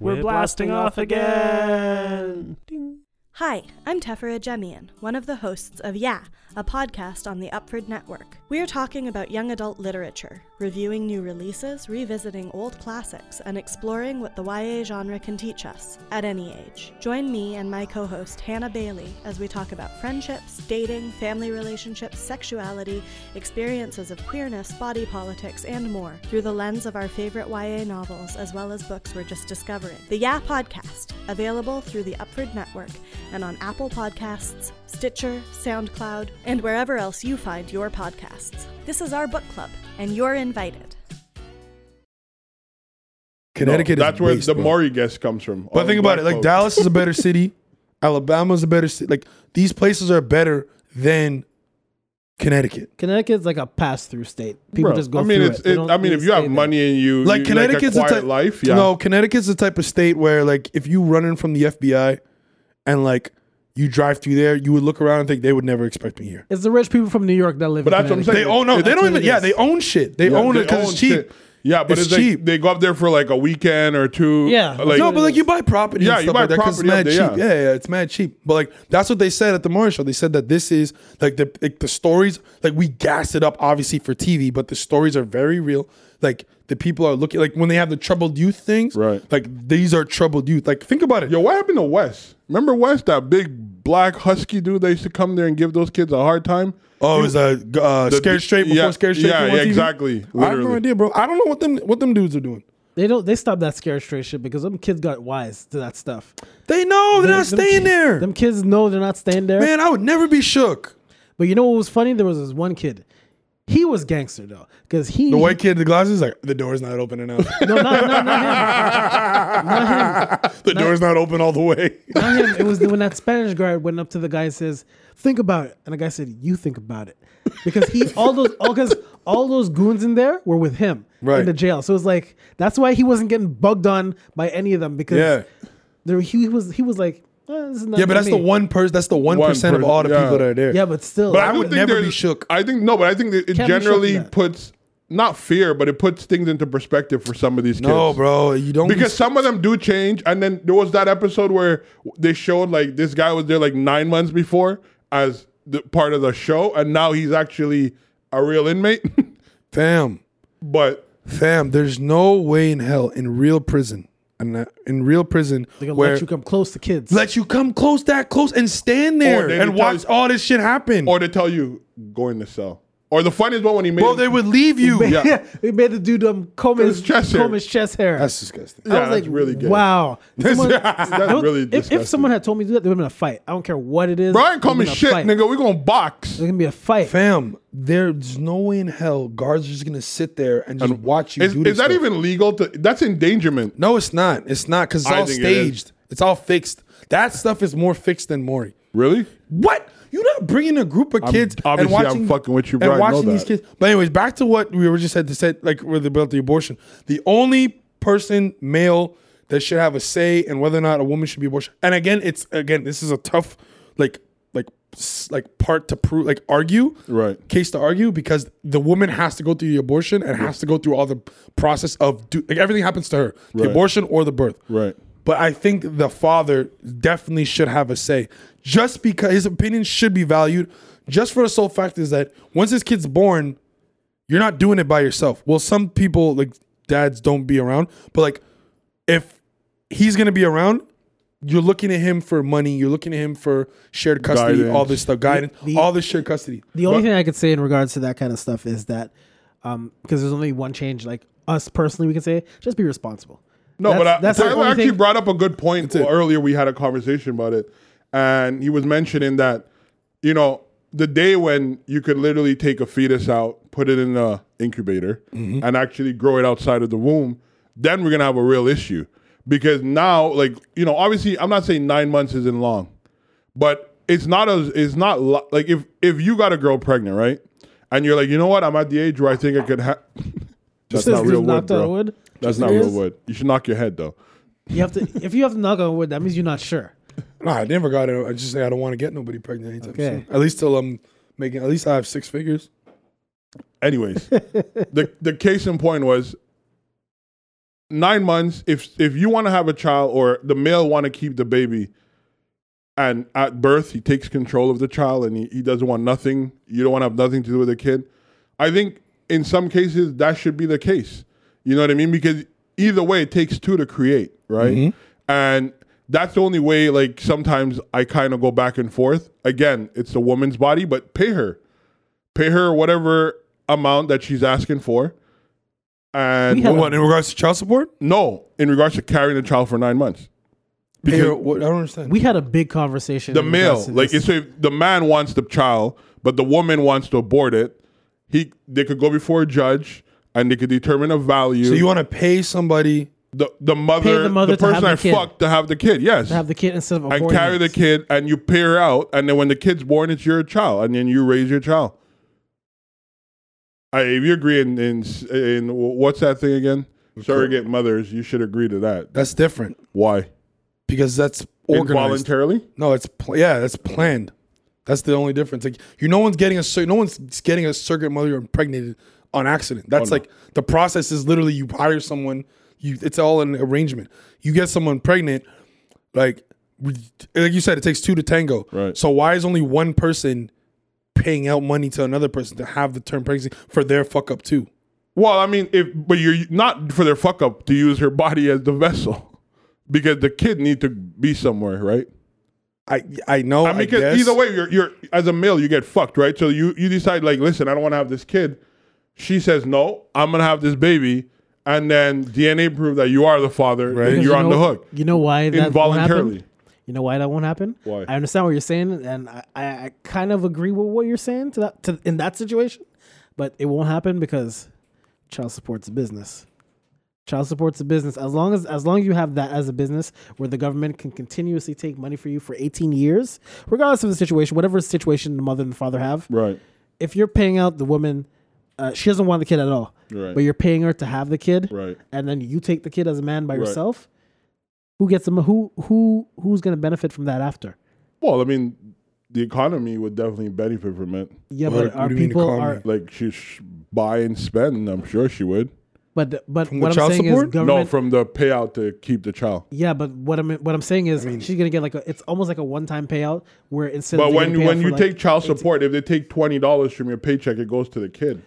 Speaker 4: We're blasting off again.
Speaker 5: Ding.
Speaker 6: Hi, I'm Tefera Jemian, one of the hosts of Yeah, a podcast on the Upford Network. We're talking about young adult literature, reviewing new releases, revisiting old classics, and exploring what the YA genre can teach us at any age. Join me and my co host Hannah Bailey as we talk about friendships, dating, family relationships, sexuality, experiences of queerness, body politics, and more through the lens of our favorite YA novels as well as books we're just discovering. The Yeah Podcast, available through the Upford Network and on Apple Podcasts, Stitcher, SoundCloud, and wherever else you find your podcasts. This is our book club, and you're invited.
Speaker 3: Connecticut.
Speaker 2: No,
Speaker 3: is
Speaker 2: that's where
Speaker 3: waste,
Speaker 2: the
Speaker 3: bro.
Speaker 2: Maury guest comes from.
Speaker 3: But
Speaker 2: All
Speaker 3: think
Speaker 2: black
Speaker 3: about it. Like
Speaker 2: folks.
Speaker 3: Dallas is a better city. Alabama's a better city. Like these places are better than Connecticut.
Speaker 1: Connecticut's like a pass through state. People
Speaker 2: Bro,
Speaker 1: just go.
Speaker 2: I mean,
Speaker 1: through
Speaker 2: it's.
Speaker 1: it. They
Speaker 2: It,
Speaker 1: don't
Speaker 2: I mean,
Speaker 1: really
Speaker 2: if you
Speaker 1: stay
Speaker 2: have
Speaker 1: there.
Speaker 2: money and you
Speaker 3: Like
Speaker 2: you
Speaker 3: Connecticut's
Speaker 2: like a quiet
Speaker 3: the type
Speaker 2: life, yeah.
Speaker 3: No, Connecticut's the type of state where like if you run in from the FBI and like you drive through there, you would look around and think they would never expect me here.
Speaker 1: it's the rich people from New York that live.
Speaker 2: But
Speaker 1: in
Speaker 2: that's what I'm
Speaker 1: Connecticut.
Speaker 3: They
Speaker 2: saying.
Speaker 3: own no, they
Speaker 1: That's
Speaker 3: don't
Speaker 1: what
Speaker 3: even
Speaker 1: it
Speaker 3: yeah,
Speaker 1: is.
Speaker 3: they own shit. They
Speaker 2: Yeah,
Speaker 3: own
Speaker 2: they
Speaker 3: it because
Speaker 2: own
Speaker 3: it's cheap.
Speaker 2: shit. Yeah, but
Speaker 3: It's
Speaker 2: it's, like
Speaker 3: cheap.
Speaker 2: they go up there for like a weekend or two.
Speaker 1: Yeah.
Speaker 2: like,
Speaker 1: No,
Speaker 3: no, but like you buy property.
Speaker 2: Yeah,
Speaker 3: and
Speaker 2: you
Speaker 3: stuff
Speaker 2: buy
Speaker 3: like that 'cause
Speaker 2: property up
Speaker 3: It's
Speaker 2: there,
Speaker 3: mad cheap. Yeah. yeah, it's mad cheap. But like that's what they said at the Morning Show. They said that this is like the like, the stories. Like we gassed it up obviously for TV, but the stories are very real. Like the people are looking like when they have the troubled youth things.
Speaker 2: Right.
Speaker 3: Like these are troubled youth. Like think about it.
Speaker 2: yo, what happened to Wes? Remember Wes, that big black husky dude that used to come there and give those kids a hard time?
Speaker 3: Oh, it was a uh,
Speaker 2: The-
Speaker 3: scared straight before
Speaker 2: yeah,
Speaker 3: scared straight.
Speaker 2: yeah,
Speaker 3: came on
Speaker 2: yeah,
Speaker 3: TV?
Speaker 2: exactly,
Speaker 3: I have no
Speaker 2: literally.
Speaker 3: idea, bro. I don't know what them what them dudes are doing.
Speaker 1: They don't. They stopped that scare straight shit because them kids got wise to that stuff.
Speaker 3: They know they're
Speaker 1: Them-
Speaker 3: not
Speaker 1: them
Speaker 3: staying
Speaker 1: ki-
Speaker 3: there.
Speaker 1: Them kids know they're not staying there.
Speaker 3: Man, I would never be shook.
Speaker 1: But you know what was funny? There was this one kid. He was gangster though, because he
Speaker 3: The white kid, the glasses, like the door's not open enough.
Speaker 1: No, not, not, not
Speaker 3: the door's not open all the way.
Speaker 1: him. Not him. It was when that Spanish guard went up to the guy and says, "Think about it," and the guy said, "You think about it," because he all those all because all those goons in there were with him
Speaker 3: Right.
Speaker 1: in the jail. So it's like that's why he wasn't getting bugged on by any of them because
Speaker 3: Yeah.
Speaker 1: there he was he was like, eh, this is not
Speaker 3: Yeah, but
Speaker 1: for
Speaker 3: that's the
Speaker 1: me."
Speaker 3: one person. That's the one
Speaker 2: One
Speaker 3: percent of
Speaker 2: person,
Speaker 3: all the
Speaker 2: yeah.
Speaker 3: people that are there.
Speaker 1: Yeah, but still,
Speaker 3: But
Speaker 1: like,
Speaker 3: I
Speaker 2: don't
Speaker 3: would
Speaker 2: think
Speaker 3: never
Speaker 2: there's-
Speaker 3: be shook.
Speaker 2: I think no, but I think that it
Speaker 1: Can't be shook
Speaker 2: generally
Speaker 1: for that.
Speaker 2: puts not fear, but it puts things into perspective for some of these kids.
Speaker 3: no, bro, you don't.
Speaker 2: Because some of them do change, and then there was that episode where they showed like this guy was there like nine months before as the part of the show, and now he's actually a real inmate.
Speaker 3: fam,
Speaker 2: but
Speaker 3: fam, there's no way in hell in real prison, and uh, in real prison
Speaker 1: they're gonna
Speaker 3: where
Speaker 1: let you come close to kids.
Speaker 3: let you come close that close and stand there
Speaker 2: they
Speaker 3: and
Speaker 2: tell
Speaker 3: watch
Speaker 2: you-
Speaker 3: all this shit happen.
Speaker 2: or they tell you go in the cell. Or the funniest one when he made
Speaker 3: bro,
Speaker 2: it-
Speaker 3: they would leave you.
Speaker 1: yeah. they made the dude um, comb
Speaker 2: His
Speaker 1: his
Speaker 2: chest hair.
Speaker 1: comb his chest hair.
Speaker 3: That's disgusting.
Speaker 1: I
Speaker 2: Yeah,
Speaker 1: was
Speaker 2: that's
Speaker 1: like,
Speaker 2: really gay.
Speaker 1: Wow. Someone-
Speaker 2: that's
Speaker 1: I would-
Speaker 2: really
Speaker 1: if,
Speaker 2: disgusting.
Speaker 1: if someone had told me to do that, there would have been a fight. I don't care what it is.
Speaker 2: Brian
Speaker 1: there
Speaker 2: call me
Speaker 1: would've been a
Speaker 2: shit,
Speaker 1: fight.
Speaker 2: nigga, we gonna box.
Speaker 1: There's gonna be a fight.
Speaker 3: Fam, there's no way in hell guards are just gonna sit there and just watch you
Speaker 2: Is,
Speaker 3: do
Speaker 2: is
Speaker 3: this.
Speaker 2: that
Speaker 3: stuff.
Speaker 2: even legal? To that's endangerment.
Speaker 3: No, it's not. It's not because it's
Speaker 2: I
Speaker 3: all
Speaker 2: think it is.
Speaker 3: staged. it's all fixed. That stuff is more fixed than Maury.
Speaker 2: Really?
Speaker 3: What? You're not bringing a group of kids and
Speaker 2: obviously, I'm
Speaker 3: watching
Speaker 2: fucking with you,
Speaker 3: and
Speaker 2: bro. I know
Speaker 3: watching these
Speaker 2: that.
Speaker 3: kids. But anyways, back to what we were just had to say, like with about the abortion. The only person male that should have a say in whether or not a woman should be abortion. And again, it's again, this is a tough like like s- like part to prove like argue
Speaker 2: Right.
Speaker 3: case to argue because the woman has to go through the abortion and has to go through all the process of do, like everything happens to her the
Speaker 2: Right.
Speaker 3: abortion or the birth
Speaker 2: Right.
Speaker 3: but I think the father definitely should have a say, just because his opinion should be valued, just for the sole fact is that once his kid's born, you're not doing it by yourself. Well, some people like dads don't be around, but like if he's gonna be around, you're looking at him for money, you're looking at him for shared custody, all
Speaker 2: Guidance.
Speaker 3: this stuff, guidance,
Speaker 1: The-
Speaker 3: all this shared custody.
Speaker 1: The only
Speaker 3: But-
Speaker 1: thing I could say in regards to that kind of stuff is that, um, because there's only one change. Like us personally, we can say just be responsible.
Speaker 2: No,
Speaker 1: That's-
Speaker 2: but I,
Speaker 1: that's the
Speaker 2: Tyler
Speaker 1: only
Speaker 2: actually
Speaker 1: thing-
Speaker 2: brought up a good point
Speaker 3: it.
Speaker 2: earlier. We had a conversation about it, and he was mentioning that you know the day when you could literally take a fetus out, put it in a incubator, and actually grow it outside of the womb, then we're gonna have a real issue because now, like you know, obviously, I'm not saying nine months isn't long, but it's not as it's not lo- like if if you got a girl pregnant, right? And you're like, you know what? I'm at the age where I think I could have. That's
Speaker 1: This
Speaker 2: not
Speaker 1: dude
Speaker 2: real wood,
Speaker 1: knocked on
Speaker 2: bro.
Speaker 1: wood.
Speaker 2: That's
Speaker 1: Just
Speaker 2: not
Speaker 1: it
Speaker 2: real
Speaker 1: is.
Speaker 2: wood. You should knock your head though.
Speaker 1: You have to. If you have to knock on wood, that means you're not sure.
Speaker 3: Nah, I never got it. I just say I don't want to get nobody pregnant anytime
Speaker 1: Okay.
Speaker 3: soon. At least till I'm making. At least I have six figures.
Speaker 2: Anyways, the the case in point was nine months. If if you want to have a child or the male want to keep the baby, and at birth he takes control of the child and he, he doesn't want nothing. You don't want to have nothing to do with the kid. I think in some cases that should be the case. You know what I mean? Because either way, it takes two to create, right?
Speaker 1: Mm-hmm.
Speaker 2: And that's the only way. Like sometimes I kind of go back and forth. Again, it's the woman's body, but pay her pay her whatever amount that she's asking for. And
Speaker 1: We have-
Speaker 3: What in regards to child support?
Speaker 2: no, in regards to carrying a child for nine months,
Speaker 3: Pay her-
Speaker 2: because
Speaker 3: what, I don't understand.
Speaker 1: We had a big conversation.
Speaker 2: the
Speaker 1: in regards
Speaker 2: male,
Speaker 1: to
Speaker 2: like,
Speaker 1: this.
Speaker 2: it's if the man wants the child, but the woman wants to abort it, he they could go before a judge and they could determine a value.
Speaker 3: So you want to pay somebody?
Speaker 2: the the mother, the,
Speaker 1: mother to have
Speaker 2: person
Speaker 1: the
Speaker 2: I
Speaker 1: kid.
Speaker 2: fucked to have the kid, yes,
Speaker 1: to have the kid instead of
Speaker 2: and
Speaker 1: aborting
Speaker 2: carry the
Speaker 1: it.
Speaker 2: kid, and you pay her out, and then when the kid's born, it's your child, and then you raise your child. I, if you agree in, in in what's that thing again? Surrogate mothers, you should agree to that.
Speaker 3: That's different
Speaker 2: Why?
Speaker 3: because that's organized.
Speaker 2: Involuntarily?
Speaker 3: No, it's pl- yeah, that's planned. That's the only difference. Like you, no one's getting a cir- no one's getting a surrogate mother impregnated on accident. That's
Speaker 2: Oh,
Speaker 3: like the process is literally you hire someone. You it's all an arrangement. You get someone pregnant, like we- like you said, it takes two to tango.
Speaker 2: Right.
Speaker 3: So why is only one person paying out money to another person to have the term pregnancy for their fuck up too?
Speaker 2: Well, I mean, if but you're not for their fuck up to use her body as the vessel, because the kid need to be somewhere, right?
Speaker 3: I I know.
Speaker 2: I mean, because
Speaker 3: guess.
Speaker 2: either way, you're you're as a male, you get fucked, right? So you you decide like, listen, I don't want to have this kid. She says no, I'm gonna have this baby, and then DNA prove that you are the father, right?
Speaker 1: Because
Speaker 2: you're
Speaker 1: you
Speaker 2: on the
Speaker 1: know-
Speaker 2: hook.
Speaker 1: You know why that Won't
Speaker 2: Involuntarily.
Speaker 1: happen? You know why that won't happen?
Speaker 2: Why?
Speaker 1: I understand what you're saying, and I, I, I kind of agree with what you're saying to that to, in that situation. But it won't happen because child support's a business. Child support's a business. As long as as long as you have that as a business where the government can continuously take money for you for 18 years, regardless of the situation, whatever situation the mother and the father have,
Speaker 2: Right.
Speaker 1: if you're paying out the woman, uh, she doesn't want the kid at all,
Speaker 2: Right.
Speaker 1: but you're paying her to have the kid,
Speaker 2: Right.
Speaker 1: and then you take the kid as a man by
Speaker 2: Right.
Speaker 1: yourself. Who gets them? Who who who's going to benefit from that after?
Speaker 2: Well, I mean, the economy would definitely benefit from it.
Speaker 1: Yeah,
Speaker 3: What-
Speaker 1: but
Speaker 3: what
Speaker 1: our
Speaker 3: do you mean
Speaker 1: people
Speaker 3: economy?
Speaker 1: are.
Speaker 2: Like she sh- buy and spend. I'm sure she would.
Speaker 1: But but
Speaker 3: From the
Speaker 1: what I'm
Speaker 3: child
Speaker 1: saying
Speaker 3: support?
Speaker 1: is
Speaker 3: No,
Speaker 1: government.
Speaker 2: No, from the payout to keep the child.
Speaker 1: yeah, but what I'm what I'm saying is she's gonna get like a. It's almost like a one time payout where instead.
Speaker 2: But
Speaker 1: of
Speaker 2: when when you take
Speaker 1: child.
Speaker 2: child support, if they take twenty dollars from your paycheck, it goes to the kid,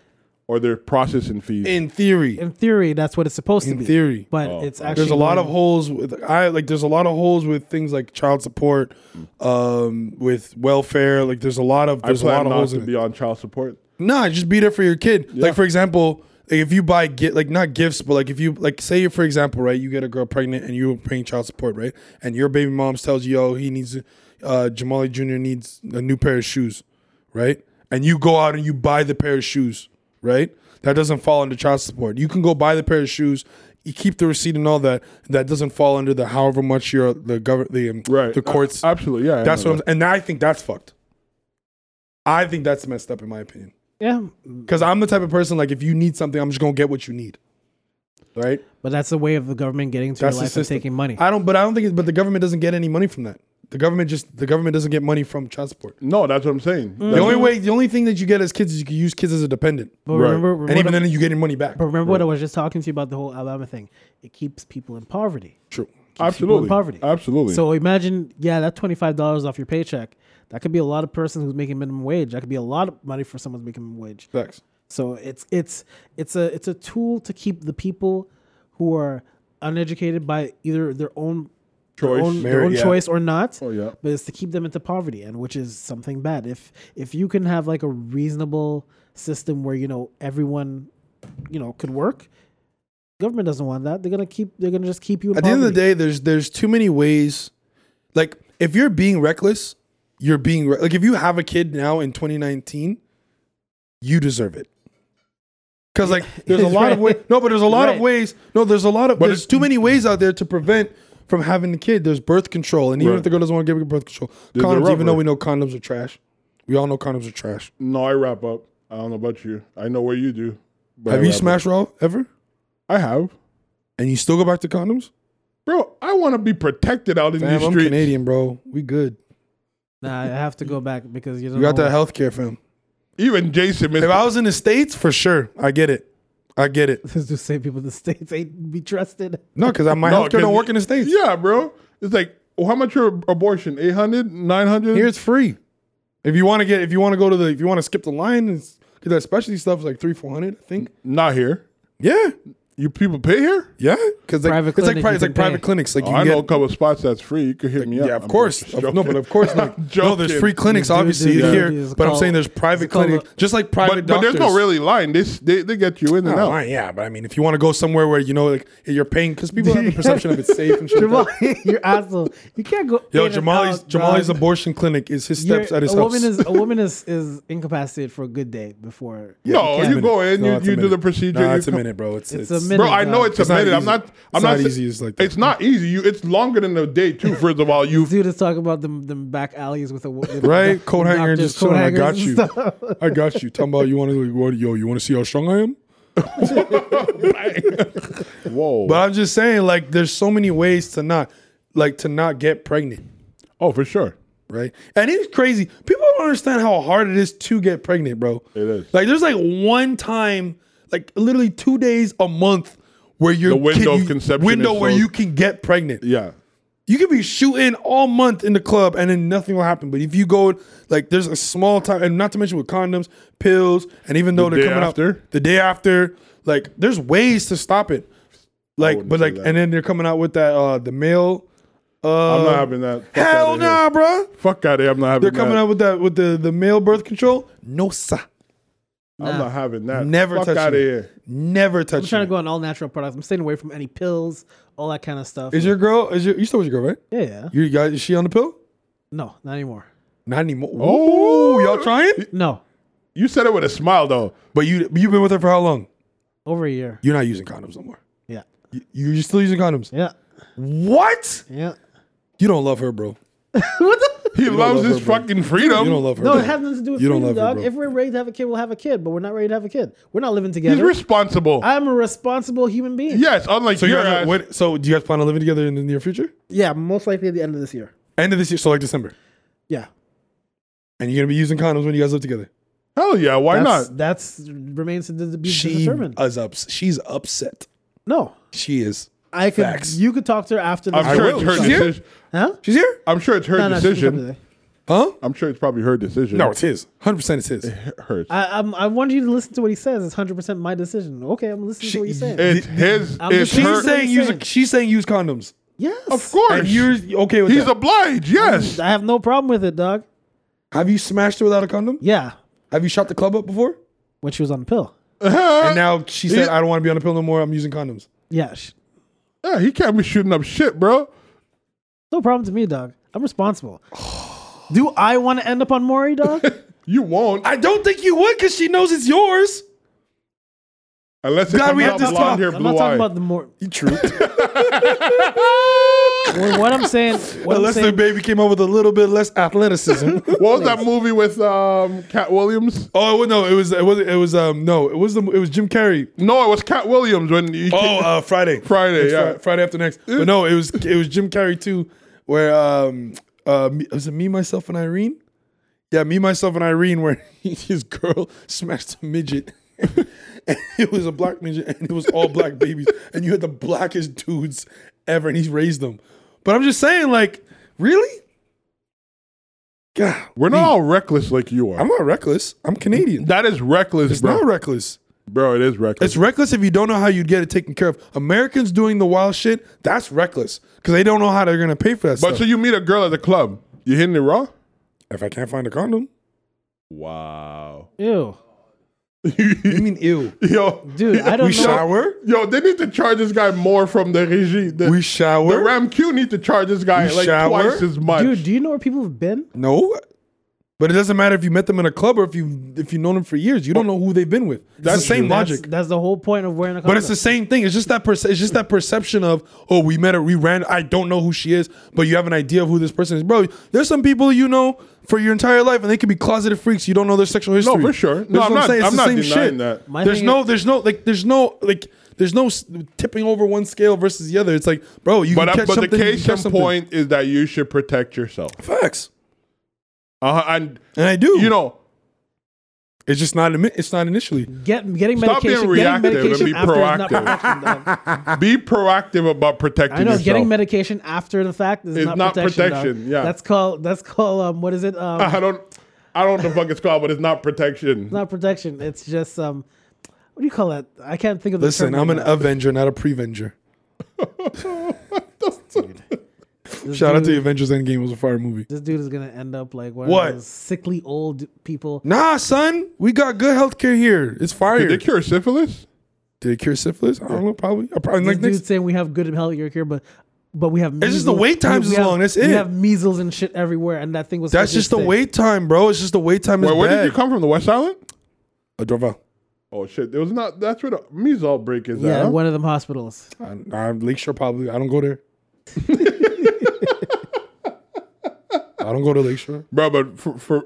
Speaker 2: or their processing fees.
Speaker 3: In theory,
Speaker 1: in theory, that's what it's supposed to
Speaker 3: In
Speaker 1: be.
Speaker 3: theory. Oh,
Speaker 1: but it's actually
Speaker 3: there's a lot of
Speaker 1: going-
Speaker 3: holes with I like there's a lot of holes with things like child support, um, with welfare. Like there's a lot of
Speaker 2: I
Speaker 3: there's a lot
Speaker 2: plan
Speaker 3: of
Speaker 2: not
Speaker 3: holes
Speaker 2: to
Speaker 3: in it.
Speaker 2: be on child support.
Speaker 3: Nah, just be there for your kid.
Speaker 2: Yeah.
Speaker 3: Like for example, like if you buy get like not gifts, but like if you like say for example, right, you get a girl pregnant and you're paying child support, right, and your baby mom tells you, "Yo, he needs uh, Jamali Junior needs a new pair of shoes," right, and you go out and you buy the pair of shoes, right, that doesn't fall under child support. You can go buy the pair of shoes. You keep the receipt and all that. That doesn't fall under the however much your the government the um,
Speaker 2: Right.
Speaker 3: the courts.
Speaker 2: Uh, absolutely. Yeah. I
Speaker 3: that's
Speaker 2: know
Speaker 3: what I'm,
Speaker 2: that.
Speaker 3: and I think that's fucked. I think that's messed up in my opinion.
Speaker 1: yeah.
Speaker 3: Because I'm the type of person like if you need something, I'm just gonna get what you need. Right?
Speaker 1: But that's the way of the government getting into your
Speaker 3: That's the
Speaker 1: life and
Speaker 3: system.
Speaker 1: taking money.
Speaker 3: I don't, but I don't think. It, but the government doesn't get any money from that. The government just the government doesn't get money from child support.
Speaker 2: No, that's what I'm saying.
Speaker 1: Mm.
Speaker 3: The only way, the only thing that you get as kids is you can use kids as a dependent,
Speaker 1: but
Speaker 2: Right.
Speaker 1: remember, remember,
Speaker 3: and even
Speaker 1: what, I-
Speaker 3: then you get your money back.
Speaker 1: but remember what I was just talking to you about the whole Alabama thing. It keeps people in poverty.
Speaker 3: True.
Speaker 2: Absolutely.
Speaker 1: poverty.
Speaker 2: Absolutely.
Speaker 1: So imagine, yeah, that twenty five dollars off your paycheck. That could be a lot of person who's making minimum wage. That could be a lot of money for someone making minimum wage.
Speaker 3: Facts.
Speaker 1: So it's it's it's a it's a tool to keep the people who are uneducated by either their own
Speaker 2: Choice.
Speaker 1: their own, their
Speaker 3: Merit,
Speaker 1: own
Speaker 3: yeah.
Speaker 1: choice or not.
Speaker 2: Oh, yeah.
Speaker 1: But it's to keep them into poverty, and which is something bad. If if you can have like a reasonable system where you know everyone, you know, could work, government doesn't want that. They're gonna keep they're gonna just keep you. In
Speaker 3: At the end of the day, there's there's too many ways. Like if you're being reckless, you're being re- like if you have a kid now in 2019, you deserve it. Because like there's a lot of ways.
Speaker 1: Right.
Speaker 3: No, but there's a lot
Speaker 1: Right.
Speaker 3: of ways. No, there's a lot of
Speaker 2: But
Speaker 3: there's
Speaker 2: it's-
Speaker 3: too many ways out there to prevent from having the kid. There's birth control, and even
Speaker 2: Right.
Speaker 3: if the girl doesn't want to give you birth control,
Speaker 2: There's the
Speaker 3: condoms.
Speaker 2: rubber.
Speaker 3: Even though we know condoms are trash, we all know condoms are trash.
Speaker 2: no, I wrap up. I don't know about you. I know where you do. but
Speaker 3: have
Speaker 2: I
Speaker 3: you
Speaker 2: wrap up.
Speaker 3: smashed raw ever?
Speaker 2: I have,
Speaker 3: And you still go back to condoms?
Speaker 2: bro. I want to be protected out in
Speaker 3: Fam,
Speaker 2: these
Speaker 3: I'm
Speaker 2: streets.
Speaker 3: Canadian, bro. We good.
Speaker 1: nah, I have to go back because you don't
Speaker 3: You got
Speaker 1: know-
Speaker 3: that health care, fam.
Speaker 2: Even Jason,
Speaker 3: If
Speaker 2: Mr.
Speaker 3: I was in the states, for sure, I get it. I get it.
Speaker 1: Just say people in the states ain't be trusted.
Speaker 3: No, because my
Speaker 2: No,
Speaker 3: healthcare
Speaker 2: can-
Speaker 3: don't work in the states.
Speaker 2: yeah, bro. It's like well, how much your abortion? 800, 900?
Speaker 3: Here it's free. If you want to get, if you want to go to the, if you want to skip the line and s- get that specialty stuff, it's like three, four hundred, I think.
Speaker 2: not here.
Speaker 3: Yeah,
Speaker 2: You people pay here?
Speaker 3: yeah. Because like,
Speaker 1: Private
Speaker 3: it's like
Speaker 1: clinic,
Speaker 3: pri-
Speaker 1: you
Speaker 3: it's like
Speaker 1: can pay.
Speaker 3: private clinics. Like
Speaker 2: Oh,
Speaker 3: you
Speaker 2: I
Speaker 3: can
Speaker 2: know a
Speaker 3: get,
Speaker 2: couple spots that's free. You could hit me
Speaker 3: yeah,
Speaker 2: up.
Speaker 3: of
Speaker 2: I'm
Speaker 3: course.
Speaker 2: just
Speaker 3: Of- no,
Speaker 2: joking.
Speaker 3: but of course not.
Speaker 2: I'm
Speaker 3: no, there's
Speaker 2: joking.
Speaker 3: free clinics
Speaker 1: Dude,
Speaker 3: obviously
Speaker 1: dude,
Speaker 3: here,
Speaker 1: dude, it's
Speaker 3: but I'm
Speaker 1: called-
Speaker 3: saying there's
Speaker 1: it's
Speaker 3: private
Speaker 1: called
Speaker 3: clinics,
Speaker 1: a-
Speaker 3: just like
Speaker 2: But,
Speaker 3: private
Speaker 2: but
Speaker 3: doctors.
Speaker 2: there's no really line. This they, they get you in and
Speaker 3: No,
Speaker 2: out.
Speaker 3: yeah, but I mean, if you want to go somewhere where you know, like you're paying, because people have the perception of it's safe and shit. like that.
Speaker 1: Jamal, you're asshole. You can't go.
Speaker 3: Yo,
Speaker 1: in and
Speaker 3: Jamali's
Speaker 1: out,
Speaker 3: Jamali's
Speaker 1: dog.
Speaker 3: abortion clinic is his steps
Speaker 1: You're-
Speaker 3: at his
Speaker 1: a
Speaker 3: house.
Speaker 1: Woman is, a woman is, is incapacitated for a good day before.
Speaker 2: No, Oh, you,
Speaker 3: Minute.
Speaker 2: go in,
Speaker 3: No,
Speaker 2: you,
Speaker 3: it's a
Speaker 2: you do
Speaker 3: minute.
Speaker 2: the procedure.
Speaker 3: Nah,
Speaker 2: you
Speaker 3: it's a
Speaker 2: come-
Speaker 3: minute, bro. It's,
Speaker 1: It's
Speaker 3: it's,
Speaker 1: a minute.
Speaker 2: Bro, I know
Speaker 1: dog.
Speaker 2: it's,
Speaker 3: It's
Speaker 2: a
Speaker 3: not
Speaker 2: minute. I'm
Speaker 3: easy.
Speaker 2: not. I'm
Speaker 3: It's
Speaker 2: not
Speaker 3: not
Speaker 2: sa-
Speaker 3: easy, it's like that.
Speaker 2: It's not easy. You. It's longer than a day too. First of all, you.
Speaker 1: Dude is talking about them, them back alleys with a wo- with
Speaker 3: Right?
Speaker 1: doc-
Speaker 3: Coat hanger
Speaker 1: doctors,
Speaker 3: just
Speaker 1: coat
Speaker 3: chilling. I
Speaker 1: hangers
Speaker 3: got
Speaker 1: and
Speaker 3: you.
Speaker 1: stuff.
Speaker 3: I got you. Talking about you want to what, yo, you want to see how strong I am?
Speaker 2: Whoa.
Speaker 3: But I'm just saying, like, there's so many ways to not, like, to not get pregnant,
Speaker 2: oh, for sure.
Speaker 3: right? And it's crazy. People don't understand how hard it is to get pregnant, bro.
Speaker 2: It is.
Speaker 3: Like, there's like one time, like, literally two days a month where your
Speaker 2: The window
Speaker 3: kid-
Speaker 2: of
Speaker 3: you-
Speaker 2: conception
Speaker 3: window
Speaker 2: is
Speaker 3: where
Speaker 2: so-
Speaker 3: you can get pregnant.
Speaker 2: Yeah.
Speaker 3: You could be shooting all month in the club and then nothing will happen. But if you go like there's a small time, and not to mention with condoms, pills, and even though
Speaker 2: The
Speaker 3: they're
Speaker 2: day
Speaker 3: coming
Speaker 2: after?
Speaker 3: out the day after, like there's ways to stop it. Like,
Speaker 2: wouldn't
Speaker 3: but
Speaker 2: say
Speaker 3: like,
Speaker 2: that.
Speaker 3: and then they're coming out with that uh the male. Uh,
Speaker 2: I'm not having that. Fuck
Speaker 3: Hell
Speaker 2: outta here.
Speaker 3: nah, bruh.
Speaker 2: Fuck out of here. I'm not having.
Speaker 3: They're coming
Speaker 2: that.
Speaker 3: out with that with the the male birth control. No sir,
Speaker 2: I'm not having that.
Speaker 3: Never
Speaker 2: Fuck
Speaker 3: touching
Speaker 2: out of
Speaker 3: it.
Speaker 2: here.
Speaker 3: never
Speaker 1: I'm
Speaker 3: touch.
Speaker 1: trying
Speaker 3: it.
Speaker 1: to go on all natural products. I'm staying away from any pills, all that kind of stuff.
Speaker 3: Is your girl? Is your you still with your girl, right?
Speaker 1: yeah, yeah.
Speaker 3: You got is she on the pill?
Speaker 1: No, not anymore.
Speaker 3: Not anymore. Oh, y'all trying?
Speaker 1: No.
Speaker 2: You said it with a smile though.
Speaker 3: But you you've been with her for how long?
Speaker 1: Over a year.
Speaker 3: You're not using condoms no more.
Speaker 1: Yeah.
Speaker 3: You, you're still using condoms.
Speaker 1: Yeah.
Speaker 3: What?
Speaker 1: Yeah.
Speaker 3: You don't love her, bro.
Speaker 2: He loves
Speaker 3: love
Speaker 2: his
Speaker 3: her, bro.
Speaker 2: fucking freedom.
Speaker 3: You don't love her.
Speaker 1: No,
Speaker 3: bro.
Speaker 1: it has nothing to do with
Speaker 3: You don't
Speaker 1: freedom,
Speaker 3: love her,
Speaker 1: dog.
Speaker 3: bro.
Speaker 1: if we're ready to have a kid, we'll have a kid, but we're not ready to have a kid. We're not living
Speaker 2: He's
Speaker 1: together.
Speaker 2: responsible.
Speaker 1: I'm a responsible human being.
Speaker 2: yes, unlike
Speaker 3: so you
Speaker 2: your
Speaker 3: guys are-
Speaker 2: ass.
Speaker 3: what- so do you guys plan on living together in the near future?
Speaker 1: Yeah, most likely at the end of this year.
Speaker 3: End of this year, so like December.
Speaker 1: Yeah.
Speaker 3: And you're gonna be using condoms when you guys live together.
Speaker 2: Hell yeah, why
Speaker 1: that's,
Speaker 2: not?
Speaker 1: That's remains to de- be
Speaker 3: She
Speaker 1: determined.
Speaker 3: is ups. She's upset.
Speaker 1: no,
Speaker 3: She is.
Speaker 1: I could.
Speaker 3: Facts.
Speaker 1: You could talk to her after this.
Speaker 2: I'm sure
Speaker 3: will.
Speaker 2: it's her
Speaker 3: She's here?
Speaker 2: decision.
Speaker 1: Huh?
Speaker 3: She's here?
Speaker 2: I'm sure it's her
Speaker 1: No, no, she can come
Speaker 2: decision.
Speaker 1: today.
Speaker 3: Huh?
Speaker 2: I'm sure it's probably her decision.
Speaker 3: No, it's his. Hundred percent, it's his.
Speaker 2: hers.
Speaker 1: I, I'm, I want you to listen to what he says. It's 100 percent my decision. Okay, I'm listening to what you're saying.
Speaker 2: It's his.
Speaker 1: I'm just-
Speaker 2: It's
Speaker 3: She's
Speaker 2: her.
Speaker 1: She's
Speaker 3: saying use.
Speaker 1: saying-
Speaker 3: She's saying use condoms.
Speaker 1: yes,
Speaker 2: Of course,
Speaker 3: And you're okay with
Speaker 2: he's
Speaker 3: that.
Speaker 2: obliged. Yes,
Speaker 1: I have no problem with it, dog.
Speaker 3: Have you smashed her without a condom?
Speaker 1: Yeah,
Speaker 3: Have you shot the club up before?
Speaker 1: when she was on the pill.
Speaker 3: And now she said, "I don't want to be on a pill no more. I'm using condoms."
Speaker 1: Yeah, sh-
Speaker 2: yeah, he can't be shooting up shit, bro.
Speaker 1: no problem to me, dog. I'm responsible. Do I want to end up on Maury, dog?
Speaker 2: You won't
Speaker 3: I don't think you would, because she knows it's yours.
Speaker 2: unless it
Speaker 3: God,
Speaker 2: comes
Speaker 3: we have
Speaker 2: out
Speaker 3: this talk.
Speaker 2: blonde hair,
Speaker 1: I'm not
Speaker 2: blue
Speaker 1: talking
Speaker 2: eye.
Speaker 1: about the Maury.
Speaker 3: True.
Speaker 1: Well, what I'm saying, what
Speaker 3: Unless
Speaker 1: I'm
Speaker 3: their
Speaker 1: saying,
Speaker 3: baby came up with a little bit less athleticism.
Speaker 2: what was that movie with um, Cat Williams?
Speaker 3: oh well, no, it was it was it was um no, it was the it was Jim Carrey.
Speaker 2: No, it was Cat Williams when he
Speaker 3: Oh, uh, Friday,
Speaker 2: Friday,
Speaker 3: It's Fri-
Speaker 2: yeah.
Speaker 3: Friday after next. But no, it was it was Jim Carrey too, where um uh me- was it me myself and Irene? Yeah, me myself and Irene, where his girl smashed a midget. and it was a black midget, and it was all black babies, and you had the blackest dudes ever, and he's raised them. But I'm just saying, like, really? God,
Speaker 2: We're not all reckless like you are.
Speaker 3: I'm not reckless. I'm Canadian.
Speaker 2: that is reckless,
Speaker 3: It's
Speaker 2: bro.
Speaker 3: not reckless.
Speaker 2: bro, it is reckless.
Speaker 3: It's reckless if you don't know how you'd get it taken care of. Americans doing the wild shit, that's reckless because they don't know how they're gonna pay for that
Speaker 2: but so
Speaker 3: stuff.
Speaker 2: you meet a girl at the club, you hitting it raw?
Speaker 3: if I can't find a condom,
Speaker 2: Wow,
Speaker 1: ew,
Speaker 3: you mean ew?
Speaker 2: yo,
Speaker 1: dude, I don't
Speaker 3: we
Speaker 1: know.
Speaker 3: shower.
Speaker 2: yo, they need to charge this guy more from the regie. The,
Speaker 3: We
Speaker 2: the
Speaker 3: shower.
Speaker 2: Ram Q need to charge this guy
Speaker 3: We
Speaker 2: like
Speaker 3: shower?
Speaker 2: twice as much.
Speaker 1: Dude, do you know where people have been?
Speaker 3: no, but it doesn't matter if you met them in a club or if you if you've known them for years. You don't know who they've been with. That's the same
Speaker 1: That's-
Speaker 3: logic.
Speaker 1: That's, the whole point of wearing a condom.
Speaker 3: But it's the same thing. It's just that perce- it's just that perception of oh we met her we ran I don't know who she is but you have an idea of who this person is bro. There's some people you know for your entire life and they could be closeted freaks you don't know their sexual history.
Speaker 2: for sure.
Speaker 3: That's
Speaker 2: No,
Speaker 3: what
Speaker 2: I'm not-
Speaker 3: saying. It's
Speaker 2: I'm
Speaker 3: the
Speaker 2: not
Speaker 3: same
Speaker 2: denying
Speaker 3: shit.
Speaker 2: that.
Speaker 1: My
Speaker 3: there's
Speaker 1: thing
Speaker 3: no
Speaker 1: is-
Speaker 3: there's no like there's no like there's no s- tipping over one scale versus the other. It's like bro you
Speaker 2: but
Speaker 3: can
Speaker 2: I- but
Speaker 3: catch
Speaker 2: the
Speaker 3: something, you can
Speaker 2: case
Speaker 3: catch
Speaker 2: in
Speaker 3: something.
Speaker 2: point is that you should protect yourself.
Speaker 3: facts
Speaker 2: Uh, and
Speaker 3: and I do
Speaker 2: you know,
Speaker 3: it's just not admi- it's not initially
Speaker 1: Get, getting
Speaker 2: Stop being
Speaker 1: medication.
Speaker 2: reactive
Speaker 1: getting medication
Speaker 2: and be
Speaker 1: after is not
Speaker 2: proactive.
Speaker 1: protection, dog.
Speaker 3: Ah.
Speaker 2: be proactive about protecting
Speaker 1: I know
Speaker 2: yourself.
Speaker 1: getting medication after the fact is
Speaker 2: It's
Speaker 1: not,
Speaker 2: not
Speaker 1: protection. dog.
Speaker 2: protection, yeah.
Speaker 1: that's called that's called um what is it um
Speaker 3: Uh-huh.
Speaker 2: I don't, I don't know what the fuck it's called, but it's not protection.
Speaker 1: not protection. It's just um what do you call that? I can't think of the
Speaker 3: listen
Speaker 1: term
Speaker 3: I'm
Speaker 1: right
Speaker 3: an
Speaker 1: now.
Speaker 3: Avenger not a Prevenger.
Speaker 1: This
Speaker 3: Shout out to
Speaker 1: dude-
Speaker 3: Avengers Endgame it was a fire movie.
Speaker 1: This dude is gonna end up like one
Speaker 3: What?
Speaker 1: of those sickly old people.
Speaker 3: Nah, son, we got good healthcare here. It's fire.
Speaker 2: Did they cure syphilis?
Speaker 3: Did it cure syphilis? I don't know. Probably. I probably
Speaker 1: This
Speaker 3: like
Speaker 1: dude's
Speaker 3: next.
Speaker 1: saying we have good health care, but but we have measles.
Speaker 3: just the wait times
Speaker 1: we
Speaker 3: is
Speaker 1: have-
Speaker 3: long, that's
Speaker 1: we
Speaker 3: it.
Speaker 1: have measles and shit everywhere, and that thing was
Speaker 3: That's
Speaker 1: supposed
Speaker 3: just
Speaker 1: to
Speaker 3: the
Speaker 1: stay.
Speaker 3: wait time, bro. It's just the wait time. Is
Speaker 2: Wait, where did you
Speaker 3: bad.
Speaker 2: come from? The West Island?
Speaker 3: A Dorval.
Speaker 2: Oh shit! It was not. That's where the measles outbreak is.
Speaker 1: Yeah,
Speaker 2: at, huh?
Speaker 1: one of them hospitals.
Speaker 3: I- I'm Lakeshore probably. I don't go there. I don't go to Lakeshore.
Speaker 2: bro. But for, for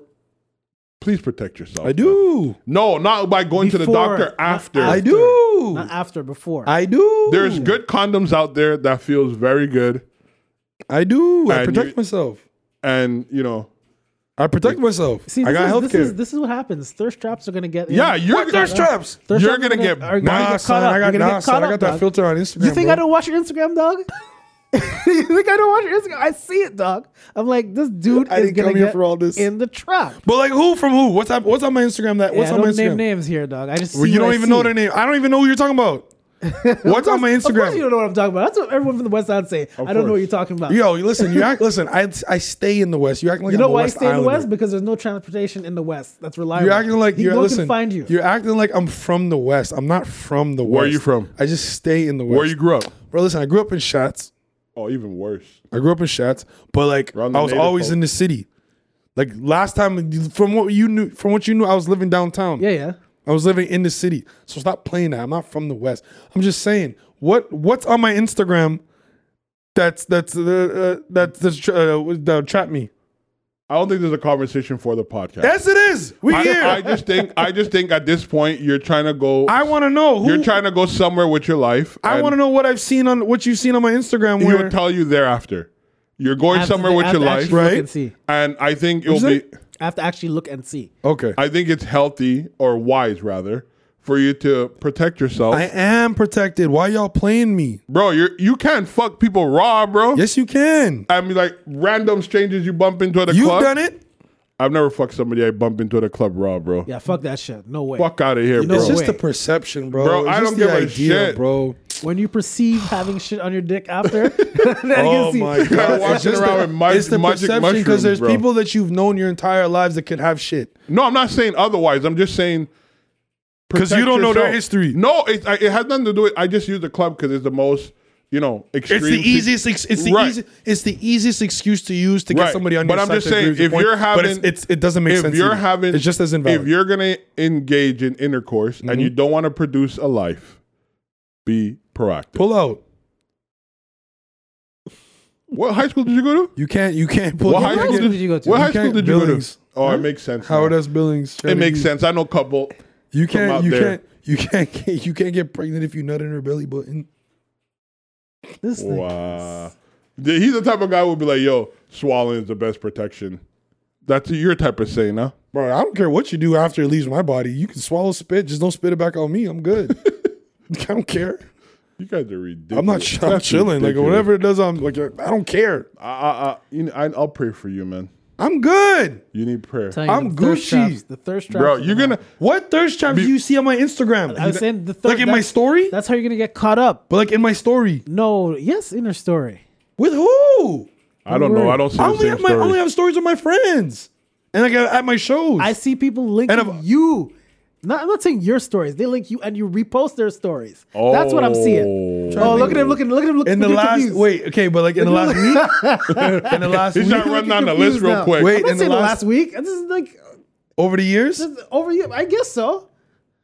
Speaker 2: please protect yourself.
Speaker 3: I do.
Speaker 2: No, not by going to the
Speaker 1: Before,
Speaker 2: doctor
Speaker 1: not
Speaker 2: after.
Speaker 3: I
Speaker 1: after.
Speaker 3: do.
Speaker 1: Not after, before.
Speaker 3: I do.
Speaker 2: There's good condoms out there that feels very good,
Speaker 3: I do. I
Speaker 2: And
Speaker 3: protect
Speaker 2: you-
Speaker 3: myself.
Speaker 2: and you know,
Speaker 3: I protect myself.
Speaker 1: See,
Speaker 3: I
Speaker 1: this
Speaker 3: got
Speaker 1: is, this is
Speaker 3: healthcare.
Speaker 1: this is what happens. Thirst traps are gonna get.
Speaker 2: yeah, you're
Speaker 3: What thirst traps?
Speaker 1: Thirst
Speaker 2: You're
Speaker 1: traps are
Speaker 2: gonna get
Speaker 1: are gonna
Speaker 3: Nah,
Speaker 1: get
Speaker 3: son.
Speaker 1: caught up.
Speaker 3: I
Speaker 1: You're
Speaker 3: got
Speaker 1: gonna
Speaker 3: nah,
Speaker 1: get
Speaker 3: son.
Speaker 1: caught
Speaker 3: I got
Speaker 1: up,
Speaker 3: that
Speaker 1: dog.
Speaker 3: filter on Instagram.
Speaker 1: You think
Speaker 3: bro.
Speaker 1: I don't watch your Instagram, dog? you think I don't watch your Instagram? I see it, dog. I'm like, this dude
Speaker 3: I
Speaker 1: is
Speaker 3: didn't
Speaker 1: gonna
Speaker 3: come here
Speaker 1: get
Speaker 3: for all this.
Speaker 1: in the trap.
Speaker 3: But like, who from who? What's up? What's on my Instagram? That what's
Speaker 1: yeah, I
Speaker 3: on my
Speaker 1: don't
Speaker 3: Instagram?
Speaker 1: name names here, dog. I just
Speaker 3: Well,
Speaker 1: see
Speaker 3: you
Speaker 1: what
Speaker 3: don't
Speaker 1: I
Speaker 3: even
Speaker 1: see.
Speaker 3: know their name. I don't even know who you're talking about. What's on my
Speaker 1: Of course you
Speaker 3: Instagram?
Speaker 1: don't know what I'm talking about. That's what everyone from the West Side say. I don't know
Speaker 2: course.
Speaker 1: what you're talking about.
Speaker 3: Yo, listen, you act. Listen, I, I stay in the West. You acting like
Speaker 1: you know
Speaker 3: I'm a
Speaker 1: why I
Speaker 3: West
Speaker 1: stay in the
Speaker 3: Islander.
Speaker 1: West? Because there's no transportation in the West that's reliable.
Speaker 3: You're acting like
Speaker 1: He-
Speaker 3: you're
Speaker 1: no one
Speaker 3: listen.
Speaker 1: can find you.
Speaker 3: You're acting like I'm from the West. I'm not from the West.
Speaker 2: are you from?
Speaker 3: I just stay in the West.
Speaker 2: where you grew up.
Speaker 3: Bro, listen, I grew up in Shots.
Speaker 2: Oh, even worse.
Speaker 3: I grew up in Shots, but like
Speaker 2: Around the
Speaker 3: I was
Speaker 2: native
Speaker 3: always
Speaker 2: folk.
Speaker 3: in the city. Like last time, from what you knew, from what you knew, I was living downtown.
Speaker 1: Yeah, yeah.
Speaker 3: I was living in the city. So stop playing that. I'm not from the West. I'm just saying what what's on my Instagram that's that's uh, uh, that's that's tra- uh, that trap me.
Speaker 2: I don't think there's a conversation for the podcast.
Speaker 3: Yes, it is. We
Speaker 2: I,
Speaker 3: here.
Speaker 2: I just think I just think at this point you're trying to go.
Speaker 3: I want to know who
Speaker 2: you're trying to go somewhere with your life.
Speaker 3: I want to know what I've seen on what you've seen on my Instagram.
Speaker 2: He
Speaker 3: Where
Speaker 2: will tell you thereafter. You're going
Speaker 1: I have to
Speaker 2: somewhere
Speaker 1: thi- I
Speaker 2: with
Speaker 1: have
Speaker 2: your
Speaker 1: to
Speaker 2: life,
Speaker 1: actually look
Speaker 3: right?
Speaker 1: and see.
Speaker 2: and I think it'll
Speaker 3: What'd you
Speaker 2: be.
Speaker 1: I have to actually look and see.
Speaker 3: okay, I,
Speaker 2: I think it's healthy or wise rather for you to protect yourself,
Speaker 3: am protected. Why y'all playing me?
Speaker 2: bro. You you can't fuck people raw, bro.
Speaker 3: Yes, you can.
Speaker 2: I mean, like random strangers you bump into at a
Speaker 3: You've
Speaker 2: club.
Speaker 3: done it.
Speaker 2: I've never fucked somebody I bump into at a club raw, bro.
Speaker 1: Yeah, fuck that shit. No way.
Speaker 2: Fuck out of here,
Speaker 1: You know
Speaker 2: bro.
Speaker 3: It's just
Speaker 1: way.
Speaker 3: the perception, bro.
Speaker 2: Bro,
Speaker 3: It's
Speaker 2: I
Speaker 3: just
Speaker 2: don't
Speaker 3: the
Speaker 2: give a shit.
Speaker 3: bro.
Speaker 1: When you perceive having shit on your dick after, then you
Speaker 3: Oh
Speaker 1: see.
Speaker 3: my god!
Speaker 2: walking
Speaker 3: It's just
Speaker 2: around
Speaker 3: the-
Speaker 2: with mag-
Speaker 3: it's the
Speaker 2: magic
Speaker 3: perception
Speaker 2: mushrooms,
Speaker 3: there's
Speaker 2: bro.
Speaker 3: people that you've known your entire lives that could have shit.
Speaker 2: No, I'm not saying otherwise. I'm just saying
Speaker 3: 'Cause you
Speaker 2: protect
Speaker 3: don't know their history.
Speaker 2: No, it, I- it has nothing to do with. I just use the club because it's the most, you know, extreme.
Speaker 3: It's the
Speaker 2: si-
Speaker 3: easiest. ex- It's the
Speaker 2: Right.
Speaker 3: easy, It's the easiest excuse to use to get
Speaker 2: Right.
Speaker 3: somebody on
Speaker 2: But
Speaker 3: your
Speaker 2: I'm
Speaker 3: side
Speaker 2: just
Speaker 3: to agree
Speaker 2: saying,
Speaker 3: with your
Speaker 2: if
Speaker 3: point.
Speaker 2: you're
Speaker 3: but
Speaker 2: having,
Speaker 3: it's, it's, it doesn't make
Speaker 2: if
Speaker 3: sense.
Speaker 2: you're
Speaker 3: either.
Speaker 2: having,
Speaker 3: it's just as invalid. Mm-hmm.
Speaker 2: If you're gonna engage in intercourse and you don't want to produce a life, be proactive.
Speaker 3: pull out.
Speaker 2: what high school did you go to?
Speaker 3: You can't. You can't pull.
Speaker 2: what
Speaker 3: you
Speaker 2: high
Speaker 3: can't
Speaker 2: school
Speaker 3: get-
Speaker 1: did you go to?
Speaker 2: What
Speaker 1: You
Speaker 2: high school
Speaker 3: can't-
Speaker 2: did you
Speaker 3: Billings.
Speaker 2: go to? Oh,
Speaker 3: Huh?
Speaker 2: it makes sense. now.
Speaker 3: Howard S. Billings.
Speaker 2: It makes sense. I know a couple.
Speaker 3: You
Speaker 2: from out
Speaker 3: can't. You
Speaker 2: there.
Speaker 3: can't. You can't. Get, you can't get pregnant if you nut in her belly button.
Speaker 1: This thing.
Speaker 2: Wow. The- He's the type of guy who would be like, yo, swallowing is the best protection. That's your type of saying, huh?
Speaker 3: Bro, I don't care what you do after it leaves my body. You can swallow spit. Just don't spit it back on me. I'm good. I don't care.
Speaker 2: You guys are ridiculous.
Speaker 3: I'm not. ch- I'm
Speaker 2: That's
Speaker 3: chilling. Like
Speaker 2: ridiculous.
Speaker 3: whatever it does, I'm like I don't care.
Speaker 2: I, I, I, you know, I, I'll pray for you, man.
Speaker 3: I'm good.
Speaker 2: You need prayer,
Speaker 1: Telling you,
Speaker 3: I'm
Speaker 1: the thirst
Speaker 3: Gucci.
Speaker 1: traps- the thirst traps.
Speaker 2: bro.
Speaker 1: are
Speaker 2: You're
Speaker 1: not-
Speaker 2: gonna.
Speaker 3: What thirst traps do you see on my Instagram?
Speaker 1: I was saying the third.
Speaker 3: like in my story,
Speaker 1: That's how you're gonna get caught up.
Speaker 3: but like in my story
Speaker 1: No, yes, inner story.
Speaker 3: with who?
Speaker 2: I don't know. I don't see
Speaker 3: I
Speaker 2: the
Speaker 3: only
Speaker 2: same
Speaker 3: have my
Speaker 2: story.
Speaker 3: only have stories with my friends and like at my shows.
Speaker 1: I see people linking
Speaker 3: And if-
Speaker 1: you. Not, I'm not saying your stories. They link you and you repost their stories. That's what I'm seeing.
Speaker 2: Oh.
Speaker 1: Oh, look at him looking. Look at him looking.
Speaker 3: in the
Speaker 1: looking
Speaker 3: last
Speaker 1: confused.
Speaker 3: wait, okay, but like in the last week, in the last
Speaker 2: He's
Speaker 3: week,
Speaker 2: not running down the
Speaker 1: confused
Speaker 2: list real
Speaker 1: now.
Speaker 2: quick.
Speaker 3: Wait,
Speaker 1: I'm not
Speaker 3: in the
Speaker 1: saying the
Speaker 3: last-
Speaker 1: last week. This is like
Speaker 3: over the years.
Speaker 1: this is over. you- I guess so.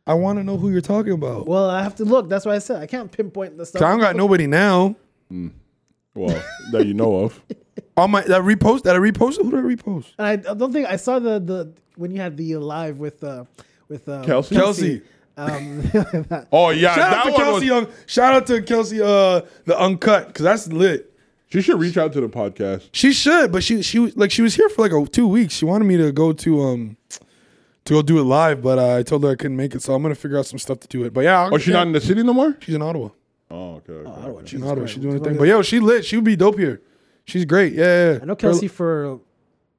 Speaker 3: I want to know who you're talking about.
Speaker 1: Well, I have to look. That's why I said I can't pinpoint the stuff.
Speaker 3: I don't got nobody now.
Speaker 2: Well, that you know of.
Speaker 3: On my that repost that I repost. Who did I repost?
Speaker 1: And I don't think I saw the the when you had the live with uh with uh,
Speaker 2: Kelsey?
Speaker 3: Kelsey.
Speaker 1: Um,
Speaker 2: Oh yeah,
Speaker 3: Shout
Speaker 2: that
Speaker 3: out to
Speaker 2: one
Speaker 3: Kelsey.
Speaker 2: was-
Speaker 3: um, shout out to Kelsey. Uh, the uncut because that's lit.
Speaker 2: she should reach out to the podcast.
Speaker 3: She should, but she she was- like she was here for like a, two weeks. She wanted me to go to um to go do it live, but uh, I told her I couldn't make it, so I'm gonna figure out some stuff to do it. But yeah, I'll-
Speaker 2: Oh, she's not in the city no more.
Speaker 3: She's in Ottawa.
Speaker 2: Oh, okay. okay, okay.
Speaker 3: She's in Ottawa. She's doing her thing. But yo, she lit. She would be dope here. She's great. Yeah, yeah, yeah.
Speaker 1: I know Kelsey for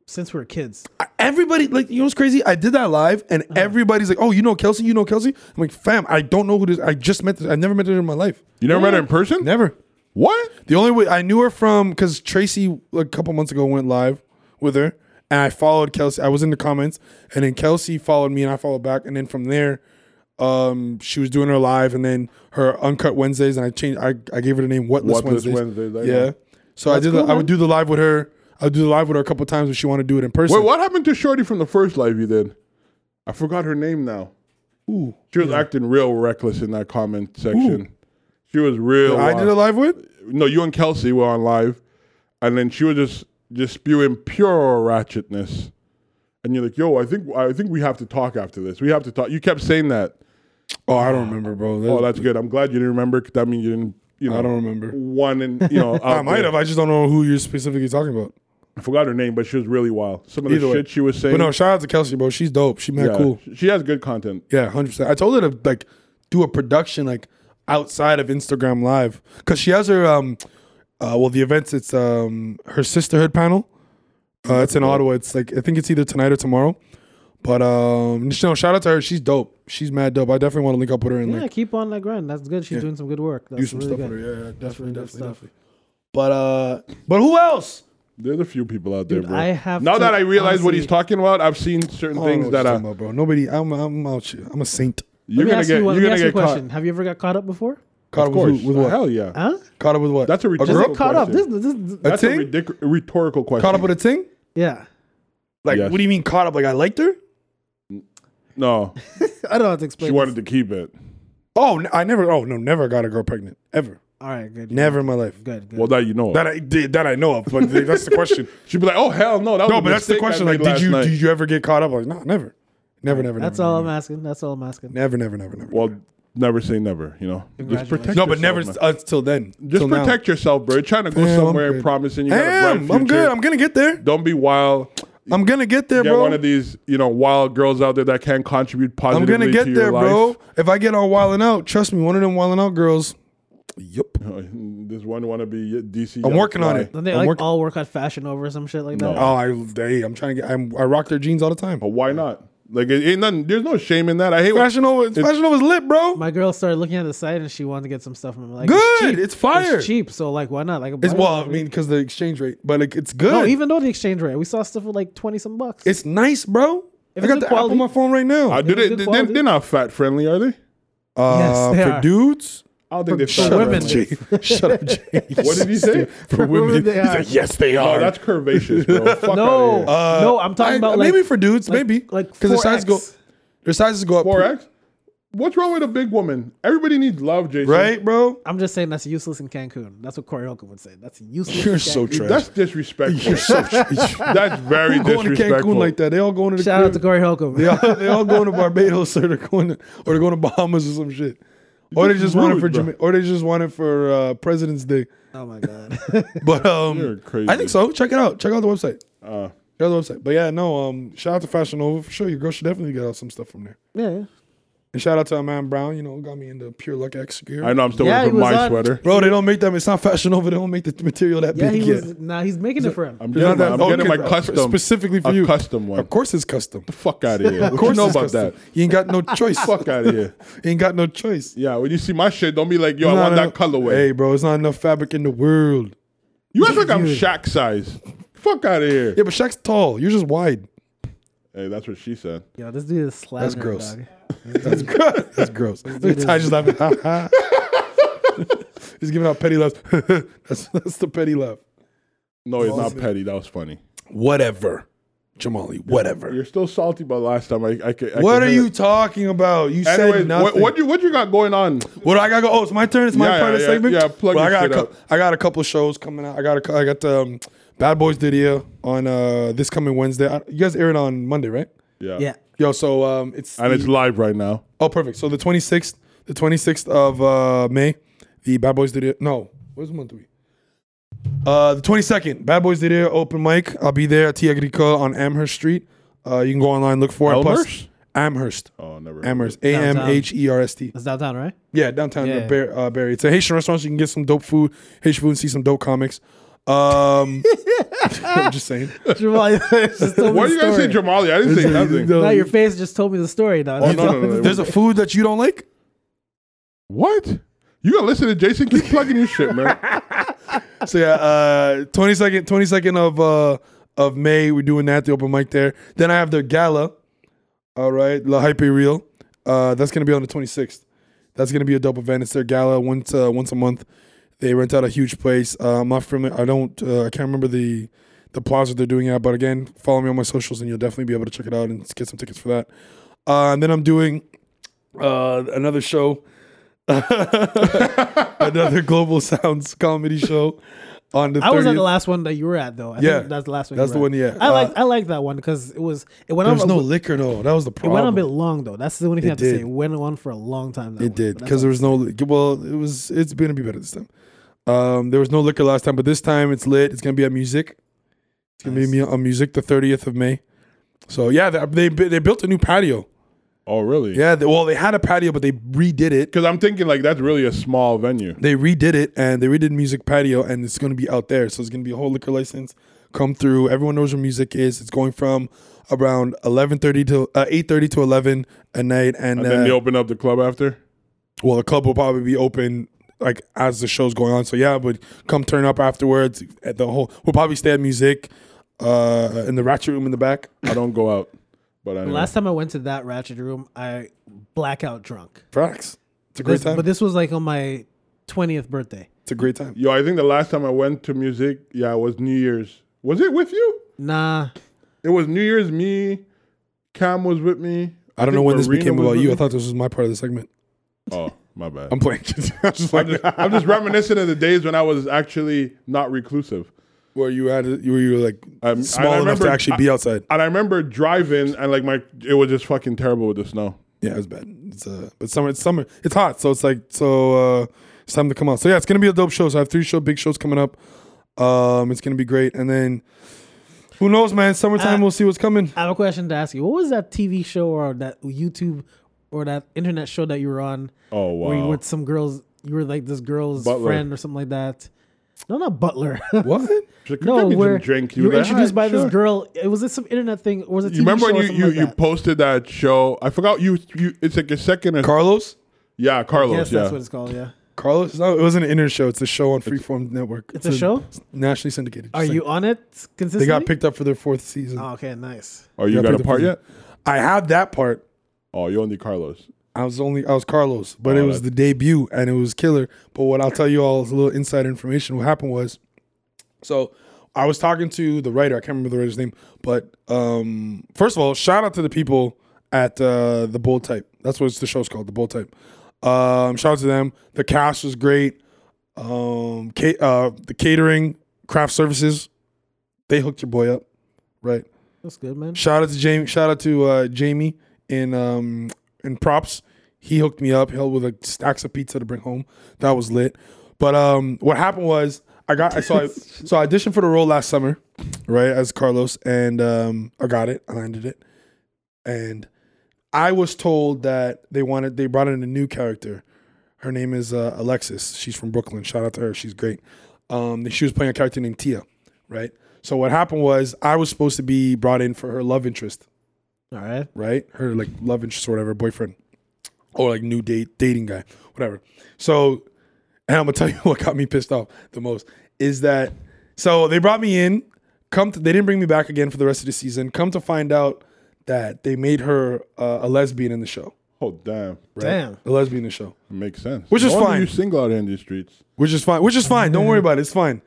Speaker 1: since we were kids.
Speaker 3: Everybody, like, you know what's crazy? I did that live, and
Speaker 1: Uh-huh.
Speaker 3: everybody's like, "Oh, you know Kelsey? You know Kelsey?" I'm like, "Fam, I don't know who this. I just met this. I never met her in my life.
Speaker 2: You never met her in person?
Speaker 3: Never.
Speaker 2: What?
Speaker 3: The only way I knew her from because Tracy a couple months ago went live with her, and I followed Kelsey. I was in the comments, and then Kelsey followed me, and I followed back, and then from there, um, she was doing her live, and then her uncut Wednesdays, and I changed. I, I gave her the name Whatless
Speaker 2: Whatless
Speaker 3: Wednesdays.
Speaker 2: Wednesdays, I
Speaker 3: yeah.
Speaker 2: know.
Speaker 3: So I did. the, I would do the live with her. I would do the live with her a couple times if she wanted to do it in person.
Speaker 2: Wait, what happened to Shorty from the first live you did? I forgot her name now.
Speaker 3: Ooh.
Speaker 2: She was acting real reckless in that comment section. She was real.
Speaker 3: I did a
Speaker 2: wild.
Speaker 3: live with.
Speaker 2: No, you and Kelsey were on live, and then she was just just spewing pure ratchetness. And you're like, "Yo, I think I think we have to talk after this. We have to talk." You kept saying that.
Speaker 3: Oh, I don't remember, bro.
Speaker 2: Oh, that's good. I'm glad you didn't remember. 'cause that means you didn't. You know,
Speaker 3: I don't remember.
Speaker 2: One and you know,
Speaker 3: I might have. I just don't know who you're specifically talking about.
Speaker 2: I forgot her name, but she was really wild. Some of the
Speaker 3: Either way.
Speaker 2: shit she was saying.
Speaker 3: But no, shout out to Kelsey, bro. She's dope. She mad
Speaker 2: yeah,
Speaker 3: cool.
Speaker 2: She has good content.
Speaker 3: Yeah, hundred percent. I told her to like do a production like outside of Instagram Live because she has her um, uh, well the events it's um her sisterhood panel. Uh, it's in Ottawa. It's like I think it's either tonight or tomorrow. But um, you know, shout out to her. She's dope. She's mad dope. I definitely want to link up with her and
Speaker 1: Yeah,
Speaker 3: like
Speaker 1: keep on like grind. That's good. She's doing some good work. That's
Speaker 3: do some
Speaker 1: really
Speaker 3: stuff
Speaker 1: good.
Speaker 3: with her. Yeah, yeah definitely,
Speaker 1: really good
Speaker 3: definitely,
Speaker 1: stuff.
Speaker 3: definitely. But uh, but who else?
Speaker 2: There's a few people out there,
Speaker 1: Dude,
Speaker 2: bro.
Speaker 1: I have
Speaker 2: now
Speaker 1: to
Speaker 2: that I realize what he's
Speaker 1: honestly-
Speaker 2: talking about, I've seen certain
Speaker 3: I don't know
Speaker 2: things
Speaker 3: what
Speaker 2: that
Speaker 3: you're
Speaker 2: I,
Speaker 3: Oh, talking about, bro. Nobody. I'm I'm out. Here. I'm a saint.
Speaker 2: you're
Speaker 1: let me
Speaker 2: gonna
Speaker 1: ask
Speaker 2: get.
Speaker 1: you, one-
Speaker 2: you're
Speaker 1: let me
Speaker 2: gonna
Speaker 1: ask you a
Speaker 2: get caught.
Speaker 1: question. Have you ever got caught up before?
Speaker 3: Caught
Speaker 2: Of
Speaker 3: up with,
Speaker 2: course.
Speaker 3: who, with what?
Speaker 2: Hell yeah.
Speaker 1: Huh?
Speaker 3: Caught up with what?
Speaker 2: That's a
Speaker 3: girl?
Speaker 2: ridiculous
Speaker 1: Just get caught up. This,
Speaker 2: question.
Speaker 1: this, this,
Speaker 2: That's a
Speaker 3: thing?
Speaker 2: ridic- rhetorical question.
Speaker 3: Caught up with a thing?
Speaker 1: yeah.
Speaker 3: Like,
Speaker 2: Yes.
Speaker 3: what do you mean caught up? Like, I liked her?
Speaker 2: No,
Speaker 1: I don't know how to
Speaker 2: she
Speaker 1: explain.
Speaker 2: wanted to keep it.
Speaker 3: Oh, n- I never. Oh no, never got a girl pregnant ever.
Speaker 1: All right, good.
Speaker 3: Never in my life.
Speaker 1: Good. good.
Speaker 2: Well, that you know.
Speaker 3: That I did. That I know of. But that's the question.
Speaker 2: She'd be like, "Oh hell no!" That was
Speaker 3: No,
Speaker 2: a
Speaker 3: but that's the
Speaker 2: mistake I
Speaker 3: question.
Speaker 2: made
Speaker 3: Like, did
Speaker 2: last
Speaker 3: you
Speaker 2: night."
Speaker 3: did you ever get caught up? Like, no, never, never, never.
Speaker 1: That's
Speaker 3: never,
Speaker 1: all I'm
Speaker 3: Never,
Speaker 1: asking. That's all I'm asking.
Speaker 3: never, never, never, never.
Speaker 2: Well, never say never. You know, just
Speaker 1: Congratulations.
Speaker 2: protect.
Speaker 3: no, but never
Speaker 2: yourself, man.
Speaker 3: until then.
Speaker 2: Just protect yourself, bro. You're trying to go somewhere and promising you got a bright future.
Speaker 3: I'm good. I'm gonna get there.
Speaker 2: Don't be wild.
Speaker 3: I'm gonna get
Speaker 2: You
Speaker 3: there,
Speaker 2: got
Speaker 3: bro.
Speaker 2: one of these, you know, wild girls out there that can contribute
Speaker 3: I'm
Speaker 2: positively
Speaker 3: gonna
Speaker 2: to
Speaker 3: get
Speaker 2: your
Speaker 3: there,
Speaker 2: life.
Speaker 3: bro. If I get on wildin' out, trust me, one of them wildin' out girls. Yep.
Speaker 2: This one want to be DC.
Speaker 3: I'm working on it.
Speaker 1: Don't they
Speaker 3: I'm
Speaker 1: like
Speaker 3: working-
Speaker 1: all work on fashion over some shit like that?
Speaker 3: Oh, I, hey, I'm trying to get. I'm, I rock their jeans all the time.
Speaker 2: But why not? Like, it ain't nothing. There's no shame in that. I hate.
Speaker 3: Fashion over, fashion over is lit, bro.
Speaker 1: My girl started looking at the site and she wanted to get some stuff. And I'm like,
Speaker 3: Good,
Speaker 1: cheap.
Speaker 3: it's fire.
Speaker 1: It's cheap, so like, why not? Like,
Speaker 3: It's
Speaker 1: why-
Speaker 3: well, I mean, because the exchange rate, but like, it's good.
Speaker 1: no, even though the exchange rate, we saw stuff for like twenty some bucks.
Speaker 3: it's nice, bro.
Speaker 1: If
Speaker 3: I
Speaker 1: it's
Speaker 3: got
Speaker 1: good
Speaker 3: the app
Speaker 1: quality-
Speaker 3: on my phone right now.
Speaker 2: I uh, do
Speaker 1: It's
Speaker 2: they,
Speaker 1: good
Speaker 2: they,
Speaker 1: quality.
Speaker 2: are not fat friendly, are they?
Speaker 3: uh,
Speaker 1: Yes, they
Speaker 3: for
Speaker 1: are.
Speaker 3: dudes,
Speaker 2: I don't think they're
Speaker 1: For
Speaker 2: fat
Speaker 1: women.
Speaker 2: friendly.
Speaker 3: Jay, shut up, Jay.
Speaker 2: What did he say?
Speaker 3: For women,
Speaker 1: women, they
Speaker 3: he's
Speaker 1: are.
Speaker 3: like, yes, they
Speaker 2: Oh,
Speaker 3: are.
Speaker 2: that's curvaceous, bro. Fuck
Speaker 1: no,
Speaker 3: Uh,
Speaker 2: outta Uh,
Speaker 1: no, Oh, I'm talking
Speaker 3: I-
Speaker 1: about like,
Speaker 3: maybe for dudes,
Speaker 1: like-
Speaker 3: maybe
Speaker 1: like
Speaker 3: their sizes go,
Speaker 1: 4X.
Speaker 3: their sizes go up,
Speaker 2: here. 4X? What's wrong with a big woman? Everybody needs love, Jason.
Speaker 3: right, bro?
Speaker 1: I'm just saying that's useless in Cancun. That's what Corey Holcomb would say. That's useless.
Speaker 3: You're
Speaker 1: in
Speaker 3: so
Speaker 1: Cancun.
Speaker 3: trash.
Speaker 2: That's disrespectful.
Speaker 3: You're so trash.
Speaker 2: That's very
Speaker 3: going to
Speaker 2: disrespectful.
Speaker 3: Cancun like that? They all going to the
Speaker 1: Shout out to
Speaker 3: crib.
Speaker 1: Corey Holcomb.
Speaker 3: They all, they all going to Barbados or they're going to, or they're going to Bahamas or some shit. Or they just want it
Speaker 2: rude,
Speaker 3: for
Speaker 2: bro.
Speaker 3: Jama- or they just want it for uh, President's Day.
Speaker 1: Oh my god.
Speaker 3: But um,
Speaker 2: You're crazy.
Speaker 3: I think so. Check it out. Check out the website.
Speaker 2: Uh,
Speaker 3: Check out the website. But yeah, no. Um, shout out to Fashion Nova for sure. Your girl should definitely get out some stuff from there.
Speaker 1: yeah, yeah.
Speaker 3: And shout out to man Brown. You know, got me into Pure Luck X gear.
Speaker 2: I know I'm still
Speaker 1: Yeah,
Speaker 2: wearing
Speaker 1: he was
Speaker 2: my
Speaker 1: on-
Speaker 2: sweater.
Speaker 3: Bro, they don't make them. It's not Fashion Nova. They don't make the material that
Speaker 1: yeah
Speaker 3: big
Speaker 1: he
Speaker 3: yet.
Speaker 1: was. Nah, he's making it for him.
Speaker 2: I'm
Speaker 3: They're not
Speaker 2: getting, my, I'm
Speaker 3: that-
Speaker 2: getting my
Speaker 3: okay,
Speaker 2: custom.
Speaker 3: specifically for
Speaker 2: a
Speaker 3: you.
Speaker 2: custom one.
Speaker 3: Of course, it's custom. Of
Speaker 2: Fuck out of here. What you
Speaker 3: course,
Speaker 2: know
Speaker 3: it's
Speaker 2: about
Speaker 3: custom.
Speaker 2: that?
Speaker 3: You ain't got no choice.
Speaker 2: Fuck out of here.
Speaker 3: You ain't got no choice.
Speaker 2: Yeah, when you see my shit, don't be like, yo, I
Speaker 3: Nah,
Speaker 2: want
Speaker 3: nah,
Speaker 2: that colorway.
Speaker 3: Hey, bro, it's not enough fabric in the world.
Speaker 2: you act like I'm Shaq size. Fuck out of here.
Speaker 3: Yeah, but Shaq's tall. You're just wide.
Speaker 2: Hey, that's what she said.
Speaker 1: Yo, this dude is slapping.
Speaker 3: That's
Speaker 1: her,
Speaker 3: gross.
Speaker 1: dog.
Speaker 3: That's gross. That's gross. Look at Ty just laughing. Ha, ha. He's giving out petty laughs. that's, that's the petty laugh.
Speaker 2: No, it's not petty. That was funny.
Speaker 3: Whatever. Jamali, whatever.
Speaker 2: You're still salty about last time. I, I, could- I
Speaker 3: what
Speaker 2: could
Speaker 3: are
Speaker 2: hear
Speaker 3: you
Speaker 2: it.
Speaker 3: talking about? You
Speaker 2: Anyways,
Speaker 3: said nothing.
Speaker 2: what, what you what you got going on?
Speaker 3: What do I gotta go? Oh, it's my turn. It's my
Speaker 2: Yeah, yeah,
Speaker 3: part of the
Speaker 2: yeah.
Speaker 3: segment.
Speaker 2: Yeah, plug
Speaker 3: Well, I
Speaker 2: your
Speaker 3: got a
Speaker 2: shit
Speaker 3: cou-
Speaker 2: up.
Speaker 3: I got a couple shows coming out. I got a cou- I got um, Bad Boys Didia on uh this coming Wednesday. I, you guys air it on Monday, right?
Speaker 2: Yeah,
Speaker 1: Yeah.
Speaker 3: Yo, so um, it's
Speaker 2: and
Speaker 3: the-
Speaker 2: it's live right now.
Speaker 3: oh perfect. So the twenty sixth, the twenty sixth of uh May, the Bad Boys Didia. No, where's the month we? Uh, the twenty second, Bad Boys Didia open mic. I'll be there at Tia Agricola on Amherst Street. Uh, you can go online, look for it. Plus,
Speaker 2: Elmer's?
Speaker 3: Amherst,
Speaker 2: Oh, never.
Speaker 3: Amherst, A M H E R S T.
Speaker 1: That's downtown, right?
Speaker 3: Yeah, downtown
Speaker 1: Yeah.
Speaker 3: Bar- uh, Barry. It's a Haitian restaurant. so you can get some dope food, Haitian food, and see some dope comics. Um, I'm just saying.
Speaker 1: Jamal, just told me
Speaker 2: Why
Speaker 1: the
Speaker 2: do you guys say
Speaker 1: story.
Speaker 2: Jamali? I didn't say nothing.
Speaker 1: Now your face just told me the story. Dog.
Speaker 2: Oh, no, no, no, no.
Speaker 3: There's a food that you don't like.
Speaker 2: What? You gotta listen to Jason. Keep plugging your shit, man.
Speaker 3: So yeah, uh, 22nd, 22nd of uh, of May, we're doing that the open mic there. Then I have the gala. All right, La Hype Real. Uh, that's gonna be on the 26th. That's gonna be a dope event. It's their gala once uh, once a month. They rent out a huge place. Uh, I'm not familiar. I don't. Uh, I can't remember the the plaza they're doing it at. But again, follow me on my socials, and you'll definitely be able to check it out and get some tickets for that. Uh, and then I'm doing uh, another show, another Global Sounds comedy show on the.
Speaker 1: I was at the
Speaker 3: 30th.
Speaker 1: last one that you were at though. I
Speaker 3: Yeah.
Speaker 1: think that's the last one.
Speaker 3: That's
Speaker 1: you
Speaker 3: the
Speaker 1: were
Speaker 3: one,
Speaker 1: at.
Speaker 3: yeah.
Speaker 1: I like
Speaker 3: Uh,
Speaker 1: I like that one because it was it went
Speaker 3: There
Speaker 1: on.
Speaker 3: was
Speaker 1: a-
Speaker 3: no liquor though. That was the
Speaker 1: It
Speaker 3: problem.
Speaker 1: went on a bit long though. That's the only thing I
Speaker 3: It
Speaker 1: have to say.
Speaker 3: did.
Speaker 1: It went on for a long time. That
Speaker 3: It
Speaker 1: one,
Speaker 3: did
Speaker 1: but that's all.
Speaker 3: because there was no. li- Well, it was. It's gonna be better this time. Um, there was no liquor last time, but this time it's lit. It's gonna be at music. It's gonna be mu- on music the thirtieth of May. So yeah, they, they they built a new patio.
Speaker 2: Oh, really?
Speaker 3: Yeah, they, well they had a patio, but they redid it.
Speaker 2: Because I'm thinking like that's really a small venue.
Speaker 3: They redid it and they redid music patio, and it's gonna be out there. So it's gonna be a whole liquor license. Come through. Everyone knows where music is. It's going from around eleven thirty to uh, eight thirty to eleven at night, and,
Speaker 2: And then
Speaker 3: uh,
Speaker 2: they open up the club after.
Speaker 3: well the club will probably be open like as the show's going on so yeah but come turn up afterwards at the whole we'll probably stay at music uh in the ratchet room in the back
Speaker 2: I don't go out, but I
Speaker 1: The last time I went to that ratchet room, I blackout drunk.
Speaker 3: Facts. it's a great
Speaker 1: This-
Speaker 3: time
Speaker 1: But this was like on my twentieth birthday.
Speaker 3: it's a great time
Speaker 2: Yo, I think the last time I went to music, yeah, it was New Year's. Was it with you?
Speaker 1: Nah,
Speaker 2: It was New Year's. Me, Cam was with me.
Speaker 3: I don't know
Speaker 2: think
Speaker 3: when this
Speaker 2: Marina
Speaker 3: became
Speaker 2: was
Speaker 3: about
Speaker 2: with
Speaker 3: you. I
Speaker 2: me.
Speaker 3: thought this was my part of the segment.
Speaker 2: Oh, my bad.
Speaker 3: I'm
Speaker 2: I'm,
Speaker 3: playing. I'm just like,
Speaker 2: just, I'm just reminiscing of the days when I was actually not reclusive.
Speaker 3: where you had, you were you were like
Speaker 2: I'm-
Speaker 3: small
Speaker 2: I
Speaker 3: enough to
Speaker 2: remember-
Speaker 3: actually
Speaker 2: I-
Speaker 3: be outside.
Speaker 2: And I remember driving, and like my, it was just fucking terrible with the snow.
Speaker 3: Yeah, it was bad. It's uh, but summer, it's summer, it's hot, so it's like so. uh It's time to come out. So yeah, it's gonna be a dope show. So I have three show, big shows coming up. Um, it's gonna be great, and then who knows, man? Summertime,
Speaker 1: Uh,
Speaker 3: we'll see what's coming.
Speaker 1: I have a question to ask you. What was that TV show or that YouTube or that internet show that you were on?
Speaker 2: Oh,
Speaker 1: Where you
Speaker 2: wow.
Speaker 1: were with some girls, you were like this girl's
Speaker 2: Butler.
Speaker 1: friend or something like that. No, not Butler.
Speaker 3: What?
Speaker 2: She's like,
Speaker 1: no,
Speaker 2: "Give me some
Speaker 1: where
Speaker 2: drink."
Speaker 1: you
Speaker 2: He
Speaker 1: were
Speaker 2: was like,
Speaker 1: introduced
Speaker 2: "Alright,
Speaker 1: by
Speaker 2: sure."
Speaker 1: this girl. It was it some internet thing or was it? TV
Speaker 2: You remember
Speaker 1: show
Speaker 2: when
Speaker 1: or
Speaker 2: you
Speaker 1: something
Speaker 2: you,
Speaker 1: like
Speaker 2: you
Speaker 1: that?
Speaker 2: posted that show? I forgot you. you it's like your second or
Speaker 3: Carlos?
Speaker 2: yeah, Carlos.
Speaker 1: Yes,
Speaker 2: yeah,
Speaker 1: that's what it's called. Yeah.
Speaker 3: Carlos? No, it wasn't an internet show. It's a show on Freeform Network.
Speaker 1: It's a show?
Speaker 3: nationally syndicated.
Speaker 1: Are
Speaker 3: Just
Speaker 1: you
Speaker 3: like-
Speaker 1: on it consistently?
Speaker 3: They got picked up for their fourth season.
Speaker 1: Oh, okay, nice.
Speaker 2: Oh, you
Speaker 3: Yeah,
Speaker 2: got
Speaker 3: picked
Speaker 2: a
Speaker 3: up
Speaker 2: part
Speaker 3: for-
Speaker 2: yet?
Speaker 3: I have that part.
Speaker 2: Oh, you only Carlos.
Speaker 3: I was only I was Carlos, but
Speaker 2: Oh,
Speaker 3: it was the
Speaker 2: that's-
Speaker 3: debut and it was killer. But what I'll tell you all is a little insider information. What happened was, so I was talking to the writer. I can't remember the writer's name, but um, first of all, shout out to the people at uh, the Bold Type. That's what the show's called, the Bold Type. Um, shout out to them. The cast was great. Um, ca- uh, the catering, craft services, they hooked your boy up, right?
Speaker 1: That's good, man.
Speaker 3: Shout out to Jamie. Shout out to uh, Jamie in um, in props. He hooked me up. Helped with like stacks of pizza to bring home. That was lit. But um, what happened was I got I saw so I auditioned for the role last summer, right as Carlos, and um, I got it. I landed it, and I was told that they wanted they brought in a new character. Her name is uh, Alexis. She's from Brooklyn. Shout out to her. She's great. Um, she was playing a character named Tia, right? So what happened was I was supposed to be brought in for her love interest,
Speaker 1: All right.
Speaker 3: right? Her like love interest or whatever, boyfriend, or like new date dating guy, whatever. So, and I'm gonna tell you what got me pissed off the most is that so they brought me in. Come, to, they didn't bring me back again for the rest of the season. Come to find out that they made her uh, a lesbian in the show.
Speaker 2: Oh damn,
Speaker 3: Right?
Speaker 1: Damn.
Speaker 3: a lesbian in the show,
Speaker 2: makes sense.
Speaker 3: Which is
Speaker 2: No wonder
Speaker 3: fine.
Speaker 2: You single out here in these streets.
Speaker 3: which is fine. Which is fine. Don't worry about it. It's fine.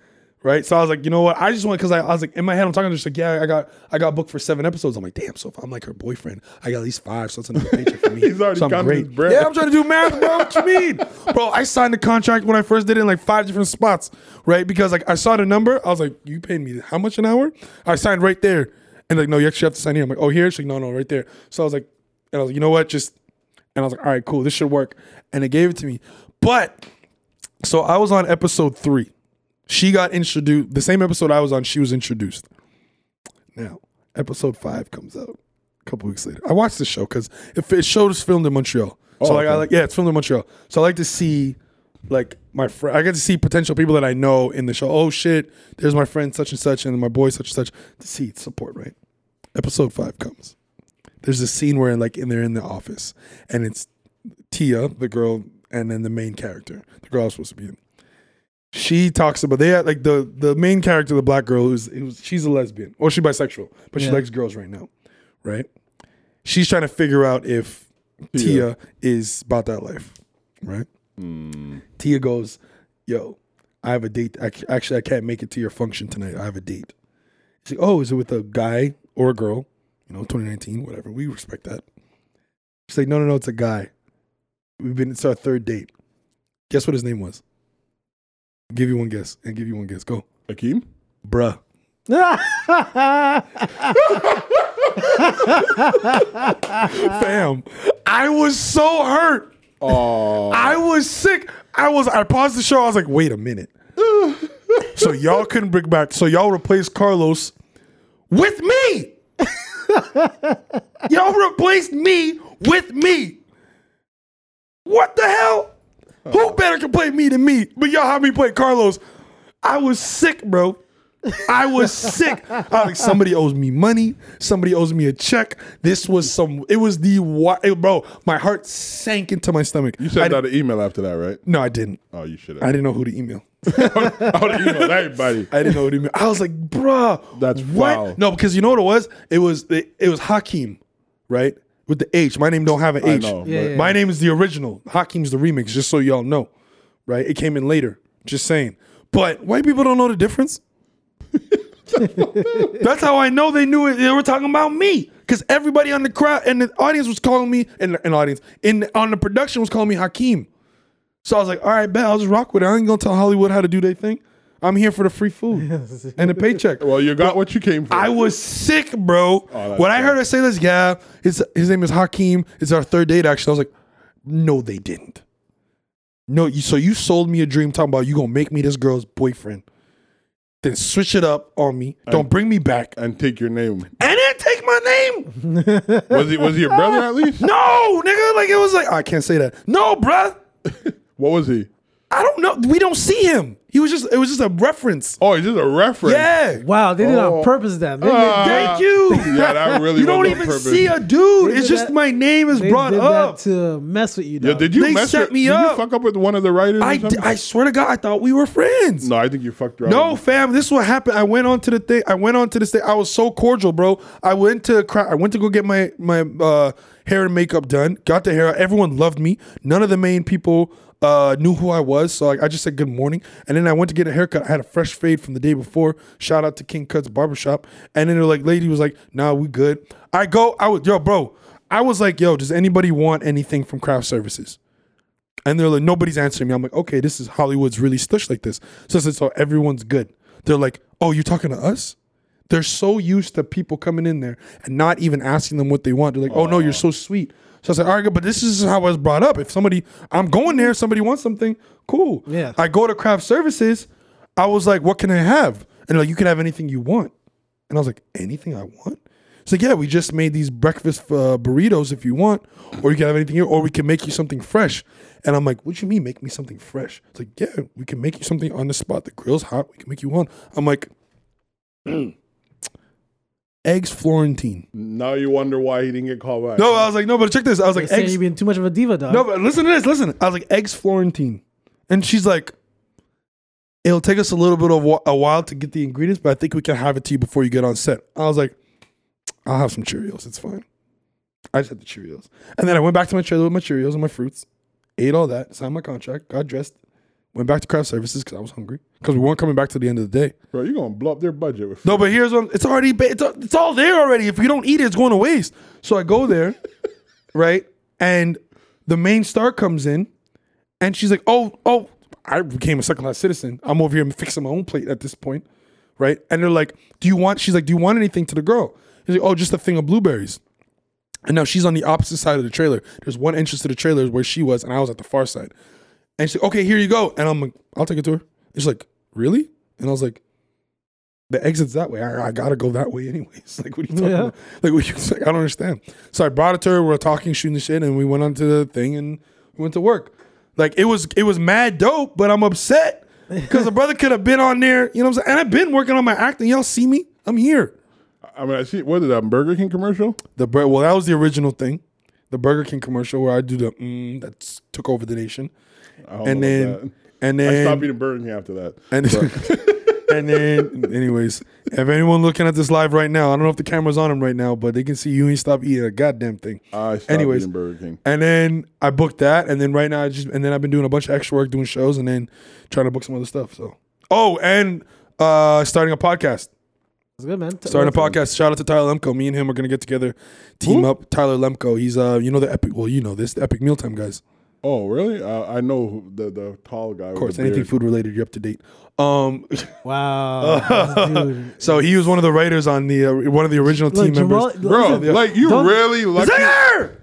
Speaker 3: Right, so I was like, you know what? I just want because I, I was like in my head, I'm talking to just like, yeah, I got I got booked for seven episodes. I'm like, damn. So if I'm like her boyfriend, I got at least five. So it's another paycheck for me.
Speaker 2: He's already
Speaker 3: so I'm
Speaker 2: counting his bread.
Speaker 3: Yeah, I'm trying to do math, bro. What you mean, bro? I signed the contract when I first did it in like five different spots, right? Because like I saw the number, I was like, you paying me how much an hour? I signed right there, and like, no, you actually have to sign here. I'm like, oh, here? She's like, no, no, right there. So I was like, and I was like, you know what? Just and I was like, all right, cool, this should work. And they gave it to me, but so I was on episode three. She got introduced. The same episode I was on, she was introduced. Now, episode five comes out a couple weeks later. I watched the show because it, it showed it's filmed in Montreal. So
Speaker 2: Oh,
Speaker 3: like, I
Speaker 2: okay.
Speaker 3: like, yeah, it's filmed in Montreal. So I like to see like my friend. I get to see potential people that I know in the show. Oh shit, there's my friend such and such, and my boy such and such. To see support, right? Episode five comes. There's a scene where like in they're in the office, and it's Tia, the girl, and then the main character, the girl I was supposed to be in. She talks about they had like the the main character, the black girl, who's who's she's a lesbian or she's bisexual, but she
Speaker 1: Yeah.
Speaker 3: likes girls right now, right? She's trying to figure out if Tia is about that life, right? Tia goes, "Yo, I have a date. I, c- actually, I can't make it to your function tonight. I have a date." She's like, "Oh, is it with a guy or a girl? You know, 2019, whatever. We respect that." She's like, "No, no, no, it's a guy. We've been. It's our third date. Guess what his name was? give you one guess. And give you one guess. Go,
Speaker 2: Akeem.
Speaker 3: bruh." Fam, I was so hurt.
Speaker 2: Oh,
Speaker 3: I was sick. I was. I paused the show. I was like, wait a minute. so y'all couldn't bring back. So y'all replaced Carlos with me. y'all replaced me with me. What the hell? Who better can play me than me? But y'all have me play Carlos. I was sick, bro. I was sick. I was like, somebody owes me money. Somebody owes me a check. This was some. It was the wa- it- bro. My heart sank into my stomach.
Speaker 2: you
Speaker 3: I
Speaker 2: sent
Speaker 3: di-
Speaker 2: out an email after that, right?
Speaker 3: No, I didn't.
Speaker 2: Oh, you should
Speaker 3: I
Speaker 2: have.
Speaker 3: didn't know who to email.
Speaker 2: I would have emailed everybody.
Speaker 3: I didn't know what he meant. I was like, bruh,
Speaker 2: That's
Speaker 3: what?
Speaker 2: foul.
Speaker 3: No, because you know what it was? It was it, it was Hakeem, right? With the H. My name don't have an
Speaker 2: I
Speaker 3: H.
Speaker 2: know, Yeah,
Speaker 1: but- yeah,
Speaker 3: My
Speaker 1: yeah.
Speaker 3: name is the original. Hakeem's the remix, just so y'all know. Right? It came in later. Just saying. But white people don't know the difference. That's how I know they knew it. They were talking about me because everybody on the crowd and the audience was calling me and an audience and on the production was calling me Hakeem. So I was like, all right, bet I'll just rock with it. I ain't gonna tell Hollywood how to do their thing. I'm here for the free food and the paycheck.
Speaker 2: Well, you got what you came for.
Speaker 3: I was sick, bro.
Speaker 2: that's
Speaker 3: when I
Speaker 2: bad.
Speaker 3: heard her say this, yeah, his his name is Hakeem. It's our third date, actually. I was like, no, they didn't. No, you so you sold me a dream talking about you gonna make me this girl's boyfriend. Then switch it up on me. Don't bring me back.
Speaker 2: and take your name.
Speaker 3: And then take my name.
Speaker 2: Was he was he your brother at least?
Speaker 3: No, nigga. Like it was like, I can't say that. No, bruh.
Speaker 2: What was he?
Speaker 3: I don't know. We don't see him. He was just it was just a reference.
Speaker 2: Oh, is this a reference?
Speaker 3: Yeah.
Speaker 1: Wow, they did it on
Speaker 2: Oh.
Speaker 1: purpose then. They,
Speaker 2: Ah.
Speaker 3: Thank you.
Speaker 2: Yeah, that really
Speaker 3: you don't
Speaker 2: was on
Speaker 3: even
Speaker 2: purpose.
Speaker 3: see a dude.
Speaker 1: They
Speaker 3: It's
Speaker 1: did
Speaker 3: just
Speaker 1: that-
Speaker 3: my name is
Speaker 1: they
Speaker 3: brought
Speaker 1: did
Speaker 3: up.
Speaker 1: that to mess with you.
Speaker 2: Yo,
Speaker 1: dog.
Speaker 2: did you
Speaker 3: They
Speaker 2: mess
Speaker 3: set
Speaker 2: with-
Speaker 3: me
Speaker 2: did
Speaker 3: up.
Speaker 2: you fuck up with one of the writers? or
Speaker 3: I, d-
Speaker 2: something?
Speaker 3: I swear to God, I thought we were friends.
Speaker 2: no, I think you fucked around.
Speaker 3: No, fam, this is what happened. I went on to the thing. I went on to this thing. I was so cordial, bro. I went to cra- I went to go get my my uh, hair and makeup done. Got the hair. Everyone loved me. None of the main people uh, knew who I was. So like, I just said good morning, and then I went to get a haircut. I had a fresh fade from the day before. Shout out to King Cuts Barbershop. And then they're like, lady was like, nah, we good. I go. I was yo, bro. I was like, yo, does anybody want anything from craft services? And they're like, nobody's answering me. I'm like, okay, this is Hollywood's really stush like this. So I said, so everyone's good. They're like, oh, you're talking to us? They're so used to people coming in there and not even asking them what they want. They're like, oh, no, you're so sweet. So I said, all right, good, but this is how I was brought up. If somebody, I'm going there, somebody wants something, cool.
Speaker 1: Yeah.
Speaker 3: I go to craft services. I was like, what can I have? And they're like, you can have anything you want. And I was like, anything I want? It's like, yeah, we just made these breakfast uh, burritos if you want, or you can have anything here, or we can make you something fresh. And I'm like, what you mean make me something fresh? It's like, yeah, we can make you something on the spot. The grill's hot. We can make you one. I'm like, eggs Florentine.
Speaker 2: Now you wonder why he didn't get called back.
Speaker 3: No, I was like, no, but check this. I was
Speaker 1: They're
Speaker 3: like,
Speaker 1: saying
Speaker 3: eggs.
Speaker 1: you being too much of a diva, dog.
Speaker 3: No, but listen to this. Listen. I was like, eggs Florentine. And she's like, it'll take us a little bit of wa- a while to get the ingredients, but I think we can have it to you before you get on set. I was like, I'll have some Cheerios. It's fine. I just had the Cheerios. And then I went back to my trailer with my Cheerios and my fruits, ate all that, signed my contract, got dressed, went back to craft services because I was hungry because we weren't coming back to the end of the day.
Speaker 2: bro, you're gonna blow up their budget with.
Speaker 3: No, but here's what I'm- it's already ba- it's, it's all there already. If you don't eat it, it's going to waste. So I go there, right? And the main star comes in, and she's like, "Oh, oh, I became a second class citizen. I'm over here fixing my own plate at this point, right?" And they're like, "Do you want?" She's like, "Do you want anything to the girl?" He's like, "Oh, just a thing of blueberries." And now she's on the opposite side of the trailer. There's one entrance to the trailer where she was, and I was at the far side. And she's like, "Okay, here you go." And I'm like, "I'll take it to her." And she's like, "Really?" And I was like the exit's that way. I, I gotta go that way anyways. Like what are you talking
Speaker 1: Yeah.
Speaker 3: about? Like, what you, it's like I don't understand. So I brought it to her. We were talking, shooting the shit, and we went onto the thing and we went to work. Like it was it was mad dope, but I'm upset because the brother could have been on there. You know what I'm saying? And I've been working on my acting. Y'all see me? I'm here.
Speaker 2: I mean, I see. What is that Burger King commercial?
Speaker 3: The bur- well, that was the original thing, the Burger King commercial where I do the mm, that took over the nation,
Speaker 2: I don't
Speaker 3: and
Speaker 2: know
Speaker 3: then
Speaker 2: about that.
Speaker 3: and
Speaker 2: I
Speaker 3: then
Speaker 2: stopped eating Burger King after that.
Speaker 3: And and then, anyways, if anyone looking at this live right now, I don't know if the camera's on him right now, but they can see you ain't stop eating a goddamn thing.
Speaker 2: I stopped
Speaker 3: anyways,
Speaker 2: eating Burger King.
Speaker 3: and then I booked that, and then right now I just and then I've been doing a bunch of extra work, doing shows, and then trying to book some other stuff. So, oh, and uh starting a podcast.
Speaker 1: That's good, man.
Speaker 3: Starting a podcast. Shout out to Tyler Lemko. Me and him are gonna get together, team up. Tyler Lemko. He's uh, you know the epic. Well, you know this, the epic mealtime guys.
Speaker 2: Oh, really? Uh, I know who- the the tall guy.
Speaker 3: Of course, anything food related, you're up to date. Um,
Speaker 1: Wow. this dude.
Speaker 3: so he was one of the writers on the uh, one of the original
Speaker 1: Look,
Speaker 3: team
Speaker 1: Jamal,
Speaker 3: members.
Speaker 2: Bro,
Speaker 1: listen,
Speaker 2: like you
Speaker 1: don't-
Speaker 2: really lucky.
Speaker 3: Zinger!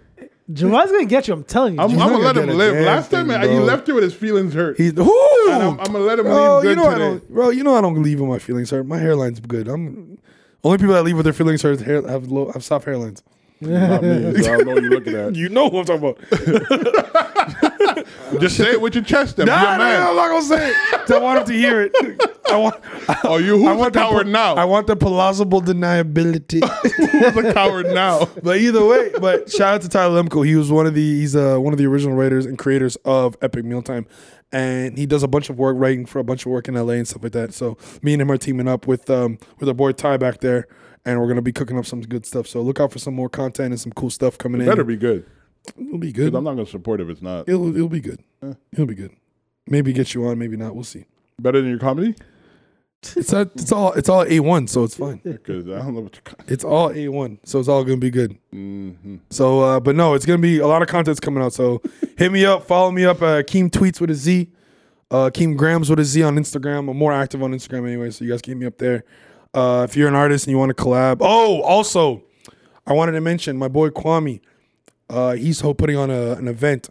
Speaker 1: Jamal's gonna get you. I'm telling you.
Speaker 2: I'm, I'm
Speaker 1: Jamal.
Speaker 2: gonna
Speaker 3: not
Speaker 2: let him
Speaker 3: gonna get a
Speaker 2: live.
Speaker 3: damn
Speaker 2: Last time
Speaker 3: thing,
Speaker 2: I- he
Speaker 3: bro.
Speaker 2: left here with his feelings hurt.
Speaker 3: He's who?
Speaker 2: And I'm- I'ma let him leave
Speaker 3: you
Speaker 2: good
Speaker 3: know I
Speaker 2: today.
Speaker 3: don't, bro. You know I don't leave with my feelings hurt. My hairline's good. I'm only people that leave with their feelings hurt hair, have low, have soft hairlines.
Speaker 2: Not me, so I don't know what you're looking at.
Speaker 3: You know who I'm talking about.
Speaker 2: Just say it with your chest. Then.
Speaker 3: nah,
Speaker 2: Be a
Speaker 3: nah, nah,
Speaker 2: man.
Speaker 3: I'm not gonna say it. I want him to hear it. I want.
Speaker 2: Oh, you
Speaker 3: I
Speaker 2: who's a
Speaker 3: want the
Speaker 2: coward
Speaker 3: pl-
Speaker 2: now?
Speaker 3: I want the plausible deniability.
Speaker 2: who's a coward now?
Speaker 3: but either way, but shout out to Tyler Lemko. He was one of the he's uh, one of the original writers and creators of Epic Mealtime, and he does a bunch of work writing for a bunch of work in LA and stuff like that. So me and him are teaming up with um with our boy Ty back there, and we're gonna be cooking up some good stuff. So look out for some more content and some cool stuff coming in.
Speaker 2: Better be good.
Speaker 3: it'll be
Speaker 2: 'Cause
Speaker 3: good.
Speaker 2: I'm not gonna support if it's not
Speaker 3: It'll it'll be good. It'll be good. Maybe get you on, maybe not. We'll see.
Speaker 2: better than your comedy.
Speaker 3: It's a, it's all it's all A one, so it's fine.
Speaker 2: Because I don't know what you're.
Speaker 3: It's all A one, so it's all gonna be good.
Speaker 2: Mm-hmm.
Speaker 3: So, uh, but no, it's gonna be a lot of content's coming out. So, hit me up, follow me up. Uh, Keem tweets with a Z, uh, Keem grams with a Z on Instagram. I'm more active on Instagram anyway, so you guys can hit me up there. Uh, if you're an artist and you want to collab, oh, also, I wanted to mention my boy Kwame. Uh, he's ho- putting on a, an event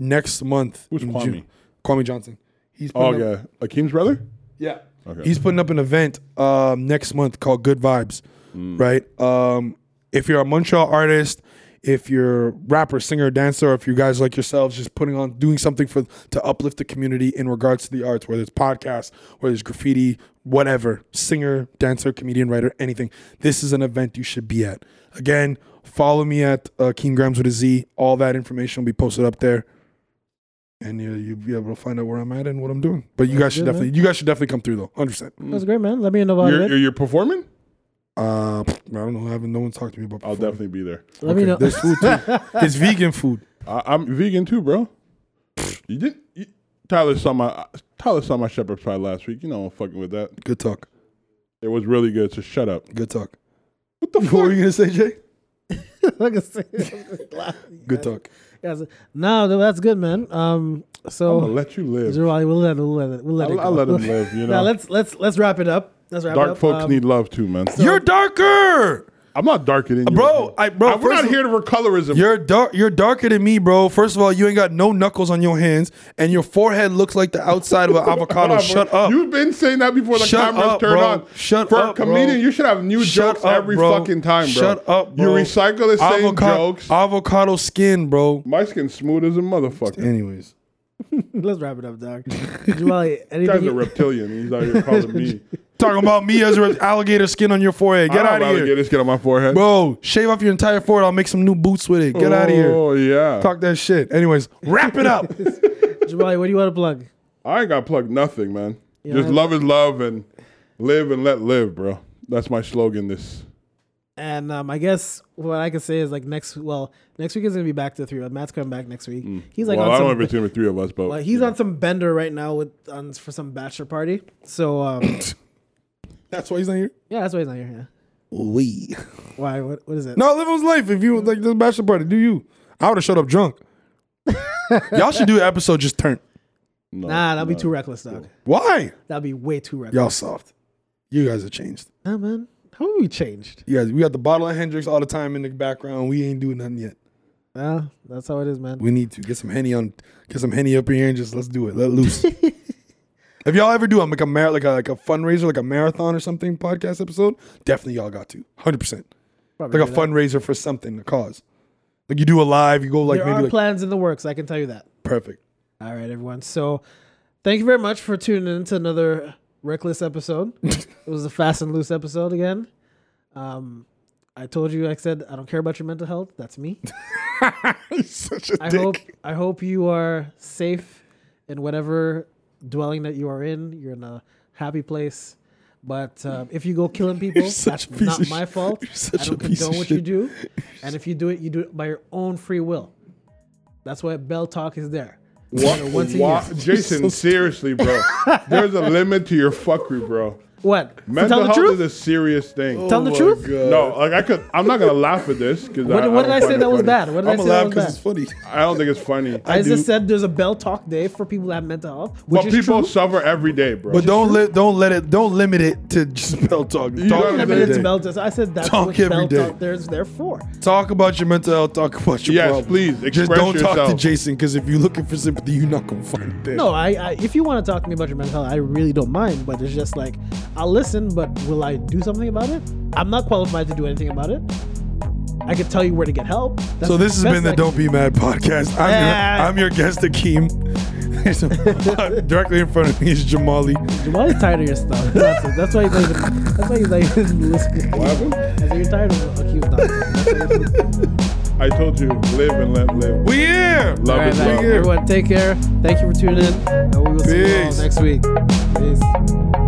Speaker 3: next month.
Speaker 2: Who's
Speaker 3: in
Speaker 2: Kwame?
Speaker 3: June. Kwame Johnson. He's
Speaker 2: Oh
Speaker 3: putting up-
Speaker 2: yeah, Akeem's brother.
Speaker 3: yeah.
Speaker 2: Okay.
Speaker 3: He's putting up an event um, next month called Good Vibes, right? Um, if you're a Montreal artist, if you're a rapper, singer, dancer, or if you guys like yourselves just putting on doing something for to uplift the community in regards to the arts, whether it's podcasts, whether it's graffiti, whatever, singer, dancer, comedian, writer, anything, this is an event you should be at. Again, follow me at uh, Keem Grams with a Z. All that information will be posted up there and you, you'll be able to find out where I'm at and what I'm doing. But you guys should
Speaker 1: good,
Speaker 3: definitely, you guys should definitely come through though, hundred percent.
Speaker 1: That's great, man. Let me know about
Speaker 2: You're,
Speaker 1: it.
Speaker 2: you're, you're performing?
Speaker 3: Uh, I don't know, I haven't. No one's talked to me about.
Speaker 2: I'll
Speaker 3: performing.
Speaker 2: definitely be there.
Speaker 1: Let me know.
Speaker 3: There's food too. it's vegan food.
Speaker 2: I, I'm vegan too, bro. You did. You, Tyler saw my Tyler saw my shepherd pie last week. You know I'm fucking with that.
Speaker 3: Good talk.
Speaker 2: It was really good. So shut up.
Speaker 3: Good talk.
Speaker 2: What the
Speaker 3: What were
Speaker 2: fuck?
Speaker 3: you gonna say, Jay?
Speaker 1: Like I said,
Speaker 3: Good talk.
Speaker 1: guys, no, th- that's good, man. Um,
Speaker 2: I'm gonna
Speaker 1: so
Speaker 2: let you live.
Speaker 1: Zero, we'll let we'll let it, we'll let it
Speaker 2: I'll,
Speaker 1: go.
Speaker 2: I'll let him live. You
Speaker 1: Now
Speaker 2: know,
Speaker 1: let's let's let's wrap it up. Let's wrap it
Speaker 2: dark
Speaker 1: up.
Speaker 2: folks
Speaker 1: Um,
Speaker 2: need love too, man.
Speaker 3: You're darker,
Speaker 2: I'm not darker than you,
Speaker 3: bro. I bro.
Speaker 2: we're
Speaker 3: first
Speaker 2: not
Speaker 3: of-
Speaker 2: here for colorism.
Speaker 3: You're dark. You're darker than me, bro. First of all, you ain't got no knuckles on your hands, and your forehead looks like the outside of an avocado.
Speaker 2: Come on,
Speaker 3: Shut
Speaker 2: bro.
Speaker 3: up.
Speaker 2: You've been saying that before the
Speaker 3: Shut
Speaker 2: cameras
Speaker 3: up,
Speaker 2: turn
Speaker 3: bro.
Speaker 2: on.
Speaker 3: Shut
Speaker 2: For
Speaker 3: up,
Speaker 2: a comedian,
Speaker 3: bro.
Speaker 2: you should have new
Speaker 3: Shut
Speaker 2: jokes
Speaker 3: up,
Speaker 2: every
Speaker 3: bro.
Speaker 2: fucking time, bro.
Speaker 3: Shut up, bro.
Speaker 2: You recycle the same
Speaker 3: avocado,
Speaker 2: jokes.
Speaker 3: Avocado skin, bro.
Speaker 2: My skin's smooth as a motherfucker.
Speaker 3: Anyways,
Speaker 1: Let's wrap it up, dog. Jawali,
Speaker 2: This guy's
Speaker 1: anything?
Speaker 2: a reptilian. He's out here calling me.
Speaker 3: talking about me as an alligator skin on your forehead. Get out of here,
Speaker 2: Get this kid on my forehead.
Speaker 3: bro. Shave off your entire forehead. I'll make some new boots with it. Get out of here.
Speaker 2: Oh yeah.
Speaker 3: Talk that shit. Anyways, wrap it up.
Speaker 1: Jawali, what do you want to plug?
Speaker 2: I ain't got plugged nothing, man.
Speaker 1: Yeah,
Speaker 2: Just
Speaker 1: I-
Speaker 2: love is love and live and let live, bro. That's my slogan. This
Speaker 1: And um, I guess what I can say is like next. Well, next week is gonna be back to three. But Matt's coming back next week. He's like
Speaker 2: Mm. well,
Speaker 1: on
Speaker 2: I
Speaker 1: some.
Speaker 2: don't have a team with three of us, but
Speaker 1: well, he's on some bender right now with on for some bachelor party. So um,
Speaker 3: That's why he's not here.
Speaker 1: yeah, that's why he's not here.
Speaker 3: We.
Speaker 1: Yeah. Why? What? What is it?
Speaker 3: No, live his life. If you like this bachelor party, do you? I would have showed up drunk. Y'all should do an episode just turn.
Speaker 2: no,
Speaker 1: Nah, that'll be too reckless, dog.
Speaker 3: Why?
Speaker 1: That'll be way too reckless.
Speaker 3: Y'all soft. You guys have changed.
Speaker 1: Nah, man. How have we changed?
Speaker 3: You guys, we got the bottle of Hendrix all the time in the background. We ain't doing nothing yet.
Speaker 1: Well, that's how it is, man.
Speaker 3: We need to get some henny on, get some henny up in here, and just let's do it. Let loose. if y'all ever do, I'm like a mar- like a like a fundraiser, like a marathon or something podcast episode. Definitely, y'all got to hundred percent.
Speaker 1: Probably
Speaker 3: Like a
Speaker 1: do that.
Speaker 3: fundraiser for something, a cause. Like you do a live, you go like
Speaker 1: there
Speaker 3: maybe
Speaker 1: are
Speaker 3: like
Speaker 1: plans in the works. I can tell you that.
Speaker 3: perfect.
Speaker 1: All right, everyone. So, thank you very much for tuning in to another reckless episode. it was a fast and loose episode again. Um, I told you, like I said, I don't care about your mental health. That's me.
Speaker 3: Such a
Speaker 1: I
Speaker 3: dick.
Speaker 1: hope I hope you are safe in whatever dwelling that you are in. You're in a happy place. But um, if you go killing people,
Speaker 3: such
Speaker 1: that's
Speaker 3: a piece
Speaker 1: not
Speaker 3: of
Speaker 1: my
Speaker 3: shit.
Speaker 1: fault.
Speaker 3: You're such
Speaker 1: I
Speaker 3: a
Speaker 1: don't
Speaker 3: piece of
Speaker 1: condone what you
Speaker 3: shit.
Speaker 1: do. And if you do it, you do it by your own free will. That's why Bell Talk is there.
Speaker 2: Wha-
Speaker 1: You know, once a
Speaker 2: wha-
Speaker 1: year.
Speaker 2: Jason, seriously, bro. There's a limit to your fuckery, bro.
Speaker 1: What? To
Speaker 2: Mental
Speaker 1: tell the
Speaker 2: health
Speaker 1: truth.
Speaker 2: is a serious thing.
Speaker 1: tell the
Speaker 3: Oh my
Speaker 1: truth.
Speaker 3: God.
Speaker 2: No, like I could. I'm not gonna laugh at this because
Speaker 1: What,
Speaker 2: I,
Speaker 1: what did
Speaker 2: don't
Speaker 1: I
Speaker 2: find
Speaker 1: say
Speaker 2: it
Speaker 1: that was
Speaker 2: funny.
Speaker 1: bad? What did i
Speaker 3: I'm
Speaker 1: say
Speaker 3: gonna
Speaker 1: that
Speaker 3: laugh
Speaker 1: was
Speaker 3: because
Speaker 1: bad?
Speaker 3: it's funny.
Speaker 2: I don't think it's funny.
Speaker 1: I, just said there's a Bell Talk Day for people that have mental health, which
Speaker 2: but
Speaker 1: is
Speaker 2: people
Speaker 1: true.
Speaker 2: suffer every day, bro.
Speaker 3: But don't let don't let it don't limit it to just bell talk.
Speaker 2: You
Speaker 3: Talk
Speaker 2: don't
Speaker 1: I
Speaker 3: every
Speaker 1: mean, it's
Speaker 3: day.
Speaker 1: Bell Talk. I said that's
Speaker 3: Talk
Speaker 1: what
Speaker 3: every
Speaker 1: Bell
Speaker 3: day.
Speaker 1: Talk there's there for.
Speaker 3: Talk about your mental health. Talk about your
Speaker 2: Yes,
Speaker 3: problems.
Speaker 2: please,
Speaker 3: Just
Speaker 2: express
Speaker 3: don't talk to
Speaker 2: yourself.
Speaker 3: Jason because if you're looking for sympathy, you're not gonna find it.
Speaker 1: No, I, I if you want to talk to me about your mental health, I really don't mind. But it's just like I'll listen, but will I do something about it? I'm not qualified to do anything about it. I could tell you where to get help. That's
Speaker 3: So this has
Speaker 1: the
Speaker 3: been
Speaker 1: best
Speaker 3: the
Speaker 1: I
Speaker 3: Don't Be Mad podcast. I'm,
Speaker 1: Ah.
Speaker 3: your, I'm your guest, Akeem. Directly in front of me is Jamali.
Speaker 1: can- Why are you tired of your stuff? That's, it. that's why he's not even. That's why he's not even listening.
Speaker 2: What happened?
Speaker 1: I said, You're tired of acute nonsense.
Speaker 2: I told you, live and let live.
Speaker 3: We here.
Speaker 2: Love
Speaker 1: All right,
Speaker 2: is
Speaker 1: man.
Speaker 2: love.
Speaker 1: Everyone, take care. Thank you for tuning in. And we will see you all
Speaker 3: Peace.
Speaker 1: next week. Peace.